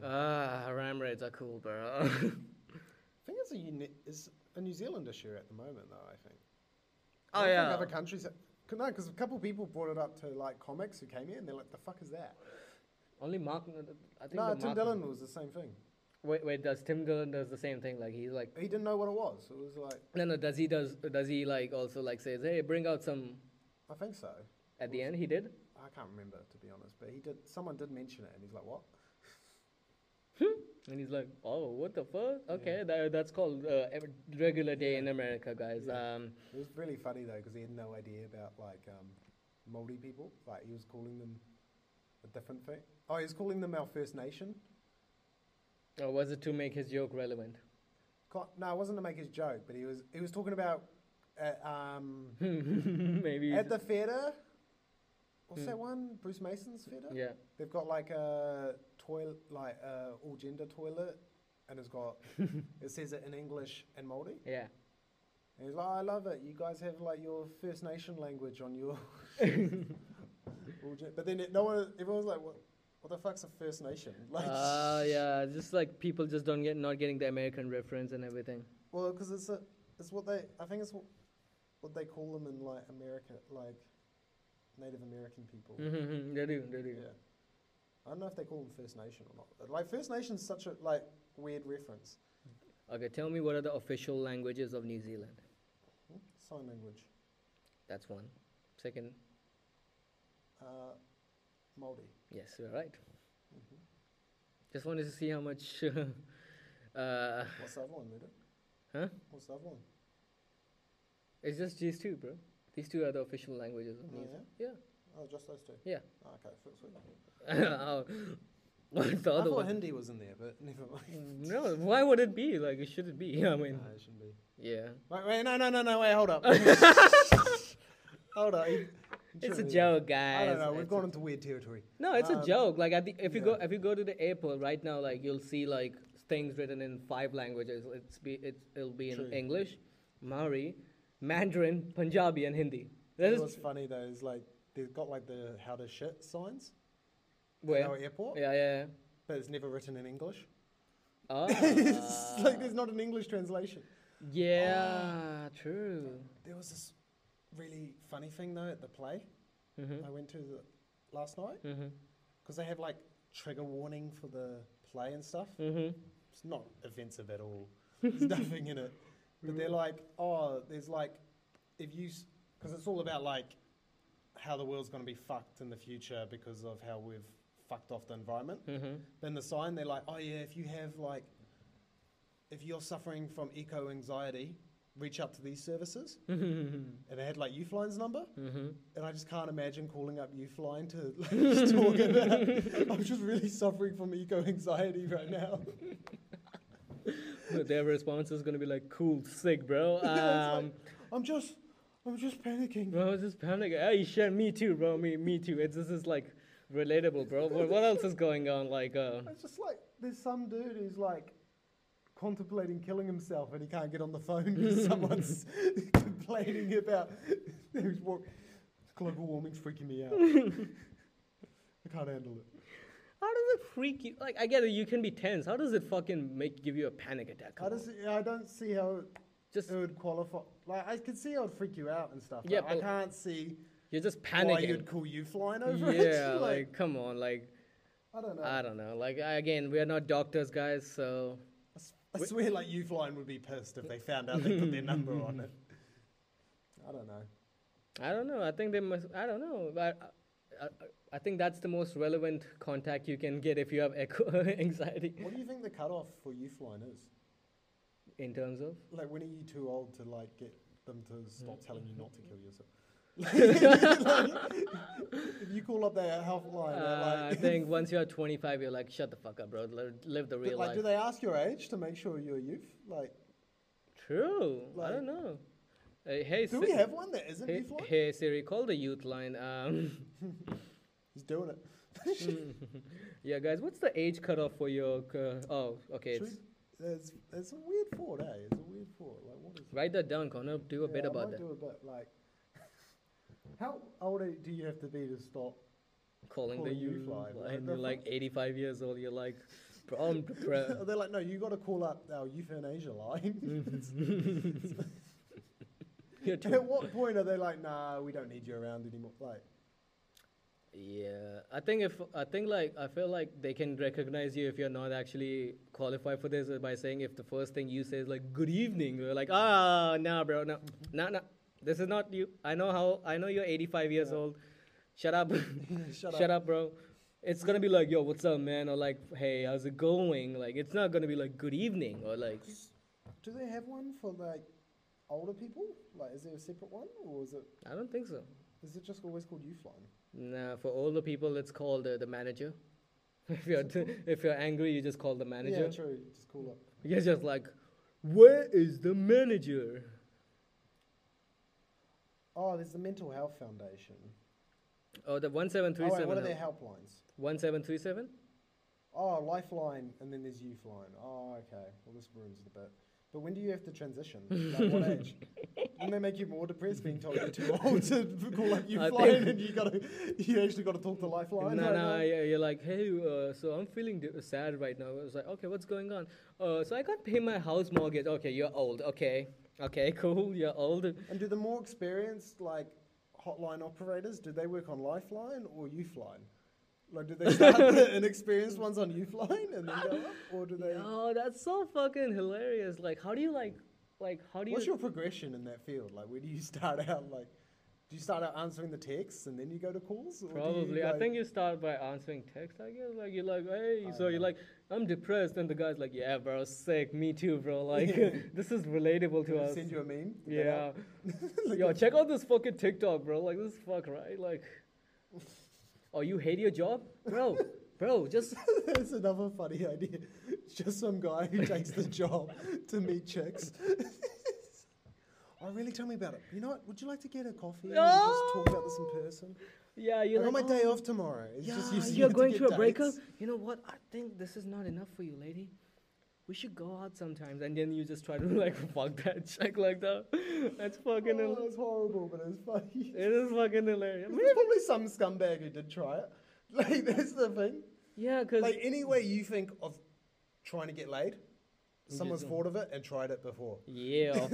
Ah, ram raids are cool, bro. I think it's a uni- it's a New Zealand issue at the moment, though. I think. Oh, I yeah. Think other countries. No, because a couple people brought it up to like comics who came here, and they're like, "The fuck is that?" Only Mark. I think No, the Tim Mark- Dillon was the same thing. Wait, wait. Does Tim Dillon does the same thing? Like he's like. He didn't know what it was. It was like, No, no. Does he does does he like also like says, "Hey, bring out some." I think so. At the end, he did. I can't remember to be honest, but he did. Someone did mention it, and he's like, "What?" And he's like, "Oh, what the fuck? Okay, that, that's called uh, ev- regular day in America, guys." Yeah. Um, It was really funny though, because he had no idea about like um, Maori people. Like he was calling them a different thing. Oh, he was calling them our First Nation. or was it to make his joke relevant? Co- No, it wasn't to make his joke, but he was he was talking about uh, um, Maybe. At the theatre, what's Hmm. that one? Bruce Mason's theatre. yeah. They've got like a toilet, like a all gender toilet, and it's got it says it in English and Maori. Yeah. And he's like, I love it. You guys have like your First Nation language on your. all gen-" but then it, no one, everyone's like, what, what the fuck's a First Nation? Like, Ah, yeah. Just like people just don't get not getting the American reference and everything. well, because it's a, it's what they, I think it's what, what they call them in like America, like Native American people. Mm-hmm, they do. They do. Yeah. I don't know if they call them First Nation or not. But, Like First Nation's such a like weird reference. Okay, tell me what are the official languages of New Zealand? Hmm? Sign language. That's one. Second, Uh Maori. yes, you're right. Mm-hmm. Just wanted to see how much. uh, What's the other one, Luda? Huh? What's the other one? it's just these two, bro. These two are the official languages of New Oh, Zealand. Yeah. Oh, just those two. Yeah. Oh, okay, so it's weird. Oh, What's the I other thought one? Hindi was in there, but never mind. No, why would it be? Like, it shouldn't be. I mean, Nah, it shouldn't be. yeah. Wait, wait, no, no, no, no, wait, hold up. hold up. you- you It's a tripping. joke, guys. I don't know. We've It's gone a- into weird territory. No, it's a Um, joke. Like, at the, if you go yeah. if you go to the airport right now, like you'll see like things written in five languages. It's be it, it'll be in True. English, Maori, Mandarin, Punjabi, and Hindi. That You know what's is funny though is like they've got like the how to shit signs at our where. airport, Yeah, yeah. but it's never written in English. Uh, Oh, it's like there's not an English translation. yeah, Um, true. There was this really funny thing though at the play Mm-hmm. I went to the, last night Mm-hmm. because they have like trigger warning for the play and stuff. Mm-hmm. It's not offensive at all. There's nothing in it. But they're like, oh, there's like, if you, because it's all about like how the world's going to be fucked in the future because of how we've fucked off the environment. Mm-hmm. Then the sign, they're like, oh yeah, if you have like, if you're suffering from eco anxiety, reach out to these services. Mm-hmm. And they had like Uline's number, Mm-hmm. and I just can't imagine calling up Uline to like, just talk about. I'm just really suffering from eco anxiety right now. Their response is gonna be like, "Cool, sick, bro." Yeah, Um, it's I'm just, I'm just panicking. bro, I was just panicking. Hey, shit, me too, bro. Me, me too. It's this is like relatable, bro. What, what else is going on? Like, uh, It's just like there's some dude who's like contemplating killing himself and he can't get on the phone because someone's complaining about who's wa- global warming's freaking me out. I can't handle it. how does it freak you? Like, I get it. You can be tense. How does it fucking make give you a panic attack? I just, yeah, I don't see how it- Just it would qualify. Like I could see how it'd freak you out and stuff. Yeah, but I but- can't see you're just why you'd panicking. call you flying over it. Yeah, like, uh, come on, like, I don't know. I don't know. Like, I, again, we are not doctors, guys, so I s- I swear, like you flying would be pissed if they found out they put their number on it. I don't know. I don't know. I think they must. I don't know. But I, I, I think that's the most relevant contact you can get if you have echo anxiety. What do you think the cutoff for you flying is? In terms of, Like, when are you too old to like get them to stop Mm. telling you not to kill yourself? if you call up their health line, they're uh, I like, think once you're 25, you're like, shut the fuck up, bro. Live, live the But, real like, do life. they ask your age to make sure you're a youth? Like, True. I like- don't know. Uh, hey, do Si- we have one that isn't hey, youth line? hey Siri, call the youth line. Um, He's doing it. yeah, guys, what's the age cutoff for your? c- oh, okay. Should It's, we- It's, it's a weird thought, eh? It's a weird thought. Like, what is? write that down, Connor. Do a bit Yeah, I about might that. Do a bit like. How old are- do you have to be to stop? Calling the calling youth youth line, like, line. the You're like 85 years old. You're like, bro, I'm depressed. They're like, no, you got to call up our euthanasia Mm-hmm. line. You're and too at what point are they like, nah, we don't need you around anymore? Like, Yeah, I think if I think like I feel like they can recognize you if you're not actually qualified for this by saying if the first thing you say is like good evening, you're like ah nah bro no nah nah this is not you. I know how I know you're 85 years old. Shut up, Shut shut up, bro. It's gonna be like yo what's up man or like hey how's it going like it's not gonna be like good evening or like do they have one for like older people? Like, is there a separate one, or is it I don't think so. is it just always called youth line? Nah, for older people it's called uh, the manager. if you're if you're angry you just call the manager. Yeah, true. Just call up. You guys just like, where is the manager? Oh, there's the Mental Health Foundation. Oh, the one seven Oh, three wait, what are their seven. helplines? One seven three seven. Oh, Lifeline, and then there's Youth Line. Oh, okay. Well, this ruins it a bit. But when do you have to transition? Like, what age? Didn't they make you more depressed being told you're too old to call up I Youth think- Line and you gotta, you actually got to talk to No, Lifeline? right no, now? yeah, you're like, hey, uh, so I'm feeling d- sad right now. I was like, okay, what's going on? Uh, so I can't pay my house mortgage. Okay, you're old. Okay, okay, cool. You're old. And do the more experienced, like, hotline operators, do they work on Lifeline or Youth Line? Like, do they start the inexperienced ones on Youth Line and then go up? Or do they. Oh, that's so fucking hilarious. Like, how do you like, like, how do you? What's your progression in that field? Like, where do you start out? Like, do you start out answering the texts and then you go to calls? Or do you, Probably. I like- think you start by answering text, I guess. Like you're like, hey, so you're like, I'm depressed, and the guy's like, yeah, bro, sick, me too, bro. Like this is relatable to Did I us. send you a meme? Did that yeah. help? Yo, check out this fucking TikTok, bro. Like this is fuck, right? Like, oh, you hate your job, bro, bro. Just That's another funny idea. It's Just some guy who takes the job to meet chicks. oh, really? Tell me about it. You know what? Would you like to get a coffee and just talk about this in person? yeah, I you're got like, my "Oh, day off tomorrow. It's Yeah, just you you're to going get through a dates." breakup. You know what? I think this is not enough for you, lady. we should go out sometimes, and then you just try to like fuck that check like that. That's fucking. hil- Oh, it's horrible, but it's funny. it is fucking hilarious. There's probably some scumbag who did try it. Like that's the thing. Yeah, cause Like any way you think of trying to get laid, someone's Just- thought of it and tried it before. yeah,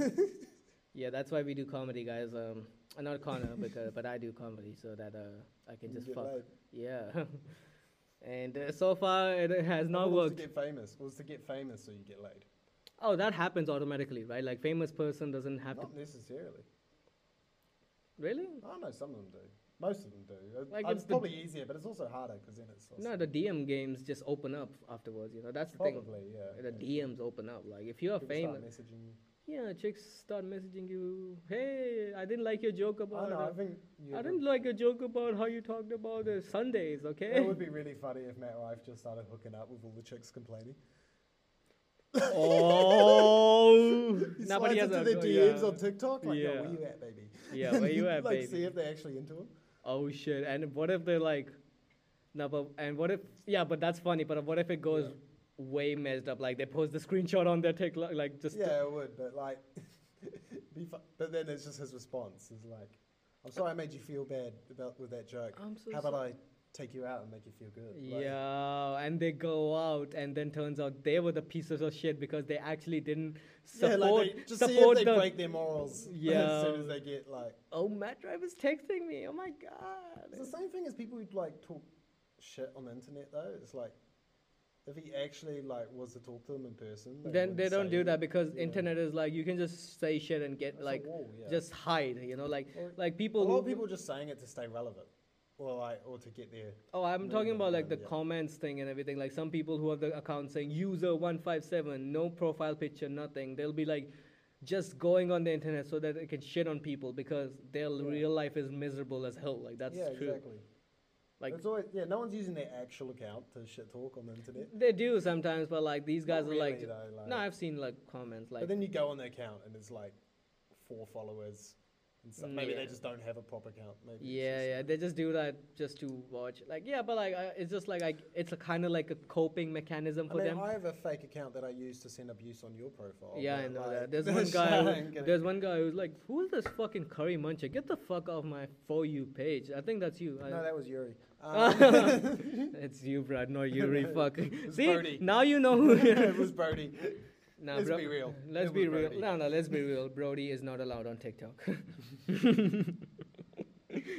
yeah. That's why we do comedy, guys. Um, uh, not Connor, because but I do comedy so that uh I can You just get fuck. laid. Yeah. and uh, so far it has I not thought it was worked. To get famous was to get famous so you get laid. Oh, that happens automatically, right? Like famous person doesn't have to. Not necessarily. Really? I know some of them do. Most of them do. It- Like, it's it's the- probably easier, but it's also harder because then it's also No, the DM games just open up afterwards. You know, that's the thing. probably yeah. The yeah. DMs open up. Like if you're People famous, start messaging you. yeah, chicks start messaging you. Hey, I didn't like your joke I about. know. I uh, think you I would- didn't like your joke about how you talked about uh, Sundays. Okay. It would be really funny if Matt Rife just started hooking up with all the chicks complaining. oh. He nah, but he slides into has a their go- DMs yeah. on TikTok, like, yeah. Yeah. where you at, baby? Yeah, And where you then, at, like, baby? see if they're actually into him. Oh shit! And what if they're like, no, but and what if? Yeah, but that's funny. But what if it goes way messed up? Like they post the screenshot on their TikTok, like just Yeah, it would, but like, be fu- but then it's just his response is like, "I'm sorry I made you feel bad about with that joke. I'm so How about I take you out and make you feel good?" Like, Yeah, and they go out, and then turns out they were the pieces of shit because they actually didn't yeah, support like they, just see support if they the. break their morals Yeah. as soon as they get like. Oh, Matt Drive is texting me. Oh my It's the god. same thing as people who like talk shit on the internet though. It's like, if he actually like was to talk to them in person, Then wouldn't they don't say do it. that because Yeah. internet is like you can just say shit and get It's a like wall, yeah. just hide. You know, like Or- like a people. lot of who- people are just saying it to stay relevant, or like, or to get there. Oh, I'm No, talking no, about no, like the yeah. comments thing and everything. Like some people who have the account saying user one five seven, no profile picture, nothing. They'll be like just going on the internet so that they can shit on people because their l- Yeah. real life is miserable as hell. Like that's yeah, true. exactly. Like it's always yeah. No one's using their actual account to shit talk on the internet. they do sometimes, but like these guys Not are like, really, though, like- no, I've seen like comments like but then you go on the account and it's like four followers. And stuff. Mm, Maybe they yeah. just don't have a proper account. Maybe it's Yeah, just- yeah, they just do that just to watch. Like, yeah, but like, I, it's just like, I, it's a kind of like a coping mechanism I for mean, them. I have a fake account that I use to send abuse on your profile. Yeah, I Oh, but, know like, that. There's one guy. I ain't Who, gonna- there's one guy who's like, "Who's this fucking curry muncher? Get the fuck off my for you page." I think that's you. I- No, that was Yuri. Um, it's you, Brad. No, Yuri. fuck. was See, Brody. now you know who. it was Brody. Nah, Let's bro- be real. Let's It be was real. Brody. No, no. Let's be real. Brody is not allowed on TikTok.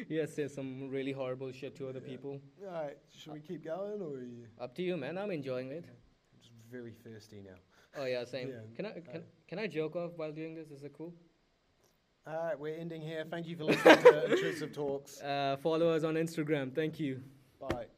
yes, says some really horrible shit to other people. All right, should we keep going or are you Up to you, man. I'm enjoying it. I'm just very thirsty now? Oh yeah, same. Yeah, can I can, can I joke off while doing this? Is it cool? All right, we're ending here. Thank you for listening to Intrusive Talks. Uh, follow us on Instagram. Thank you. Bye.